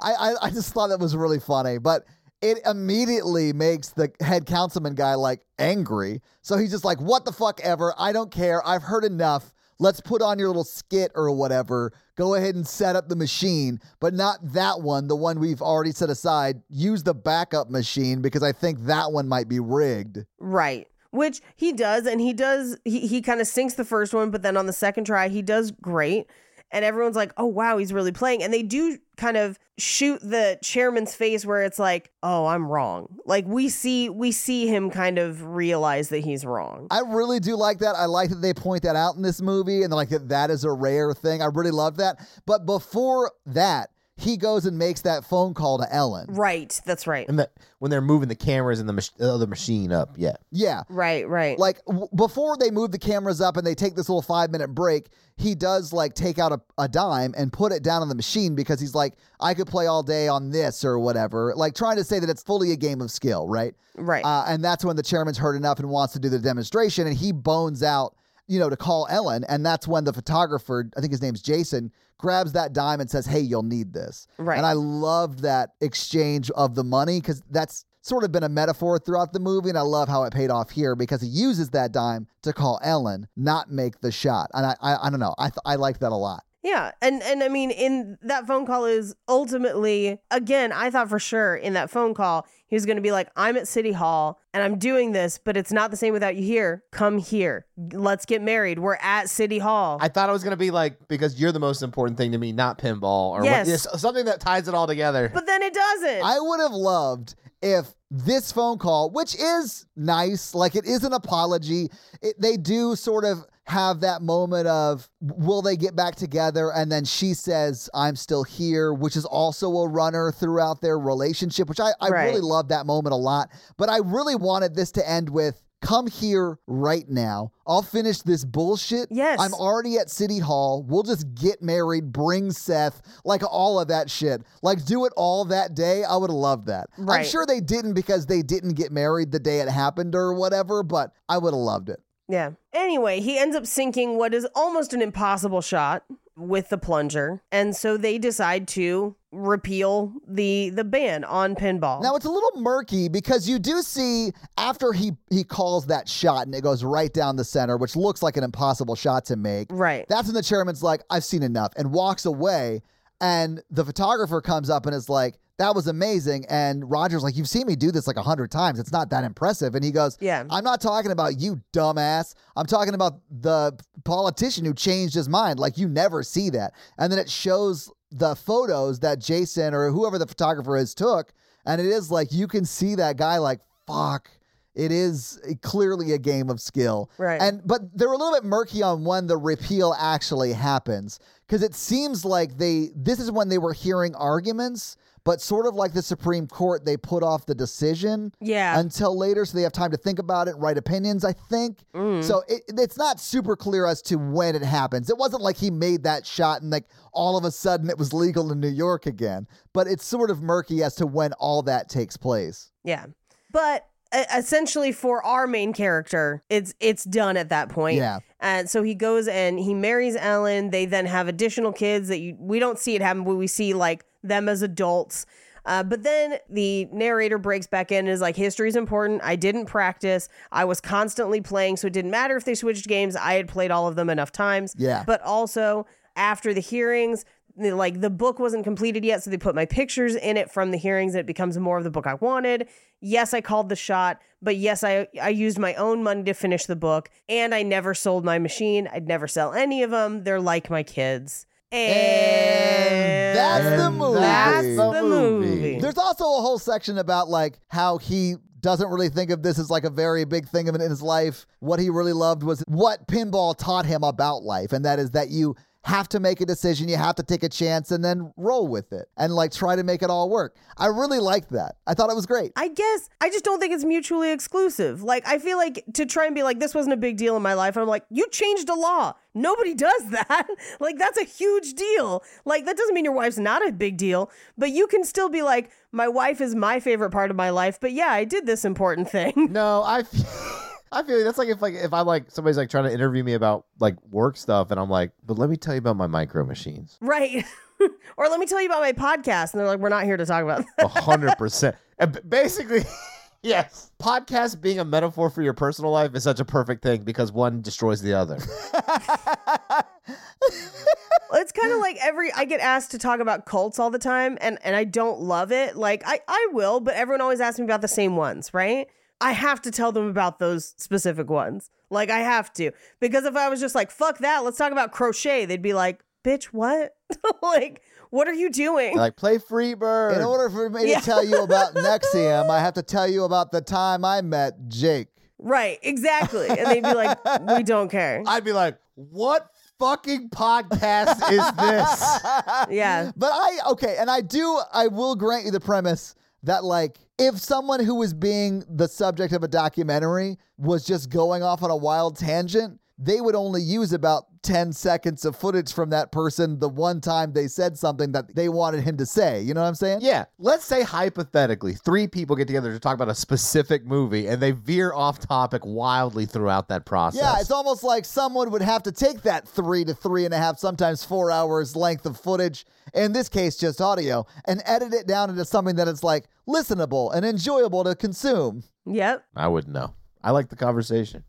I, I, I just thought that was really funny, but it immediately makes the head councilman guy like angry. So he's just like, what the fuck ever? I don't care. I've heard enough. Let's put on your little skit or whatever. Go ahead and set up the machine, but not that one, the one we've already set aside. Use the backup machine because I think that one might be rigged.
right." Which he does, and he does. He he kind of sinks the first one, but then on the second try, he does great, and everyone's like, "Oh wow, he's really playing." And they do kind of shoot the chairman's face where it's like, "Oh, I'm wrong." Like we see we see him kind of realize that he's wrong.
I really do like that. I like that they point that out in this movie and like that that is a rare thing. I really love that. But before that, he goes and makes that phone call to Ellen.
right, that's right.
and that when they're moving the cameras and the, mach- the other machine up, yeah.
Yeah.
Right, right.
Like w- before they move the cameras up and they take this little five minute break, he does like take out a, a dime and put it down on the machine because he's like, I could play all day on this or whatever. Like trying to say that it's fully a game of skill, right?
right.
Uh, and that's when the chairman's heard enough and wants to do the demonstration, and he bones out, you know, to call Ellen. And that's when the photographer, I think his name's Jason, grabs that dime and says, "Hey, you'll need this."
Right.
And I loved that exchange of the money because that's sort of been a metaphor throughout the movie, and I love how it paid off here because he uses that dime to call Ellen, not make the shot. And I, I, I don't know, I, th- I like that a lot.
Yeah, and and I mean, in that phone call is ultimately again. I thought for sure in that phone call he was going to be like, "I'm at City Hall and I'm doing this, but it's not the same without you here. Come here, let's get married. We're at City Hall."
I thought it was going to be like, because you're the most important thing to me, not pinball or what-
Yes.
yes, something that ties it all together.
but then it doesn't.
I would have loved if this phone call, which is nice, like it is an apology, it, they do sort of have that moment of will they get back together? And then she says, I'm still here, which is also a runner throughout their relationship, which I, I
Right.
really love that moment a lot. But I really wanted this to end with. come here right now. I'll finish this bullshit.
Yes.
I'm already at City Hall. We'll just get married, bring Seth, like all of that shit. Like, do it all that day. I would have loved that. I'm
Right.
sure they didn't because they didn't get married the day it happened or whatever, but I would have loved it.
Yeah. Anyway, he ends up sinking what is almost an impossible shot with the plunger. And so they decide to repeal the the ban on pinball.
Now it's a little murky because you do see after he he calls that shot and it goes right down the center, which looks like an impossible shot to make.
right.
That's when the chairman's like, I've seen enough, and walks away. And the photographer comes up and is like, That was amazing. And Roger's like, You've seen me do this like a hundred times. It's not that impressive. And he goes,
Yeah.
I'm not talking about you, dumbass. I'm talking about the politician who changed his mind. Like, you never see that. And then it shows the photos that Jason or whoever the photographer is took. And it is like, you can see that guy, like, fuck. It is clearly a game of skill.
Right.
And and- but they're a little bit murky on when the repeal actually happens because it seems like they this is when they were hearing arguments but sort of like the supreme court they put off the decision
Yeah.
until later so they have time to think about it write opinions i think
Mm.
so it, it's not super clear as to when it happens it wasn't like he made that shot and like all of a sudden it was legal in new york again but it's sort of murky as to when all that takes place
Yeah. But uh, essentially for our main character, it's it's done at that point.
Yeah.
And so he goes and he marries Ellen. They then have additional kids that you we don't see it happen, but we see like them as adults. Uh, but then the narrator breaks back in and is like, history's important. I didn't practice. I was constantly playing, so it didn't matter if they switched games. I had played all of them enough times.
Yeah.
But also after the hearings, the- like the book wasn't completed yet, so they put my pictures in it from the hearings, and it becomes more of the book I wanted. Yes, I called the shot, but yes, I I used my own money to finish the book, and I never sold my machine. I'd never sell any of them. They're like my kids. And,
that's the movie.
That's the movie.
There's also a whole section about like how he doesn't really think of this as like a very big thing in in his life. What he really loved was what pinball taught him about life, and that is that you have to make a decision, you have to take a chance, and then roll with it, and like try to make it all work. I really liked that. I thought it was great.
I guess I just don't think it's mutually exclusive. Like I feel like to try and be like this wasn't a big deal in my life. I'm like you changed a law. Nobody does that. like that's a huge deal. Like that doesn't mean your wife's not a big deal, but you can still be like my wife is my favorite part of my life, but yeah, I did this important thing.
No, I feel, I feel like that's like if like if I'm like somebody's like trying to interview me about like work stuff, and I'm like, but let me tell you about my micro machines.
right. or let me tell you about my podcast and they're like we're not here to talk about that.
A hundred percent. And b- basically, yes, podcast being a metaphor for your personal life is such a perfect thing because one destroys the other.
it's kind of like every I get asked to talk about cults all the time and and I don't love it. Like I I will, but everyone always asks me about the same ones, right? I have to tell them about those specific ones. Like I have to. Because if I was just like, fuck that, let's talk about crochet, they'd be like, bitch, what? like, what are you doing?
like play free bird.
In order for me
Yeah.
to tell you about Nexium, I have to tell you about the time I met Jake.
right, exactly. And they'd be like, we don't care.
I'd be like, what fucking podcast is this?
yeah.
But I okay, and I do I will grant you the premise that like if someone who was being the subject of a documentary was just going off on a wild tangent, they would only use about 10 seconds of footage from that person the one time they said something that they wanted him to say. You know what I'm saying?
Yeah, let's say hypothetically, three people get together to talk about a specific movie and they veer off topic wildly throughout that process.
Yeah, it's almost like someone would have to take that three to three and a half, sometimes four hours length of footage, in this case just audio, and edit it down into something that is like listenable and enjoyable to consume.
Yep.
I wouldn't know. I like the conversation.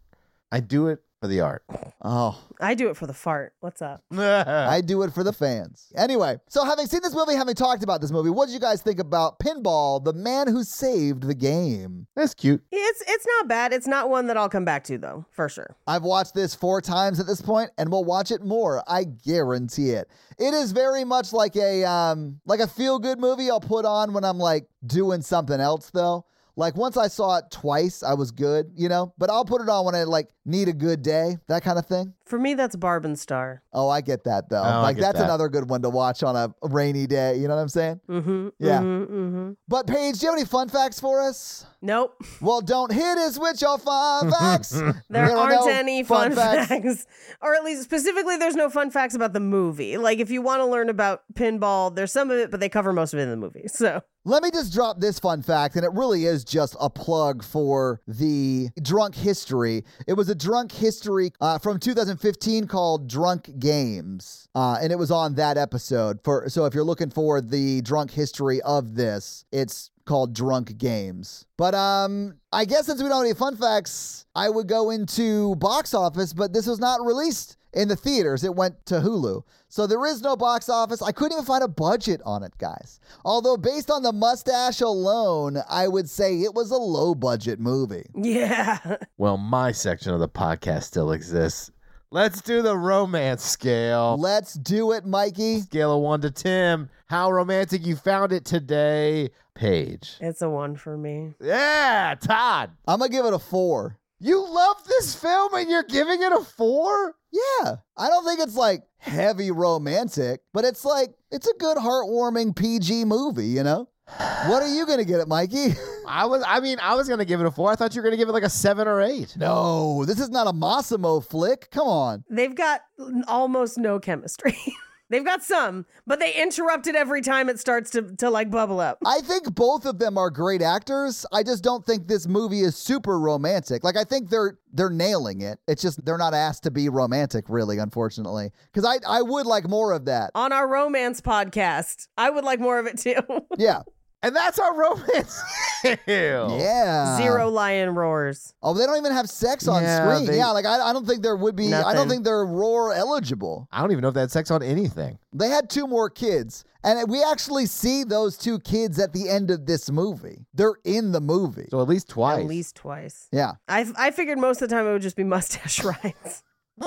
I do it for the art.
Oh,
I do it for the fart. What's up?
I do it for the fans. Anyway, so having seen this movie, having talked about this movie, what did you guys think about Pinball, the man who saved the game?
That's cute.
It's it's not bad. It's not one that I'll come back to though, for sure.
I've watched this four times at this point, and we'll watch it more. I guarantee it. It is very much like a um, like a feel good movie I'll put on when I'm like doing something else, though. Like once I saw it twice, I was good, you know. But I'll put it on when I like need a good day, that kind of thing.
For me, that's Barb and Star.
Oh, I get that though.
Oh, I
like
get
that's
that.
another good one to watch on a rainy day. You know what I'm saying?
Mm-hmm.
Yeah.
Mm-hmm, mm-hmm.
But Paige, do you have any fun facts for us?
Nope.
Well, don't hit us with your fun facts.
There
are
aren't
no
any fun, facts. Or at least specifically, there's no fun facts about the movie. Like, if you want to learn about pinball, there's some of it, but they cover most of it in the movie. So,
Let me just drop this fun fact, and it really is just a plug for the drunk history. It was a drunk history uh, from 2015 called Drunk Games, uh, and it was on that episode. For so, if you're looking for the drunk history of this, it's called Drunk Games. But um, I guess since we don't have any fun facts, I would go into box office, but this was not released in the theaters. It went to Hulu. So there is no box office. I couldn't even find a budget on it, guys. Although, based on the mustache alone, I would say it was a low budget movie.
yeah.
Well, my section of the podcast still exists. Let's do the romance scale.
Let's do it, Mikey.
Scale of one to ten. How romantic you found it today, Paige?
It's a one for me.
Yeah, Todd.
I'm going to give it a four.
You love this film and you're giving it a four?
Yeah. I don't think it's like heavy romantic, but it's like, it's a good, heartwarming PG movie, you know? What are you going to get it, Mikey?
I was I mean, I was gonna give it a four. I thought you were gonna give it like a seven or eight.
No, this is not a Massimo flick. Come on.
They've got n- almost no chemistry. They've got some, but they interrupt it every time it starts to, to like bubble up.
I think both of them are great actors. I just don't think this movie is super romantic. Like I think they're they're nailing it. It's just they're not asked to be romantic really, unfortunately. Cuz I I would like more of that.
On our romance podcast, I would like more of it too.
Yeah.
And that's our romance scale.
Yeah.
Zero lion roars.
Oh, they don't even have sex on
Yeah,
screen.
they-
yeah, like I, I don't think there would be I don't
Nothing.
think they're roar eligible.
I don't even know if they had sex on anything.
They had two more kids, and we actually see those two kids at the end of this movie. They're in the movie.
So at least twice.
At least twice.
Yeah.
I, f- I figured most of the time it would just be mustache rides.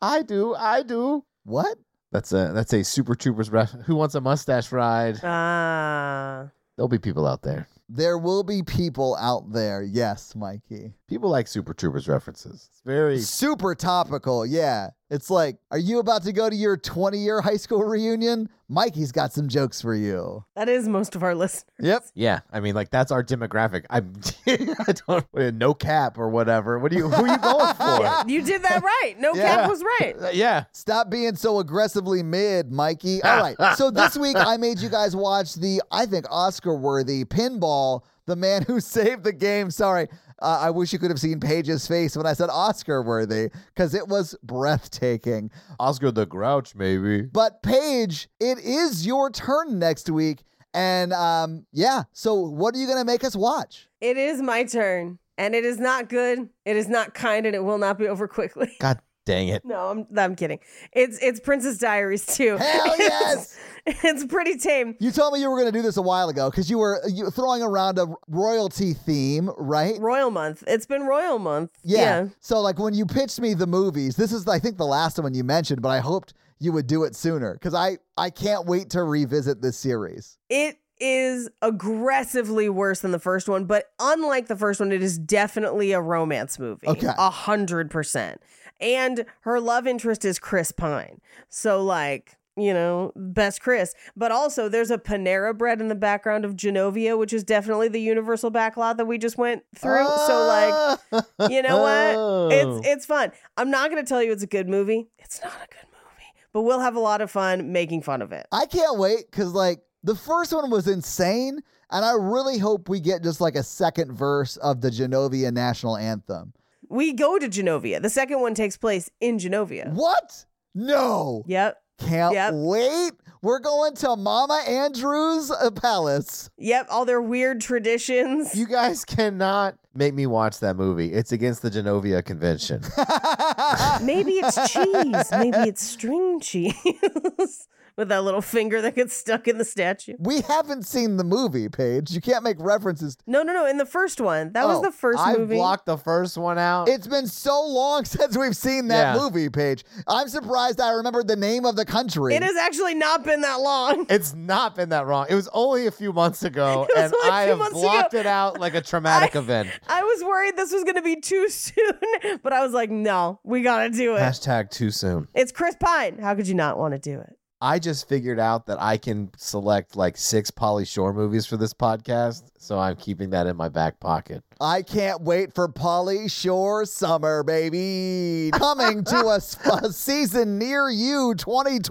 I do, I do.
What?
That's a that's a super troopers ref. Who wants a mustache ride?
Ah.
There'll be people out there.
There will be people out there. Yes, Mikey.
People like super troopers references. It's very
Super topical. Yeah. It's like, are you about to go to your 20 year high school reunion? Mikey's got some jokes for you.
That is most of our listeners.
Yep.
yeah, I mean, like that's our demographic. I'm, I don't no cap or whatever. What do you? Who are you going for?
You did that right. No
Yeah.
cap was right.
yeah,
Stop being so aggressively mid, Mikey. All right. So this week I made you guys watch the, I think, Oscar worthy pinball, The Man Who Saved the Game. Sorry. Uh, I wish you could have seen Paige's face when I said Oscar worthy because it was breathtaking.
Oscar the Grouch, maybe.
But Paige, it is your turn next week. And um, yeah, so what are you going to make us watch?
It is my turn, and it is not good. It is not kind, and it will not be over quickly.
God dang it!
No, I'm I'm kidding. It's it's Princess Diaries too.
Hell yes!
It's, it's pretty tame.
You told me you were going to do this a while ago because you were you were throwing around a royalty theme, right?
Royal month. It's been Royal month.
Yeah. So like when you pitched me the movies, this is I think the last one you mentioned, but I hoped you would do it sooner because I I can't wait to revisit this series.
It is aggressively worse than the first one, but unlike the first one, it is definitely a romance movie.
Okay.
A hundred percent. And her love interest is Chris Pine. So like you know, best Chris. But also, there's a Panera bread in the background of Genovia, which is definitely the universal backlot that we just went through. So, like, you know what? It's it's fun. I'm not gonna tell you it's a good movie. It's not a good movie, but we'll have a lot of fun making fun of it.
I can't wait because like the first one was insane, and I really hope we get just like a second verse of the Genovia national anthem.
We go to Genovia. The second one takes place in Genovia.
What? No.
Yep.
Can't
Yep.
wait. We're going to Mama Andrew's uh, palace.
Yep. All their weird traditions.
You guys cannot make me watch that movie. It's against the Genovia Convention.
Maybe it's cheese. Maybe it's string cheese. with that little finger that gets stuck in the statue.
We haven't seen the movie, Paige. You can't make references.
No, no, no. In the first one, that
Oh,
was the first
I
movie.
blocked the first one out.
It's been so long since we've seen that
Yeah.
movie, Paige. I'm surprised I remembered the name of the country.
It has actually not been that long.
It's not been that wrong. It was only a few months ago,
It was
and
only a
I
few
have
months ago.
blocked it out like a traumatic event.
I was worried this was going to be too soon, but I was like, no, we got to do it.
Hashtag too soon.
It's Chris Pine. How could you not want to do it?
I just figured out that I can select like six Polly Shore movies for this podcast, so I'm keeping that in my back pocket.
I can't wait for Polly Shore Summer, baby. Coming to a, s- a season near you,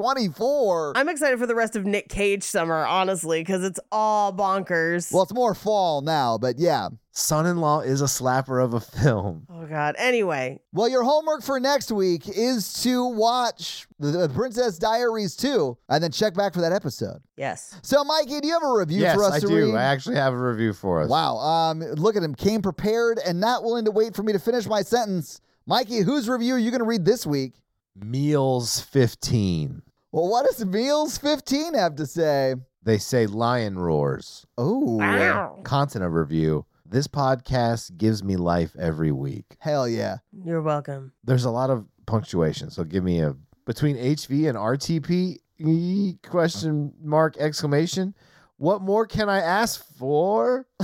2024.
I'm excited for the rest of Nick Cage summer, honestly, because it's all bonkers.
Well, it's more fall now, but yeah.
Son-in-law is a slapper of a film.
oh, God. Anyway,
Well, your homework for next week is to watch The- The Princess Diaries 2 and then check back for that episode.
yes.
So, Mikey, do you have a review
yes,
for us
I
to
do.
read?
I actually have a review for us.
Wow. Um, look at him. Came prepared and not willing to wait for me to finish my sentence. Mikey, whose review are you going to read this week?
Meals 15.
Well, what does Meals 15 have to say?
They say lion roars.
Oh,
Content of review. This podcast gives me life every week.
hell yeah.
You're welcome.
There's a lot of punctuation, so give me a between HV and RTP e- question mark exclamation. What more can I ask for?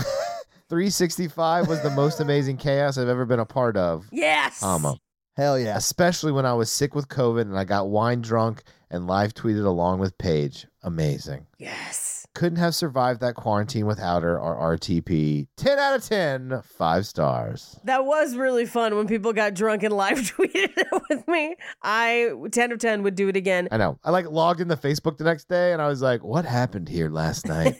365 was the most amazing chaos I've ever been a part of.
Yes.
Comma.
Hell yeah.
Especially when I was sick with COVID and I got wine drunk and live tweeted along with Paige. Amazing.
Yes.
couldn't have survived that quarantine without her or RTP. 10 out of 10, five stars.
That was really fun when people got drunk and live tweeted it with me. I, 10 of 10, would do it again.
I know. I like logged into Facebook the next day and I was like, what happened here last night?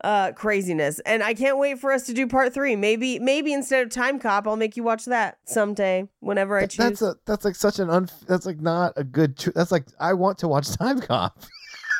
uh craziness and i can't wait for us to do part three maybe maybe instead of time cop i'll make you watch that someday whenever i
Th-
choose
that's a that's like such an un that's like not a good cho- that's like I want to watch Time Cop.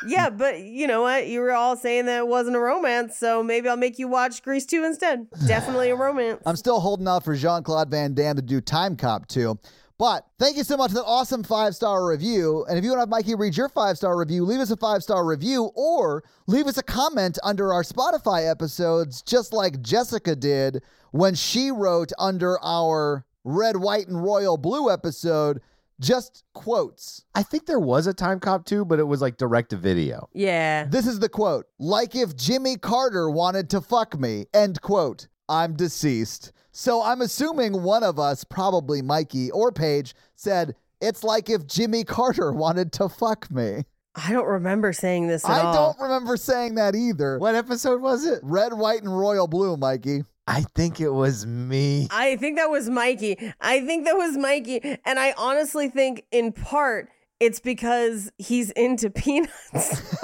yeah but you know what you were all saying that it wasn't a romance so maybe i'll make you watch grease 2 instead definitely a romance
I'm still holding out for Jean Claude Van Damme to do Time Cop 2. But thank you so much for that awesome five star review. And if you want to have Mikey read your five star review, leave us a five star review or leave us a comment under our Spotify episodes, just like Jessica did when she wrote under our Red, White, and Royal Blue episode, just quotes.
I think there was a Time Cop too, but it was like direct to video.
yeah
This is the quote like if Jimmy Carter wanted to fuck me, end quote. I'm deceased. So I'm assuming one of us, probably Mikey or Paige, said, It's like if Jimmy Carter wanted to fuck me.
i don't remember saying this at
I
all
don't remember saying that either.
What episode was it?
Red, white, and royal blue, Mikey.
I think it was me.
I think that was Mikey. I think that was Mikey. And I honestly think, in part, it's because he's into peanuts.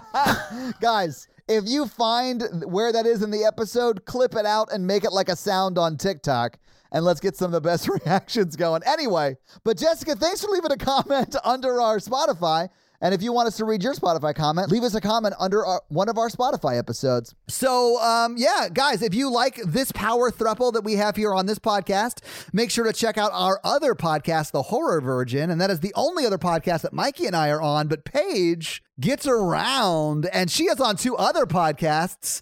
Guys, if you find where that is in the episode, clip it out and make it like a sound on TikTok. And let's get some of the best reactions going. Anyway, but Jessica, thanks for leaving a comment under our Spotify. And if you want us to read your Spotify comment, leave us a comment under our, one of our Spotify episodes. So, um, yeah, guys, if you like this power thruple that we have here on this podcast, make sure to check out our other podcast, The Horror Virgin. And that is the only other podcast that Mikey and I are on. But Paige gets around, and she is on two other podcasts.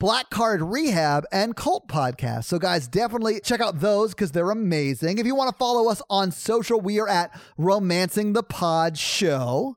Black Card Rehab and Cult Podcast. So, guys, definitely check out those because they're amazing. If you want to follow us on social, we are at Romancing the Pod Show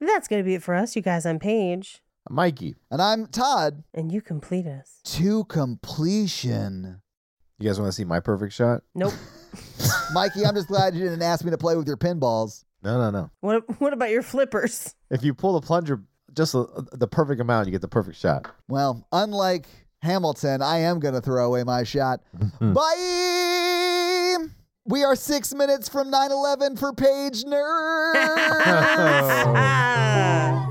That's going to be it for us, you guys. I'm Paige,
Mikey,
And I'm Todd.
and you complete us.
To completion.
you guys want to see my perfect shot?
Nope.
Mikey, I'm just glad you didn't ask me to play with your pinballs.
No, no, no.
What What about your flippers?
If you pull the plunger just a, the perfect amount, you get the perfect shot.
Well, unlike Hamilton, I am going to throw away my shot. Bye! We are six minutes from 9 11 for Page Nerd.